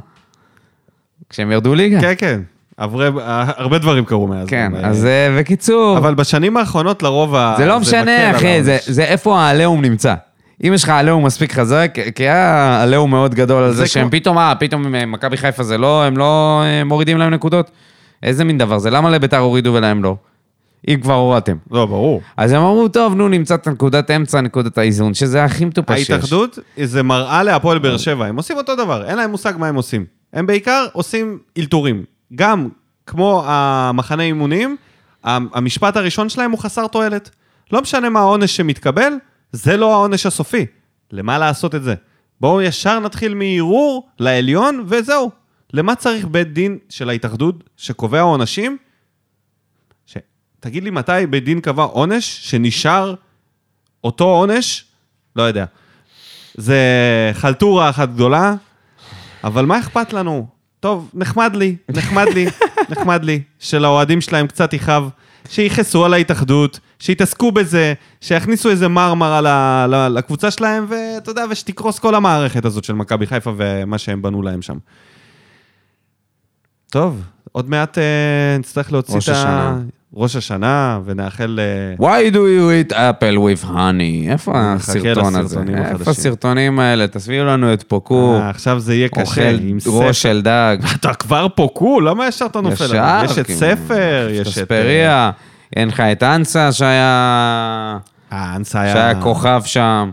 B: כשהם ירדו ליגה?
A: כן, כן. עברה- הרבה דברים קרו מאז.
B: כן,
A: אבל-
B: אז אה, בקיצור...
A: אבל בשנים האחרונות לרוב... ה-
B: זה לא
A: מקל על
B: משנה, אחי, זה,
A: העונש.
B: זה איפה העליהום נמצא. אם יש לך עליהום מספיק חזק, כי היה עליהום מאוד גדול על זה,
A: זה
B: שהם
A: כמו-
B: פתאום, אה, פתאום אה, מכבי חיפה זה לא, הם לא אה, מורידים להם נקודות? איזה מין דבר זה? למה לביתר הורידו ולהם לא? אם כבר הורדתם.
A: לא, ברור.
B: אז הם אמרו, טוב, נו, נמצא את הנקודת אמצע, נקודת האיזון, שזה הכי מטופש שיש.
A: ההתאחדות זה מראה להפועל באר שבע, הם עושים אותו דבר, אין להם מושג מה הם עושים. הם בעיקר עושים אלתורים. גם כמו המחנה אימונים, ה- המשפט הראשון שלהם הוא חסר תועלת. לא משנה מה העונש שמתקבל, זה לא העונש הסופי. למה לעשות את זה? בואו ישר נתחיל מערעור לעליון, וזהו. למה צריך בית דין של ההתאחדות שקובע עונשים? ש... תגיד לי מתי בית דין קבע עונש שנשאר אותו עונש? לא יודע. זה חלטורה אחת גדולה, אבל מה אכפת לנו? טוב, נחמד לי, נחמד
B: [LAUGHS]
A: לי, נחמד לי, שלאוהדים שלהם קצת יכאב, שיכעסו על ההתאחדות, שיתעסקו בזה, שיכניסו איזה מרמרה ל- ל- לקבוצה שלהם, ואתה יודע, ושתקרוס כל המערכת הזאת של מכבי חיפה ומה שהם בנו להם שם. טוב, עוד מעט אה, נצטרך להוציא
B: ראש
A: את ה...
B: השנה.
A: ראש השנה, ונאחל... אה,
B: Why do you eat apple with honey? איפה
A: נחכה
B: הסרטון הזה?
A: לסרטונים
B: איפה
A: החדשים.
B: הסרטונים האלה? תסבירו לנו את פוקו,
A: אה, עכשיו זה יהיה
B: אוכל
A: קשה, עם
B: ראש
A: ספר.
B: של דג.
A: אתה כבר פה קול, למה ישר אתה נופל?
B: ישר,
A: עליו? יש את
B: כאילו,
A: ספר, יש את...
B: שטספריה, אין לך את אנסה שהיה
A: אה, אנסה היה...
B: שהיה כוכב שם.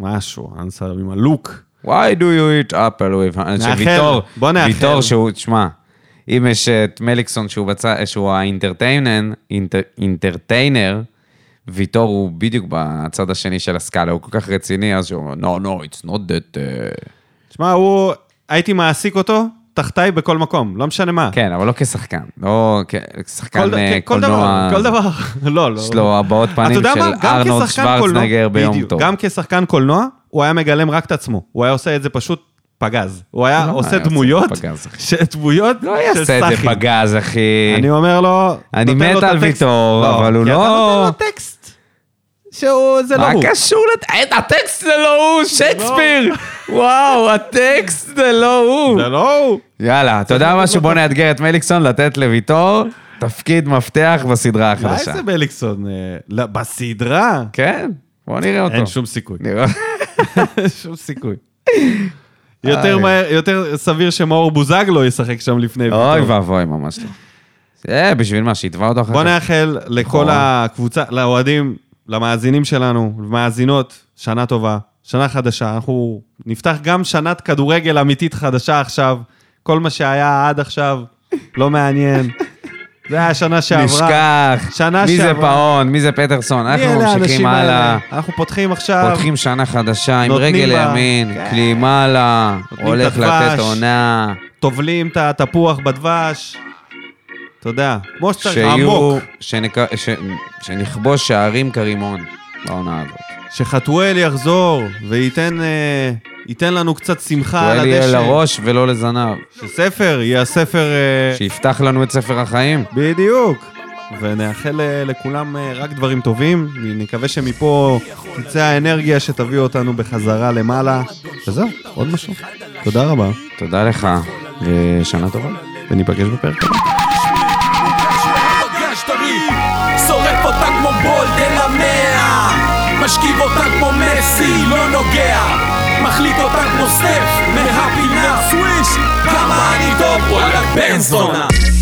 A: משהו, אנסה עם הלוק.
B: Why do you eat apple with... אה,
A: נאחל,
B: שוויטור,
A: בוא נאחל.
B: ויטור שהוא, תשמע, אם יש את מליקסון שהוא בצד, שהוא האינטרטיינר, אינטר- אינטרטיינר, ויטור הוא בדיוק בצד השני של הסקאלה, הוא כל כך רציני, אז שהוא אומר, no, no, it's not that... uh."
A: תשמע, הוא... הייתי מעסיק אותו תחתיי בכל מקום, לא משנה מה.
B: כן, אבל לא כשחקן, לא כשחקן
A: כל ד-
B: אה,
A: כן, כל
B: קולנוע.
A: דבר, כל דבר. [LAUGHS] לא, לא.
B: יש לו הבעות
A: אתה
B: פנים
A: יודע מה?
B: של
A: גם
B: ארנולד
A: כשחקן קולנוע-
B: שוורצנגר ביום
A: בדיוק,
B: טוב.
A: גם כשחקן קולנוע, הוא היה מגלם רק את עצמו. הוא היה עושה את זה פשוט פגז. הוא היה
B: לא
A: עושה
B: היה עושה
A: דמויות,
B: פגז, אחי.
A: ש- דמויות של סאחים.
B: לא יעשה את זה פגז, אחי.
A: אני אומר לו...
B: אה, אני
A: נותן
B: מת
A: לו את
B: על
A: הטקסט.
B: ויטור, אבל הוא
A: כי אתה
B: לא-
A: נותן לו טקסט שהוא... זה לא
B: מה
A: הוא.
B: קשור לט... אין, הטקסט זה לא הוא, שייקספיר! וואו, הטקסט זה לא הוא.
A: זה לא הוא.
B: יאללה, אתה יודע משהו? בוא נאתגר את מליקסון, לתת לויטור תפקיד מפתח בסדרה
A: מה
B: החדשה.
A: זה מליקסון? אה, לא, בסדרה?
B: כן, בוא נראה אותו.
A: אין שום סיכוי.
B: נראה.
A: [LAUGHS] שום סיכוי.
B: אה,
A: יותר מהר, יותר סביר שמאור בוזגלו ישחק שם לפני.
B: אוי
A: ויטור.
B: ואבוי, ממש לא. זה בשביל מה, שיתבע אותו אחר
A: בוא
B: כך.
A: נאחל לכל
B: נכון.
A: הקבוצה, לאוהדים, למאזינים שלנו, למאזינות, שנה טובה, שנה חדשה. אנחנו נפתח גם שנת כדורגל אמיתית חדשה עכשיו. כל מה שהיה עד עכשיו לא מעניין. זה היה שנה שעברה.
B: נשכח.
A: שנה
B: מי זה
A: שעברה.
B: פאון, מי זה פטרסון,
A: מי
B: אנחנו
A: אלה
B: ממשיכים
A: האנשים
B: הלאה.
A: האלה? אנחנו פותחים עכשיו.
B: פותחים שנה חדשה עם
A: נותנים
B: רגל
A: בה-
B: ימין,
A: כן.
B: כלי מעלה,
A: נותנים
B: הולך
A: את הדבש.
B: לתת עונה.
A: טובלים את התפוח בדבש. אתה יודע, כמו שצריך,
B: שיהיו,
A: עמוק.
B: שנק- ש- שנכבוש שערים כרימון בעונה הזאת.
A: שחתואל יחזור וייתן אה, ייתן לנו קצת שמחה על
B: שואל יהיה
A: הדשא. כן.
B: לראש ולא לזנב.
A: שספר יהיה הספר... אה,
B: שיפתח לנו את ספר החיים.
A: בדיוק. ונאחל אה, לכולם אה, רק דברים טובים. נקווה שמפה תצא האנרגיה שתביא אותנו בחזרה למעלה. וזהו, עוד משהו. תודה רבה,
B: תודה לך, ושנה טובה.
A: וניפגש בפרק הבא.
C: פגש תרי שורף אותה כמו בולדן המאה משכיב אותה כמו מסי, לא נוגע מחליט אותה כמו סטף מהפינה סוויש כמה אני טוב, וואלה בן זונה